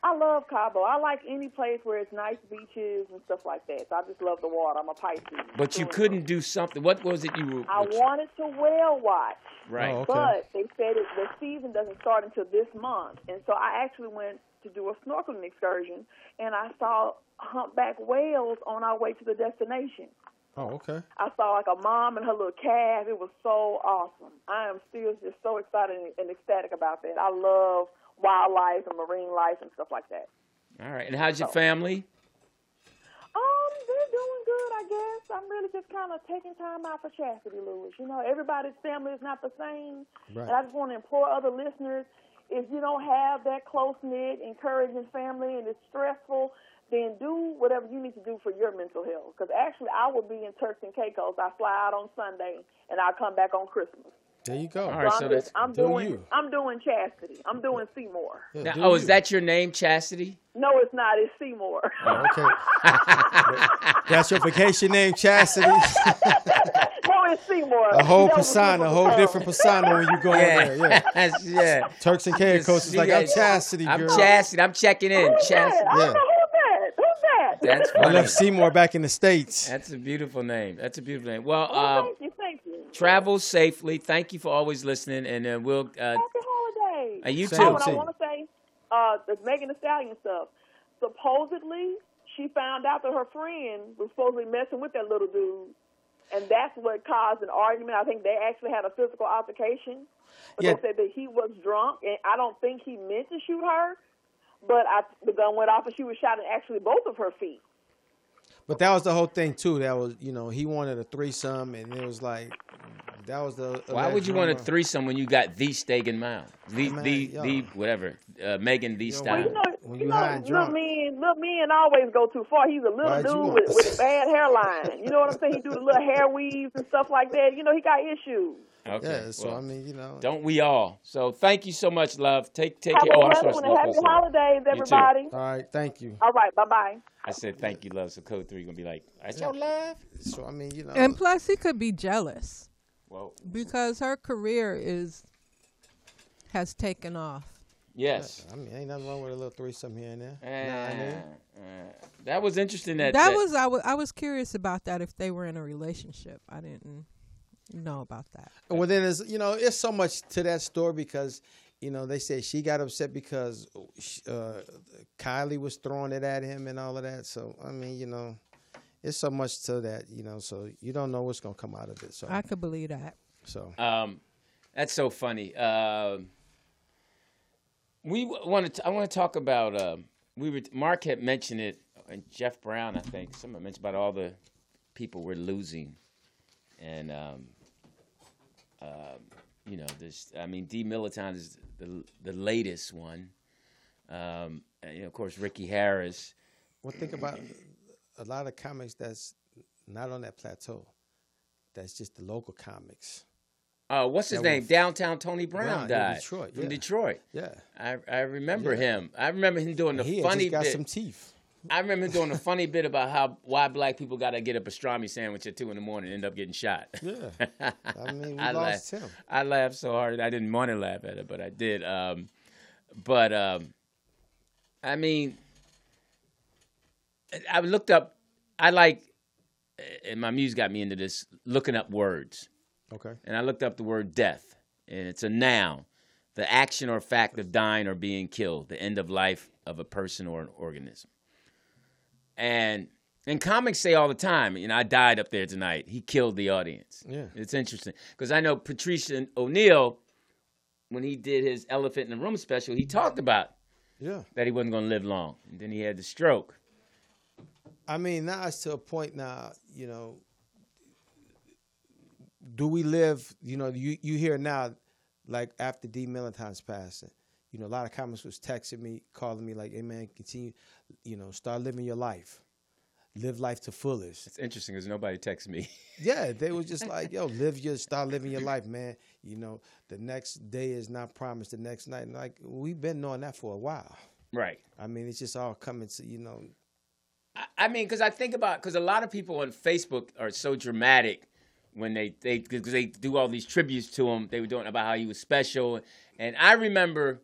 Speaker 5: I love Cabo. I like any place where it's nice beaches and stuff like that. So I just love the water. I'm a Pisces.
Speaker 3: But you couldn't do something. What was it you were?
Speaker 5: I
Speaker 3: what you-
Speaker 5: wanted to whale watch,
Speaker 3: right.
Speaker 2: Oh, okay.
Speaker 5: but they said it, the season doesn't start until this month, and so I actually went to do a snorkeling excursion, and I saw humpback whales on our way to the destination.
Speaker 2: Oh, okay.
Speaker 5: I saw like a mom and her little calf. It was so awesome. I am still just so excited and- and ecstatic about that. I love wildlife and marine life and stuff like that.
Speaker 3: All right. And how's your family?
Speaker 5: Um, they're doing good, I guess. I'm really just kind of taking time out for chastity, Lewis. You know, everybody's family is not the same.
Speaker 2: Right.
Speaker 5: And I just want to implore other listeners if you don't have that close knit, encouraging family and it's stressful, then do whatever you need to do for your mental health. Because actually, I will be in Turks and Caicos. I fly out on Sunday and I'll come back on Christmas.
Speaker 2: There you go.
Speaker 3: All right.
Speaker 5: I'm,
Speaker 3: So
Speaker 5: just,
Speaker 3: that's.
Speaker 5: I'm
Speaker 2: do
Speaker 5: doing
Speaker 2: you.
Speaker 5: I'm doing chastity. I'm doing Seymour.
Speaker 2: Yeah,
Speaker 3: Now,
Speaker 2: do
Speaker 3: oh, is
Speaker 2: you.
Speaker 3: that your name, Chastity?
Speaker 5: No, it's not. It's Seymour.
Speaker 2: Oh, okay. That's your vacation name, Chastity.
Speaker 5: no, it's Seymour.
Speaker 2: A whole
Speaker 5: That was
Speaker 2: persona, a
Speaker 5: Seymour's
Speaker 2: whole
Speaker 5: tongue.
Speaker 2: different persona when you go in there. Yeah.
Speaker 3: Yes, yeah.
Speaker 2: Turks and Caicos is
Speaker 3: See
Speaker 2: like I'm
Speaker 3: that?
Speaker 2: Chastity,
Speaker 3: I'm
Speaker 2: girl.
Speaker 3: Chastity. I'm checking in.
Speaker 5: Who's
Speaker 3: Chastity.
Speaker 5: that? I
Speaker 2: Yeah.
Speaker 5: don't know who's that. Who's that?
Speaker 3: That's
Speaker 2: I
Speaker 3: funny.
Speaker 2: left Seymour back in the states.
Speaker 3: That's a beautiful name. That's a beautiful name. Well,
Speaker 5: Well,
Speaker 3: uh,
Speaker 5: Oh, thank you, thank you.
Speaker 3: travel safely. Thank you for always listening, and uh, we'll. Uh,
Speaker 5: Happy holidays.
Speaker 3: uh, you
Speaker 2: Same
Speaker 5: oh,
Speaker 3: too.
Speaker 5: and I
Speaker 2: Same.
Speaker 5: want to say, uh, the Megan Thee Stallion stuff. Supposedly, she found out that her friend was supposedly messing with that little dude, and that's what caused an argument. I think they actually had a physical altercation. But
Speaker 2: Yeah.
Speaker 5: they said that he was drunk, and I don't think he meant to shoot her. But I, the gun went off, and she was shot in actually both of her feet.
Speaker 2: But that was the whole thing too. That was you know he wanted a threesome, and it was like that was the.
Speaker 3: Why would you want a
Speaker 2: alleged rumor.
Speaker 3: threesome when you got the steak and mild? The,
Speaker 2: Man,
Speaker 3: the,
Speaker 2: yo.
Speaker 3: the, whatever. Uh, Megan
Speaker 2: Well,
Speaker 3: the
Speaker 9: Well,
Speaker 3: style.
Speaker 9: you know,
Speaker 2: When
Speaker 9: you
Speaker 2: you
Speaker 9: know,
Speaker 2: high and
Speaker 9: little
Speaker 2: drunk.
Speaker 9: men, little men always go too far. He's a little
Speaker 2: Why'd you
Speaker 9: dude
Speaker 2: want-
Speaker 9: with, with a bad hairline. You know what I'm saying? He do the little hair weaves and stuff like that. You know, he got issues.
Speaker 3: Okay.
Speaker 2: Yeah, so
Speaker 3: well,
Speaker 2: I mean you know.
Speaker 3: don't we all? So thank you so much, love. Take take
Speaker 9: Have
Speaker 3: care.
Speaker 9: a
Speaker 3: Oh, I'm
Speaker 9: blessed
Speaker 3: supposed
Speaker 9: one
Speaker 3: to
Speaker 9: and
Speaker 3: love
Speaker 9: happy
Speaker 3: Coach Love.
Speaker 9: holidays,
Speaker 3: too.
Speaker 9: everybody.
Speaker 2: All right, thank you.
Speaker 9: All right, bye bye.
Speaker 3: I said thank you, love. So code three gonna be like, that's your love.
Speaker 2: So I mean you know.
Speaker 4: And plus, he could be jealous
Speaker 3: Whoa.
Speaker 4: because her career is has taken off.
Speaker 3: Yes.
Speaker 2: I mean, ain't nothing wrong with a little threesome here and there. Nah, I mean,
Speaker 3: Uh, uh, that was interesting. That,
Speaker 4: That, was I wa- I was curious about that if they were in a relationship. I didn't know about that.
Speaker 2: Well, then it's you know it's so much to that story because you know they said she got upset because sh- uh, Kylie was throwing it at him and all of that. So I mean, you know, it's so much to that. You know, so you don't know what's gonna come out of it. So,
Speaker 4: I could believe that.
Speaker 2: so
Speaker 3: Um, that's so funny. Um, we want to. I want to talk about. Um, we were Mark had mentioned it, and Jeff Brown, I think, someone mentioned about all the people we're losing, and um, um, you know, there's. I mean, D. Militant is the the latest one. Um, and, you know, of course, Ricky Harris.
Speaker 2: well, think about a lot of comics that's not on that plateau. That's just the local comics.
Speaker 3: Uh, what's his
Speaker 2: That
Speaker 3: name?
Speaker 2: was-
Speaker 3: Downtown Tony Brown,
Speaker 2: Brown, yeah,
Speaker 3: died
Speaker 2: Detroit,
Speaker 3: from
Speaker 2: yeah.
Speaker 3: Detroit.
Speaker 2: Yeah,
Speaker 3: I I remember
Speaker 2: Yeah.
Speaker 3: him. I remember him doing the
Speaker 2: he had
Speaker 3: funny
Speaker 2: just got
Speaker 3: bit.
Speaker 2: some teeth.
Speaker 3: I remember him doing a funny bit about how why black people got to get a pastrami sandwich at two in the morning and end up getting shot.
Speaker 2: Yeah, I mean, we
Speaker 3: I
Speaker 2: lost
Speaker 3: laughed.
Speaker 2: him.
Speaker 3: I laughed so hard. I didn't want to laugh at it, but I did. Um, but um, I mean, I looked up. I like, and my muse got me into this looking up words,
Speaker 2: Okay,
Speaker 3: and I looked up the word death, and it's a noun, the action or fact of dying or being killed, the end of life of a person or an organism. And and comics say all the time, you know, I died up there tonight. He killed the audience.
Speaker 2: Yeah.
Speaker 3: It's interesting. Because I know Patricia O'Neill, when he did his Elephant in the Room special, he talked about
Speaker 2: yeah.
Speaker 3: that he wasn't going to live long. And then he had the stroke.
Speaker 2: I mean, now it's to a point now, you know, do we live, you know, you, you hear now, like after D Militant's passing, you know, a lot of comments was texting me, calling me like, hey man, continue, you know, start living your life. Live life to fullest.
Speaker 3: It's interesting because nobody texts me.
Speaker 2: Yeah, they was just like, yo, live your, start living your life, man. You know, the next day is not promised, the next night. And like, we've been knowing that for a while.
Speaker 3: right.
Speaker 2: I mean, it's just all coming to, you know,
Speaker 3: I- I mean, because I think about because a lot of people on Facebook are so dramatic when they they because they do all these tributes to him. They were doing about how he was special, and I remember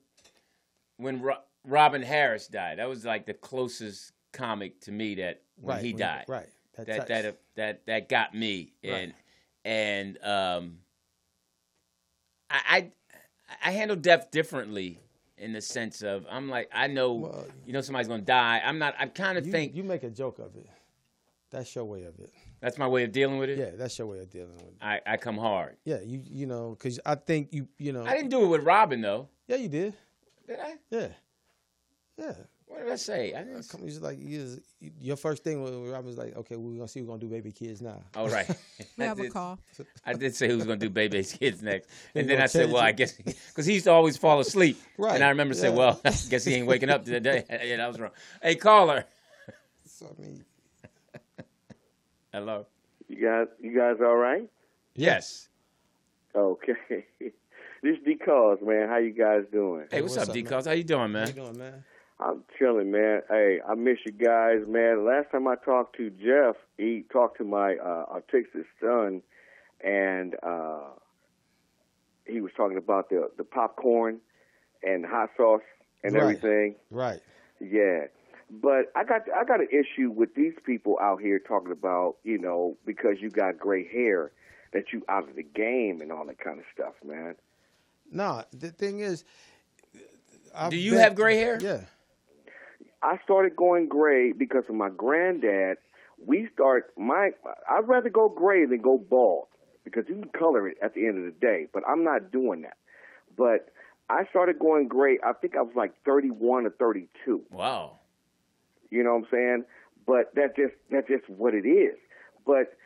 Speaker 3: when Ro- Robin Harris died. That was like the closest comic to me that when
Speaker 2: right.
Speaker 3: he
Speaker 2: when-
Speaker 3: died.
Speaker 2: Right.
Speaker 3: That
Speaker 2: touched.
Speaker 3: that uh, that that got me,
Speaker 2: Right.
Speaker 3: and and um, I, I I handle death differently in the sense of I'm like I know
Speaker 2: Well-
Speaker 3: you know somebody's gonna die. I'm not. I kind of
Speaker 2: you,
Speaker 3: think
Speaker 2: you make a joke of it. That's your way of it.
Speaker 3: That's my way of dealing with it.
Speaker 2: Yeah, that's your way of dealing with it.
Speaker 3: I, I come hard.
Speaker 2: Yeah, you you know, because I think you you know.
Speaker 3: I didn't do it with Robin though.
Speaker 2: yeah, you did.
Speaker 3: Did I?
Speaker 2: Yeah, yeah.
Speaker 3: What did I say? I didn't.
Speaker 2: Uh, Come, he's like, you just, your first thing was I was like, okay, we're gonna see what we're gonna do, baby kids now.
Speaker 3: All Oh, right.
Speaker 4: We have
Speaker 3: I
Speaker 4: a
Speaker 3: did,
Speaker 4: call.
Speaker 3: I did say who's gonna do baby's kids next, and
Speaker 2: You
Speaker 3: then
Speaker 2: gonna
Speaker 3: I said,
Speaker 2: change
Speaker 3: well, I
Speaker 2: it?
Speaker 3: guess because he used to always fall asleep.
Speaker 2: Right,
Speaker 3: And I remember saying,
Speaker 2: yeah.
Speaker 3: well, I guess he ain't waking up today. yeah, that was wrong. Hey, caller.
Speaker 2: So I mean,
Speaker 3: Hello.
Speaker 10: You guys, you guys, all right?
Speaker 3: Yes.
Speaker 10: Okay. this D Cause, man. How you guys doing?
Speaker 3: Hey, what's,
Speaker 2: what's
Speaker 3: up,
Speaker 2: up,
Speaker 3: D
Speaker 2: man?
Speaker 3: Calls? How you doing,
Speaker 2: how you
Speaker 3: man?
Speaker 2: doing, man?
Speaker 10: I'm chilling, man. Hey, I miss you guys, man. Last time I talked to Jeff, he talked to my uh, autistic son, and uh, he was talking about the the popcorn and hot sauce and
Speaker 2: Right.
Speaker 10: everything.
Speaker 2: Right.
Speaker 10: Yeah. But I got I got an issue with these people out here talking about, you know, because you got gray hair that you out of the game and all that kind of stuff, man.
Speaker 2: No, the thing is, I've
Speaker 3: Do you
Speaker 2: been-
Speaker 3: have gray hair?
Speaker 2: Yeah.
Speaker 10: I started going gray because of my granddad. We start my I'd rather go gray than go bald because you can color it at the end of the day, but I'm not doing that. But I started going gray. I think I was like 31 or 32.
Speaker 3: Wow.
Speaker 10: You know what I'm saying? But that just that's just what it is. But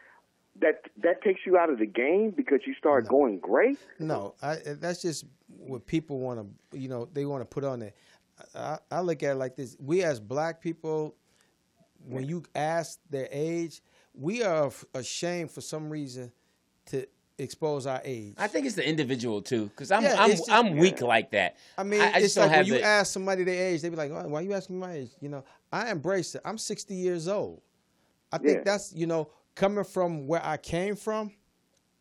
Speaker 10: that that takes you out of the game because you start going great.
Speaker 2: No, I, eh, that's just what people want to, you know, they want to put on it. I, I look at it like this: we as black people, when you ask their age, we are f- ashamed for some reason to expose our age.
Speaker 3: I think it's the individual too, because I'm
Speaker 2: Yeah,
Speaker 3: I'm
Speaker 2: it's just-
Speaker 3: I'm weak like that.
Speaker 2: I mean,
Speaker 3: I,
Speaker 2: it's
Speaker 3: just don't
Speaker 2: like when
Speaker 3: have
Speaker 2: you
Speaker 3: the.
Speaker 2: ask somebody their age, they be like, "Why, why you asking me my age?" You know, I embrace it. I'm 60 years old. I think
Speaker 10: Yeah.
Speaker 2: that's you know coming from where I came from,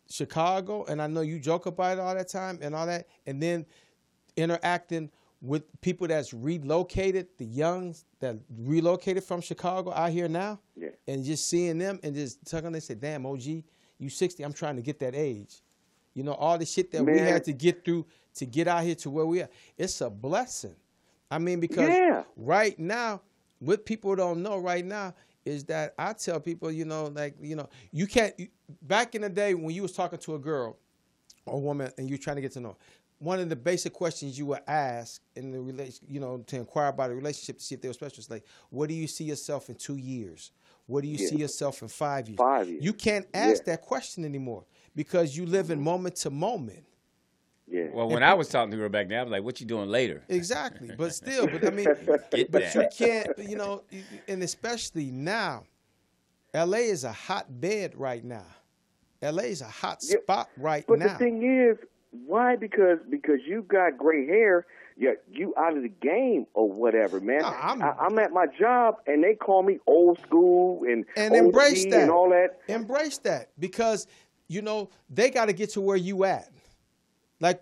Speaker 2: Chicago, and I know you joke about it all that time and all that, and then interacting with people that's relocated, the youngs that relocated from Chicago out here now,
Speaker 10: Yeah.
Speaker 2: and just seeing them and just talking, they say, "Damn, OG, you 60. I'm trying to get that age." You know, all the shit that we
Speaker 10: Man.
Speaker 2: had to get through to get out here to where we are. It's a blessing. I mean, because
Speaker 10: Yeah.
Speaker 2: right now, what people don't know right now is that I tell people, you know, like, you know, you can't you- back in the day when you was talking to a girl or woman and you're trying to get to know, her, one of the basic questions you were asked in the relation, you know, to inquire about a relationship to see if they were special is like, what do you see yourself in two years? What do you
Speaker 10: Yeah.
Speaker 2: see yourself in five years?
Speaker 10: Five years.
Speaker 2: You can't ask
Speaker 10: Yeah. Mm-hmm.
Speaker 2: that question anymore because you live in moment to moment.
Speaker 10: Yeah.
Speaker 3: Well, when I was talking to her back then, I was like, "What you doing later?"
Speaker 2: Exactly, but still, but I mean,
Speaker 3: Get
Speaker 2: but
Speaker 3: that.
Speaker 2: you can't, you know, and especially now, L.A. is a hotbed right now. L.A. is a hot
Speaker 10: Yeah,
Speaker 2: spot right
Speaker 10: But
Speaker 2: now.
Speaker 10: the thing is, why? Because because you got gray hair, yeah, you out of the game or whatever, man.
Speaker 2: No, I'm-
Speaker 10: I, I'm at my job and they call me old school and,
Speaker 2: and
Speaker 10: OG
Speaker 2: embrace that
Speaker 10: and all that.
Speaker 2: Embrace that because you know they got to get to where you at. Like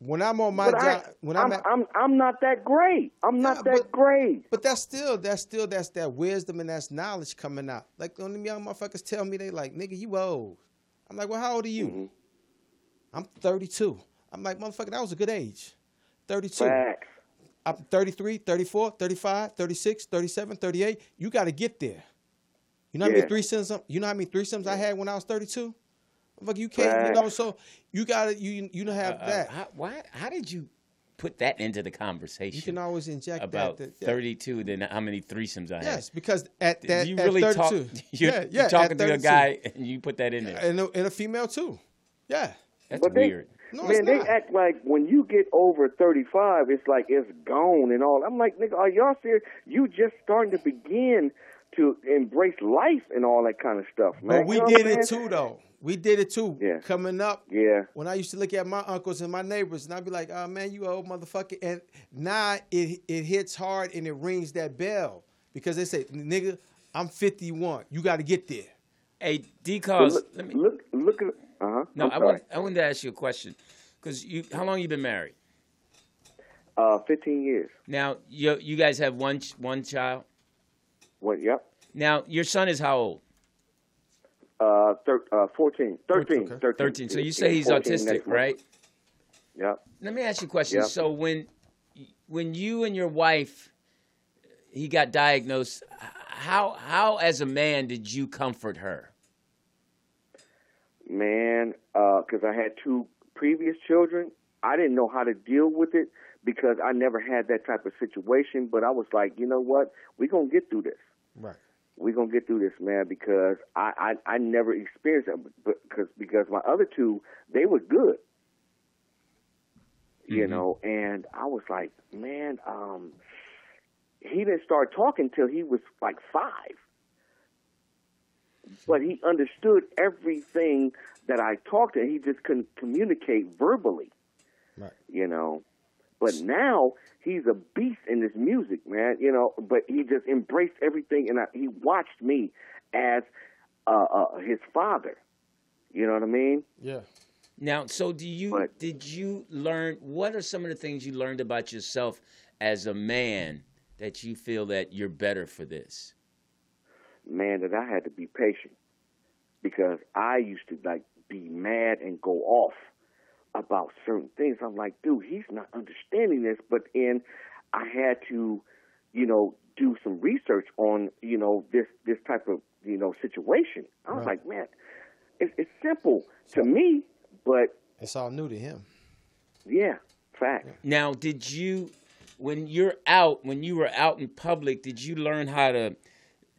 Speaker 2: when I'm on my
Speaker 10: but
Speaker 2: job,
Speaker 10: I,
Speaker 2: when I'm,
Speaker 10: I'm,
Speaker 2: at,
Speaker 10: I'm I'm not that great. I'm not
Speaker 2: Yeah,
Speaker 10: that
Speaker 2: but-
Speaker 10: great.
Speaker 2: But that's still that's still that's that wisdom and that's knowledge coming out. Like when them young motherfuckers tell me they like, nigga, you old. I'm like, well, how old are you?
Speaker 10: Mm-hmm.
Speaker 2: I'm 32. I'm like, motherfucker, that was a good age. 32.
Speaker 10: Facts.
Speaker 2: I'm 33, 34, 35, 36, 37, 38. You got to get there. You know how
Speaker 10: Yeah.
Speaker 2: many threesomes? I'm- You know how many threesomes I had when I was 32? Motherfucker, you can't. You know,
Speaker 10: Facts.
Speaker 2: so you got to you you don't have
Speaker 3: Uh,
Speaker 2: that.
Speaker 3: how, why? How did you put that into the conversation?
Speaker 2: you can always inject
Speaker 3: about
Speaker 2: that. that- yeah.
Speaker 3: 32 then how many threesomes I had.
Speaker 2: Yes, because at
Speaker 3: Did
Speaker 2: that
Speaker 3: you
Speaker 2: at
Speaker 3: really
Speaker 2: 32,
Speaker 3: talk? You're,
Speaker 2: yeah,
Speaker 3: you're
Speaker 2: yeah, at
Speaker 3: talking to a
Speaker 2: 32.
Speaker 3: guy and you put that in there.
Speaker 2: and a, and a female too. Yeah.
Speaker 3: That's
Speaker 10: But they,
Speaker 3: weird.
Speaker 2: No,
Speaker 10: man,
Speaker 2: it's
Speaker 10: they
Speaker 2: not.
Speaker 10: act like when you get over 35, it's like it's gone and all. I'm like, nigga, are y'all serious? You just starting to begin to embrace life and all that kind of stuff, man.
Speaker 2: But we
Speaker 10: You know what
Speaker 2: did
Speaker 10: I'm
Speaker 2: it
Speaker 10: saying?
Speaker 2: too, though. We did it too.
Speaker 10: Yeah.
Speaker 2: Coming up,
Speaker 10: Yeah.
Speaker 2: when I used to look at my uncles and my neighbors, and I'd be like, "Oh man, you old motherfucker!" And now it it hits hard and it rings that bell because they say, "Nigga, I'm 51. You got to get there."
Speaker 3: Hey, D
Speaker 10: But
Speaker 3: calls.
Speaker 10: look,
Speaker 3: Let me.
Speaker 10: look, look at. Uh huh.
Speaker 3: No,
Speaker 10: I'm
Speaker 3: I
Speaker 10: sorry.
Speaker 3: want. I wanted to ask you a question because you. How long you been married?
Speaker 10: Uh, 15 years.
Speaker 3: Now you you guys have one ch- one child.
Speaker 10: What? Yep.
Speaker 3: Now your son is how old?
Speaker 10: Uh, thir- uh, 14, 13,
Speaker 2: Okay.
Speaker 10: 13.
Speaker 3: Thirteen. So
Speaker 10: He-
Speaker 3: you say he's
Speaker 10: 14 next
Speaker 3: autistic,
Speaker 10: month.
Speaker 3: right?
Speaker 10: Yep.
Speaker 3: Let me ask you a question.
Speaker 10: Yeah.
Speaker 3: So when when you and your wife he got diagnosed, h- how how as a man did you comfort her?
Speaker 10: man, because I had two previous children. I didn't know how to deal with it because I never had that type of situation. But I was like, you know what? We're going to get through this.
Speaker 2: Right.
Speaker 10: We're going to get through this, man, because I, I, I never experienced it. But, cause, because my other two, they were good, you know. And I was like, man, um, he didn't start talking till he was like five. But he understood everything that I talked to. and He just couldn't communicate verbally.
Speaker 2: Right.
Speaker 10: you know. But now he's a beast in this music, man, you know. But he just embraced everything, and I, he watched me as uh, uh, his father. You know what I mean?
Speaker 2: Yeah.
Speaker 3: Now, so do you
Speaker 10: Right.
Speaker 3: did you learn what are some of the things you learned about yourself as a man that you feel that you're better for this?
Speaker 10: Man, that I had to be patient because I used to like be mad and go off about certain things. I'm like, dude, he's not understanding this. But then I had to, you know, do some research on, you know, this this type of, you know, situation. I
Speaker 2: Right.
Speaker 10: was like, man, it's, it's simple to me, but
Speaker 2: It's all new to him.
Speaker 10: yeah, fact.
Speaker 3: Now, did you when you're out when you were out in public, did you learn how to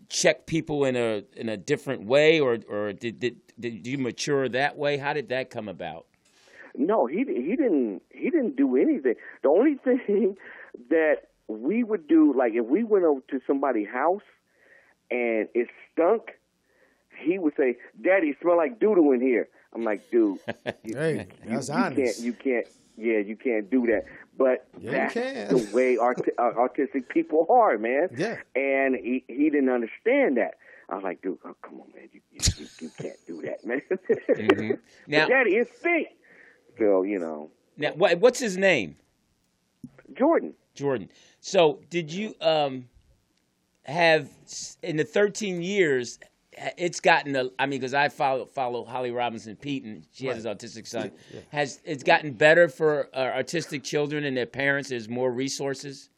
Speaker 3: check people in a in a different way, or or did did, did you mature that way? How did that come about?
Speaker 10: No, he he didn't he didn't do anything. The only thing that we would do, like if we went over to somebody's house and it stunk, he would say, "Daddy, it smell like doodle in here." I'm like, dude, you,
Speaker 2: Hey, that's
Speaker 10: you
Speaker 2: honest.
Speaker 10: can't you can't yeah you can't do that. But
Speaker 2: Yeah, you
Speaker 10: that's
Speaker 2: can.
Speaker 10: the way art- uh, autistic people are, man.
Speaker 2: Yeah.
Speaker 10: And he he didn't understand that. I was like, dude, oh, come on, man, you you, you, you can't do that, man.
Speaker 3: Now-
Speaker 10: Daddy, it stink. So you know,
Speaker 3: Now, what, what's his name?
Speaker 10: Jordan.
Speaker 3: Jordan. So, did you um have in the 13 years? It's gotten a. I mean, because I follow follow Holly Robinson Pete, she has an autistic son. Has it's gotten better for uh, autistic children and their parents? There's more resources.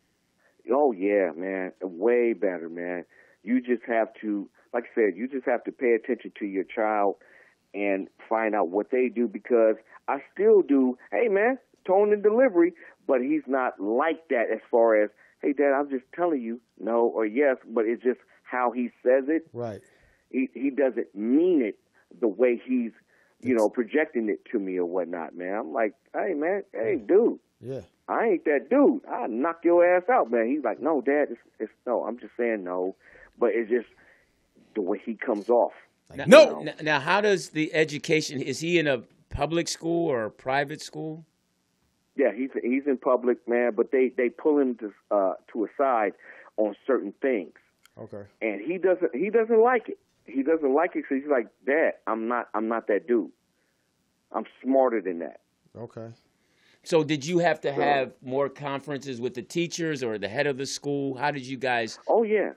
Speaker 10: Oh yeah, man, way better, man. You just have to, like I said, you just have to pay attention to your child and find out what they do because I still do. Hey, man, tone and delivery, but he's not like that as far as, hey, dad, I'm just telling you no or yes, but it's just how he says it.
Speaker 2: Right.
Speaker 10: He he doesn't mean it the way he's, you know, projecting it to me or whatnot, man. I'm like, hey, man, hey, dude.
Speaker 2: Yeah.
Speaker 10: I ain't that dude. I'll knock your ass out, man. He's like, no, Dad, it's, it's no. I'm just saying no, but it's just the way he comes off.
Speaker 3: Now,
Speaker 2: no!
Speaker 3: Now, now, how does the education? Is he in a public school or a private school?
Speaker 10: Yeah, he's he's in public, man, but they they pull him to uh, to a side on certain things,
Speaker 2: Okay.
Speaker 10: and he doesn't he doesn't like it. He doesn't like it, so he's like, Dad, I'm not I'm not that dude. I'm smarter than that.
Speaker 2: Okay.
Speaker 3: So, did you have to
Speaker 10: Sure.
Speaker 3: have more conferences with the teachers or the head of the school? How did you guys?
Speaker 10: Oh yeah,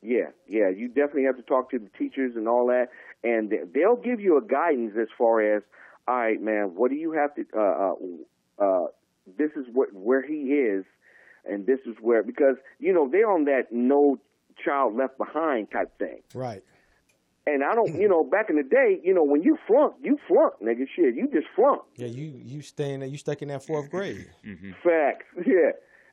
Speaker 10: yeah, yeah. You definitely have to talk to the teachers and all that, and they- they'll give you a guidance as far as, all right, man, what do you have to? Uh, uh, uh, this is what where he is, and this is where because you know they're on that no child left behind type thing.
Speaker 2: Right.
Speaker 10: And I don't, you know, back in the day, you know, when you flunk, you flunk, nigga, shit, you just flunk.
Speaker 2: Yeah, you you staying you stuck in that fourth grade.
Speaker 10: Facts, yeah.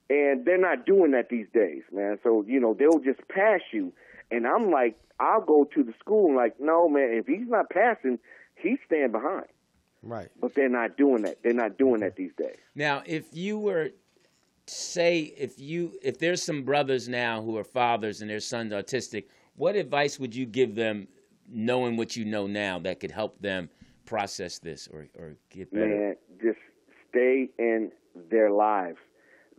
Speaker 10: And they're not doing that these days, man. So, you know, they'll just pass you. And I'm like, I'll go to the school and like, no, man, if he's not passing, he's staying behind.
Speaker 2: Right.
Speaker 10: But they're not doing that. They're not doing that these days.
Speaker 3: Now, if you were say if you if there's some brothers now who are fathers and their son's autistic, what advice would you give them, knowing what you know now, that could help them process this or or get better?
Speaker 10: Man, just stay in their lives.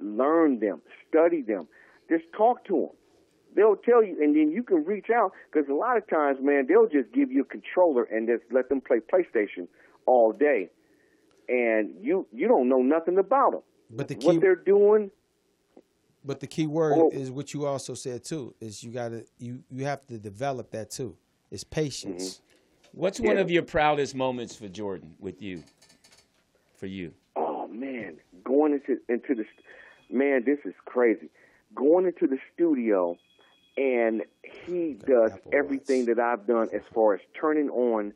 Speaker 10: Learn them. Study them. Just talk to them. They'll tell you, and then you can reach out. Because a lot of times, man, they'll just give you a controller and just let them play PlayStation all day, and you you don't know nothing about them.
Speaker 2: But the key
Speaker 10: what they're doing,
Speaker 2: but the key word
Speaker 10: Or-
Speaker 2: is what you also said too, is you gotta you you have to develop that too. It's patience.
Speaker 3: What's one of your proudest moments for Jordan with you? For you,
Speaker 10: oh man, going into into the st- man, this is crazy. Going into the studio, and he does
Speaker 2: Apple
Speaker 10: everything that I've done as far as turning on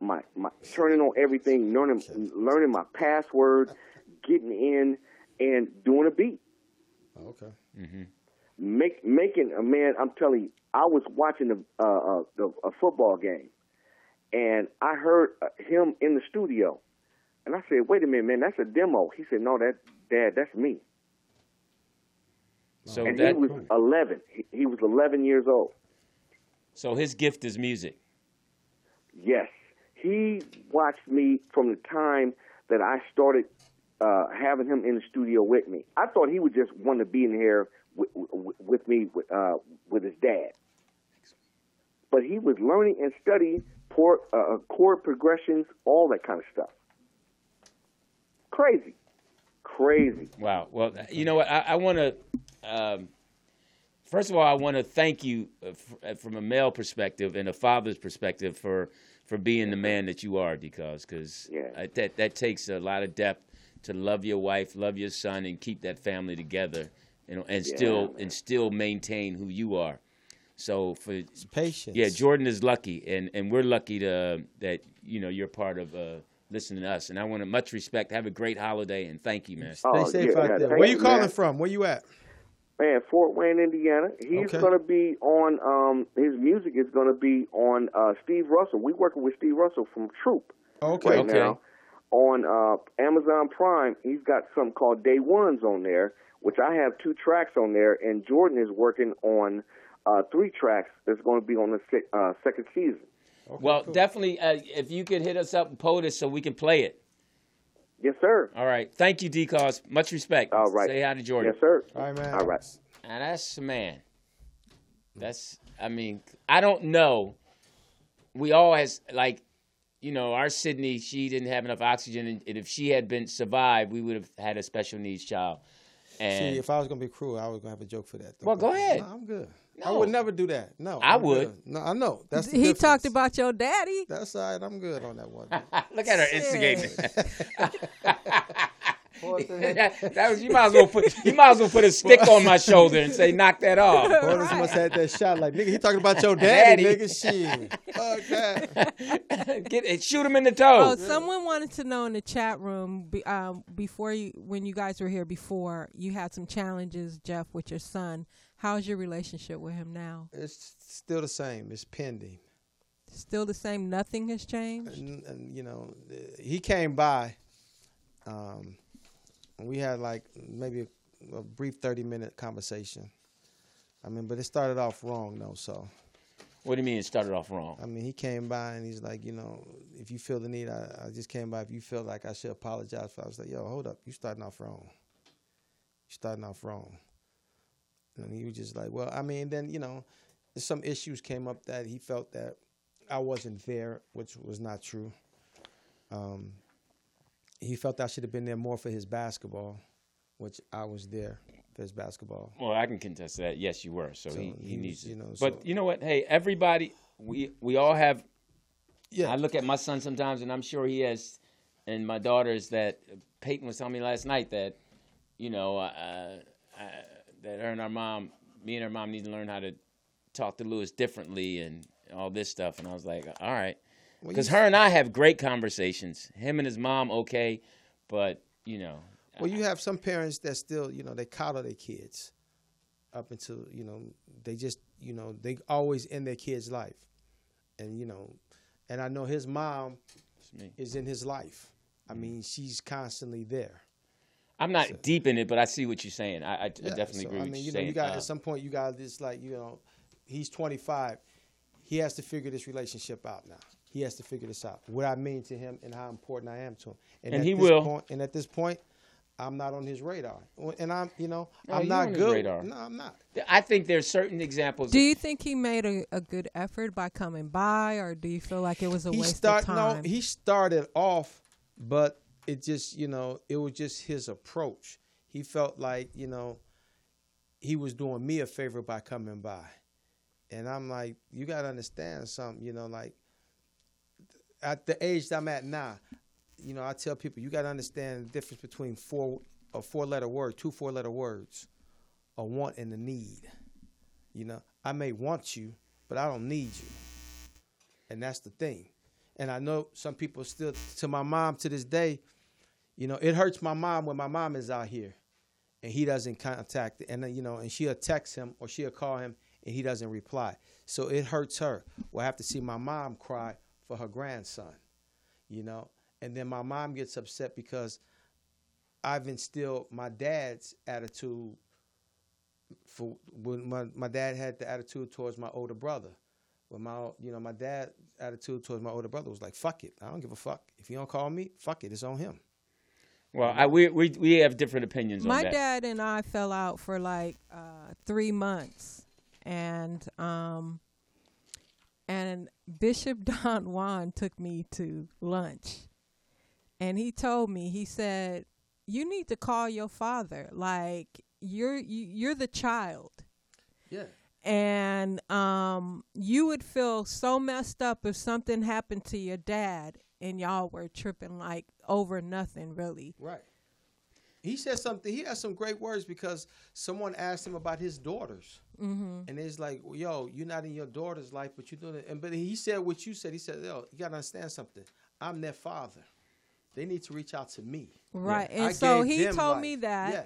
Speaker 10: my my turning on everything, learning learning my password, getting in, and doing a beat.
Speaker 2: Oh, okay.
Speaker 10: Make making a man. I'm telling you, I was watching a uh, uh, the, a football game, and I heard uh, him in the studio, and I said, "Wait a minute, man, that's a demo." He said, "No, that dad, that's me."
Speaker 3: so
Speaker 10: And
Speaker 3: that
Speaker 10: he was 11. He, he was 11 years old.
Speaker 3: so his gift is music.
Speaker 10: Yes. He watched me from the time that I started uh, having him in the studio with me. I thought he would just want to be in here with, with, with me with, uh, with his dad. But he was learning and studying por- uh, uh, chord progressions, all that kind of stuff. Crazy. Crazy.
Speaker 3: Wow. Well, uh, you know what? I, I want to. Um, first of all, I want to thank you uh, f- uh, from a male perspective and a father's perspective for for being the man that you are, because because
Speaker 10: Yeah.
Speaker 3: that that takes a lot of depth to love your wife, love your son, and keep that family together, you know, and
Speaker 10: Yeah,
Speaker 3: still
Speaker 10: man.
Speaker 3: and still maintain who you are. So for
Speaker 2: Patience.
Speaker 3: yeah, Jordan is lucky, and, and we're lucky to that you know you're part of uh, listening to us. And I want to much respect. Have a great holiday, and thank you, man.
Speaker 10: Oh,
Speaker 2: Stay safe
Speaker 10: yeah,
Speaker 2: out
Speaker 10: yeah,
Speaker 2: there.
Speaker 10: thank
Speaker 2: Where you
Speaker 10: you,
Speaker 2: calling
Speaker 10: man.
Speaker 2: from? Where you at?
Speaker 10: Man, Fort Wayne, Indiana. He's
Speaker 2: Okay.
Speaker 10: going to be on. Um, his music is going to be on uh, Steve Russell. We working with Steve Russell from Troop
Speaker 2: Okay.
Speaker 10: right now on uh, Amazon Prime. He's got something called Day Ones on there, which I have two tracks on there, and Jordan is working on uh, three tracks that's going to be on the se- uh, second season.
Speaker 3: well, definitely, uh, if you could hit us up with POTUS so we can play it.
Speaker 10: Yes, sir.
Speaker 3: All right. Thank you, D-Cause. Much respect.
Speaker 10: All right.
Speaker 3: Say hi to Jordan.
Speaker 10: Yes, sir.
Speaker 2: All right, man.
Speaker 10: All right.
Speaker 3: And that's man. That's I mean, I don't know. We all has like, you know, our Sydney, she didn't have enough oxygen and if she had been survived, we would have had a special needs child. And
Speaker 2: See, if I was gonna be cruel, I was gonna have a joke for that.
Speaker 3: Well, go ahead.
Speaker 2: No, I'm good. I
Speaker 3: No.
Speaker 2: would never do that. No,
Speaker 3: I
Speaker 2: I'm
Speaker 3: would.
Speaker 2: good. No, I know. That's the
Speaker 4: he
Speaker 2: difference.
Speaker 4: talked about your daddy.
Speaker 2: That's all right. I'm good on that one.
Speaker 3: look at her instigating. that, that was you might as well put you might as well put a stick on my shoulder and say knock that off.
Speaker 2: Brothers must have had that shot. Like, nigga, he talking about your daddy,
Speaker 3: Daddy.
Speaker 2: nigga. Shit. Fuck that.
Speaker 3: Get it, shoot him in the
Speaker 4: Oh,
Speaker 3: toe.
Speaker 4: someone wanted to know in the chat room be, um, before you, when you guys were here before, you had some challenges, Jeff, with your son. How's your relationship with him now?
Speaker 2: It's still the same. It's pending.
Speaker 4: Still the same? Nothing has changed.
Speaker 2: and, and you know uh, he came by um and we had like maybe a, a brief 30 minute conversation i mean but it started off wrong though so
Speaker 3: What do you mean it started off wrong?
Speaker 2: i mean he came by and he's like you know if you feel the need i, I just came by if you feel like i should apologize for i was like yo hold up you starting off wrong you starting off wrong and he was just like well i mean then you know some issues came up that he felt that i wasn't there which was not true Um, he felt I should have been there more for his basketball, which I was there for his basketball.
Speaker 3: Well, I can contest that. Yes, you were. So, he, he,
Speaker 2: he was,
Speaker 3: needs to.
Speaker 2: you know,
Speaker 3: but
Speaker 2: so-
Speaker 3: you know what? Hey, everybody, we we all have.
Speaker 2: Yeah,
Speaker 3: I look at my son sometimes, and I'm sure he has, and my daughters. That Peyton was telling me last night that, you know, uh, uh, that her and our mom, me and her mom, need to learn how to talk to Lewis differently and all this stuff. And I was like, all right,
Speaker 2: Well,
Speaker 3: because
Speaker 2: you-
Speaker 3: her and I have great conversations. Him and his mom, okay, but you know,
Speaker 2: Well, you have some parents that still, you know, they coddle their kids up until, you know, they just, you know, they always in their kid's life. And, you know, and I know his mom
Speaker 3: it's me. Mm-hmm.
Speaker 2: is in his life. I mean, she's constantly there.
Speaker 3: I'm not deep in it, but I see what you're saying. I, I, I
Speaker 2: Yeah,
Speaker 3: definitely
Speaker 2: so,
Speaker 3: agree
Speaker 2: I
Speaker 3: with
Speaker 2: mean,
Speaker 3: you.
Speaker 2: you know,
Speaker 3: saying.
Speaker 2: you got
Speaker 3: Uh,
Speaker 2: at some point you got this like you know, he's 25, he has to figure this relationship out now. He has to figure this out. What I mean to him and how important I am to him.
Speaker 3: And
Speaker 2: at
Speaker 3: he
Speaker 2: this
Speaker 3: will.
Speaker 2: Point, and at this point, I'm not on his radar. And I'm, you know,
Speaker 3: No,
Speaker 2: I'm
Speaker 3: you're
Speaker 2: not
Speaker 3: on his
Speaker 2: good.
Speaker 3: radar.
Speaker 2: No, I'm not.
Speaker 3: I think there's certain examples.
Speaker 4: Do you think he made a, a good effort by coming by, or do you feel like it was a
Speaker 2: he
Speaker 4: waste
Speaker 2: start
Speaker 4: of time?
Speaker 2: no he started off but it just you know it was just his approach he felt like you know he was doing me a favor by coming by and i'm like you got to understand something you know like at the age that i'm at now you know i tell people you got to understand the difference between four a four letter word two four letter words a want and a need you know i may want you but i don't need you and that's the thing. And I know some people still to my mom to this day, you know, it hurts my mom when my mom is out here and he doesn't contact and then, you know, and she'll text him or she'll call him and he doesn't reply. So it hurts her. Well, I have to see my mom cry for her grandson, you know. And then my mom gets upset because I've instilled my dad's attitude for when my, my dad had the attitude towards my older brother. When my you know my dad's attitude towards my older brother was like fuck it, I don't give a fuck. If you don't call me, fuck it, it's on him.
Speaker 3: Well, I, we, we we have different opinions
Speaker 4: my
Speaker 3: on that.
Speaker 4: dad and I fell out for like uh, three months, and um, and Bishop Don Juan took me to lunch, and he told me he said, "You need to call your father. Like you're you, you're the child."
Speaker 2: Yeah.
Speaker 4: and um, you would feel so messed up if something happened to your dad and y'all were tripping like over nothing really.
Speaker 2: Right. He said something. He has some great words because someone asked him about his daughters, mm-hmm. and it's like, "Yo, you're not in your daughter's life, but you're doing it." And but he said what you said. He said, "Yo, you gotta understand something. I'm their father. They need to reach out to me."
Speaker 4: Right.
Speaker 2: I
Speaker 4: And so
Speaker 2: gave
Speaker 4: he
Speaker 2: them
Speaker 4: told
Speaker 2: life."
Speaker 4: me that.
Speaker 2: Yeah.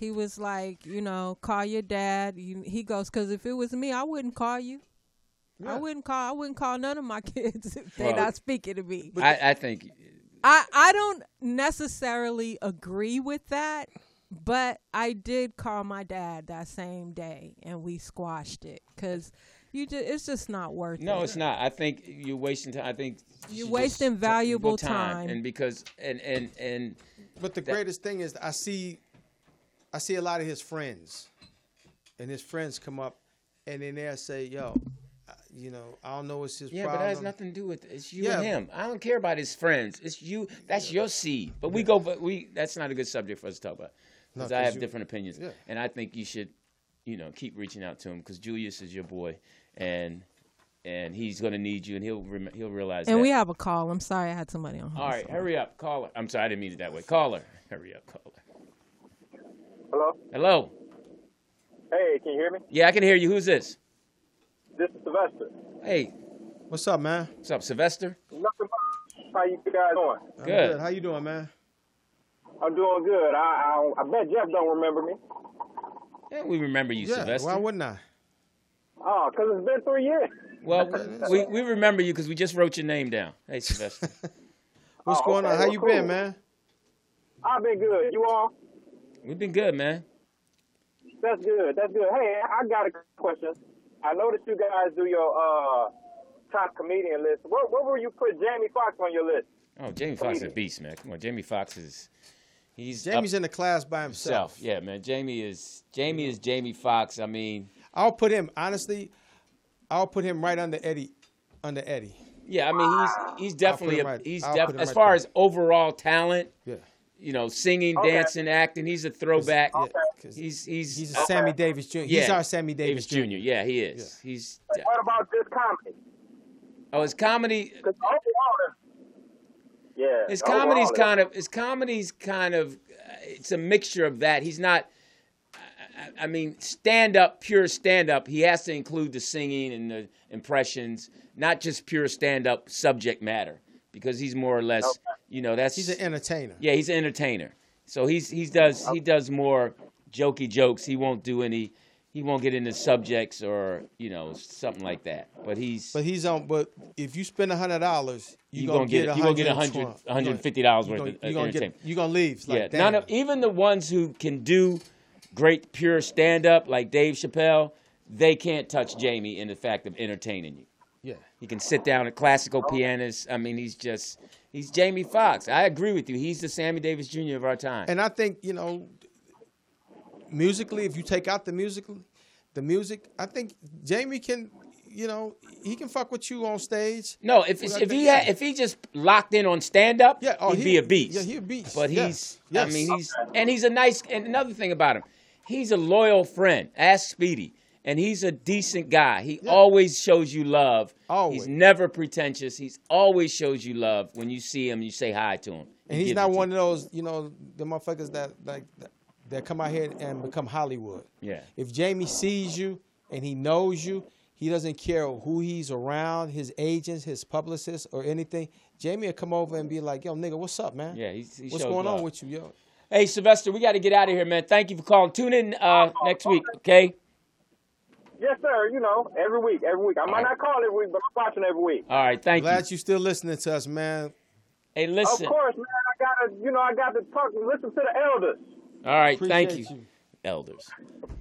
Speaker 4: He was like, you know, call your dad. You, he goes, because if it was me, I wouldn't call you. I wouldn't call. I wouldn't call none of my kids if they're
Speaker 3: Well,
Speaker 4: not speaking to me.
Speaker 3: I, I think
Speaker 4: I, I don't necessarily agree with that, but I did call my dad that same day and we squashed it because you just, it's just not worth it.
Speaker 3: no, it's not. I think you're wasting time. I think
Speaker 4: You're
Speaker 3: she
Speaker 4: wasting
Speaker 3: just-
Speaker 4: valuable time.
Speaker 3: and because and and and
Speaker 2: But the greatest thing is I see, I see a lot of his friends, and his friends come up, and then they'll say, "Yo, uh, you know, I don't know what's his
Speaker 3: yeah,
Speaker 2: problem."
Speaker 3: but that has nothing to do with it's you and
Speaker 2: Yeah.
Speaker 3: him. I don't care about his friends. It's you. That's your seed. But we go. But we that's not a good subject for us to talk
Speaker 2: No,
Speaker 3: about because
Speaker 2: 'cause
Speaker 3: I have
Speaker 2: you-
Speaker 3: different opinions,
Speaker 2: yeah.
Speaker 3: and I think you should, you know, keep reaching out to him because Julius is your boy, and and he's gonna need you, and he'll rem- he'll realize.
Speaker 4: And
Speaker 3: that.
Speaker 4: we have a call. I'm sorry I had somebody on. hold.
Speaker 3: All right, hurry up, caller. I'm sorry, I didn't mean it that way. Caller, hurry up, caller.
Speaker 11: Hello?
Speaker 3: Hello.
Speaker 11: Hey, can you hear me?
Speaker 3: Yeah, I can hear you. Who's this?
Speaker 11: This is Sylvester.
Speaker 3: Hey,
Speaker 2: what's up, man?
Speaker 3: what's up, Sylvester?
Speaker 11: Nothing much. How you guys doing?
Speaker 2: I'm
Speaker 3: Good.
Speaker 2: How you doing, man?
Speaker 11: I'm doing good. I, I I bet Jeff don't remember me.
Speaker 3: Yeah, we remember you,
Speaker 2: yeah.
Speaker 3: Sylvester.
Speaker 2: Why wouldn't I?
Speaker 11: Oh, because it's been three years.
Speaker 3: Well, we, we remember you because we just wrote your name down. Hey, Sylvester.
Speaker 2: What's
Speaker 11: Oh,
Speaker 2: going
Speaker 11: okay,
Speaker 2: on? How
Speaker 11: well,
Speaker 2: you
Speaker 11: cool.
Speaker 2: been, man?
Speaker 11: I've been good. You all?
Speaker 3: We've been good, man.
Speaker 11: That's good. That's good. Hey, I got a question. I noticed you guys do your uh top comedian list. Where, where will you put Jamie Foxx on your list?
Speaker 3: Oh, Jamie Foxx is a beast, man. Come on, Jamie Foxx is he's up
Speaker 2: Jamie's in the class by himself.
Speaker 3: himself. Yeah, man. Jamie is Jamie is Jamie Foxx. I mean,
Speaker 2: I'll put him honestly. I'll put him right under Eddie, under Eddie.
Speaker 3: yeah, I mean he's he's definitely
Speaker 2: him
Speaker 3: a,
Speaker 2: right-
Speaker 3: he's
Speaker 2: I'll
Speaker 3: def-
Speaker 2: put him
Speaker 3: as
Speaker 2: right
Speaker 3: far
Speaker 2: there. Oh,
Speaker 3: as overall talent.
Speaker 2: Yeah.
Speaker 3: You know, singing,
Speaker 11: Okay.
Speaker 3: dancing, acting. He's a throwback.
Speaker 2: Yeah, 'cause
Speaker 3: He's he's
Speaker 2: He's a Sammy Davis Jr. He's
Speaker 3: Yeah.
Speaker 2: our Sammy Davis,
Speaker 3: Jr. Yeah, he is. He's
Speaker 11: What about this comedy?
Speaker 3: oh, his comedy.
Speaker 11: Because overall, it's- yeah,
Speaker 3: His
Speaker 11: overall,
Speaker 3: comedy's
Speaker 11: it's-
Speaker 3: kind of his comedy's kind of uh, it's a mixture of that. He's not. I- I, I mean, stand up, pure stand up. He has to include the singing and the impressions, not just pure stand up subject matter, because he's more or less, you know, that's
Speaker 2: He's an entertainer.
Speaker 3: yeah, he's an entertainer. So he's he does he does more jokey jokes. He won't do any. He won't get into subjects or you know something like that. But he's
Speaker 2: But he's on. But if you spend a hundred dollars, you
Speaker 3: you gonna, get you gonna get a hundred hundred and fifty dollars worth of
Speaker 2: You
Speaker 3: uh,
Speaker 2: gonna
Speaker 3: entertainment.
Speaker 2: get. You gonna leave. It's
Speaker 3: yeah,
Speaker 2: Like,
Speaker 3: none
Speaker 2: damn.
Speaker 3: of even the ones who can do great pure stand up like Dave Chappelle, they can't touch Jamie in the fact of entertaining you.
Speaker 2: Yeah.
Speaker 3: He can sit down at
Speaker 2: Oh.
Speaker 3: classical pianist. I mean, he's just he's Jamie Foxx. I agree with you. He's the Sammy Davis Jr. of our time.
Speaker 2: And I think you know, musically, if you take out the musical, the music, I think Jamie can, you know, he can fuck with you on stage.
Speaker 3: no, if it's,
Speaker 2: Well, I
Speaker 3: if
Speaker 2: think-
Speaker 3: he had, if he just locked in on stand up,
Speaker 2: Yeah, oh,
Speaker 3: he'd
Speaker 2: he-
Speaker 3: be a beast.
Speaker 2: yeah, he a beast.
Speaker 3: But
Speaker 2: Yeah.
Speaker 3: he's I
Speaker 2: Yes.
Speaker 3: mean he's and he's a nice and another thing about him, he's a loyal friend. Ask Speedy. And he's a decent guy. He always shows you love.
Speaker 2: Always.
Speaker 3: He's never pretentious. He's always shows you love when you see him. You say hi to him.
Speaker 2: And he's not one of those, you know, the motherfuckers that like that- that come out here and become Hollywood.
Speaker 3: Yeah.
Speaker 2: If Jamie sees you and he knows you, he doesn't care who he's around, his agents, his publicists, or anything. Jamie will come over and be like, "Yo, nigga, what's up, man?
Speaker 3: Yeah, he's, he
Speaker 2: what's
Speaker 3: shows
Speaker 2: going
Speaker 3: love.
Speaker 2: on with you, yo?"
Speaker 3: Hey, Sylvester, we got to get out of here, man. Thank you for calling. Tune in uh, next week, okay?
Speaker 11: Yes, sir. You know, every week, every week. I might not call every week, but I'm watching every week.
Speaker 3: All right, thank
Speaker 2: Glad
Speaker 3: you.
Speaker 2: you still listening to us, man.
Speaker 3: Hey, listen.
Speaker 11: Of course, man. I gotta, you know, I got to talk. Listen to the elders.
Speaker 3: All right, thank
Speaker 2: Appreciate
Speaker 3: you, elders.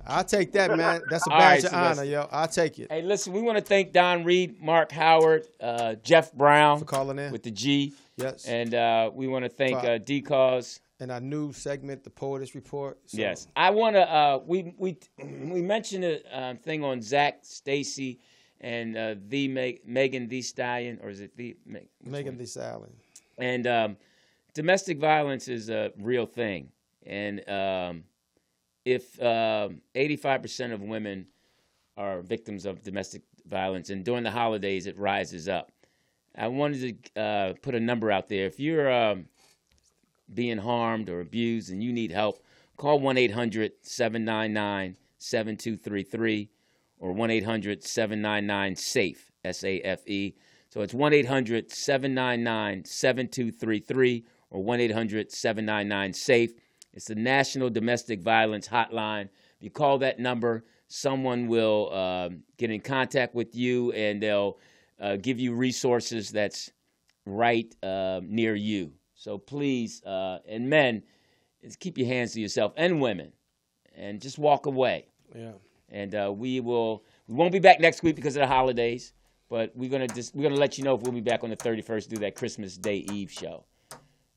Speaker 2: I'll take that, man. That's a
Speaker 3: All right,
Speaker 2: badge of
Speaker 3: Sylvester.
Speaker 2: honor, yo. I'll take it.
Speaker 3: Hey, listen, we want to thank Don Reed, Mark Howard, uh, Jeff Brown
Speaker 2: For calling in.
Speaker 3: with the G.
Speaker 2: Yes.
Speaker 3: And uh, we want to thank
Speaker 2: Fi-
Speaker 3: uh, D-Cause.
Speaker 2: And our new segment, the Poetess Report. So
Speaker 3: Yes, I want to. Uh, we we we mentioned a uh, thing on Zach Stacy and uh, the Meg, Megan the Stallion, or is it the Meg,
Speaker 2: Megan Thee Stallion.
Speaker 3: and um, domestic violence is a real thing. And um, if um, 85% of women are victims of domestic violence, and during the holidays it rises up, I wanted to uh, put a number out there. If you're um, being harmed or abused and you need help, call 1 800 799 7233 or 1 800 799 SAFE, S A F E. So it's 1 800 799 7233 or 1 800 799 SAFE. E. It's the National Domestic Violence Hotline. If you call that number, someone will um get in contact with you and they'll uh, give you resources that's right uh, near you. So please, uh, and men, is keep your hands to yourself and women, and just walk away.
Speaker 2: Yeah.
Speaker 3: And uh, we will we won't be back next week because of the holidays, but we're gonna just we're gonna let you know if we'll be back on the thirty first to do that Christmas Day Eve show.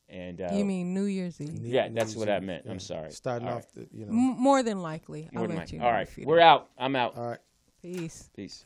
Speaker 3: And uh,
Speaker 4: You mean New Year's Eve?
Speaker 3: Yeah, that's what I meant. I'm sorry.
Speaker 2: Starting
Speaker 3: All
Speaker 2: off, the, you know.
Speaker 4: M- more than likely.
Speaker 3: More
Speaker 4: I'll
Speaker 3: than
Speaker 4: let
Speaker 3: likely.
Speaker 4: you Uh, know.
Speaker 3: All right,
Speaker 4: if you
Speaker 3: we're
Speaker 4: don't.
Speaker 3: out. I'm out.
Speaker 2: All right.
Speaker 4: Peace.
Speaker 3: Peace.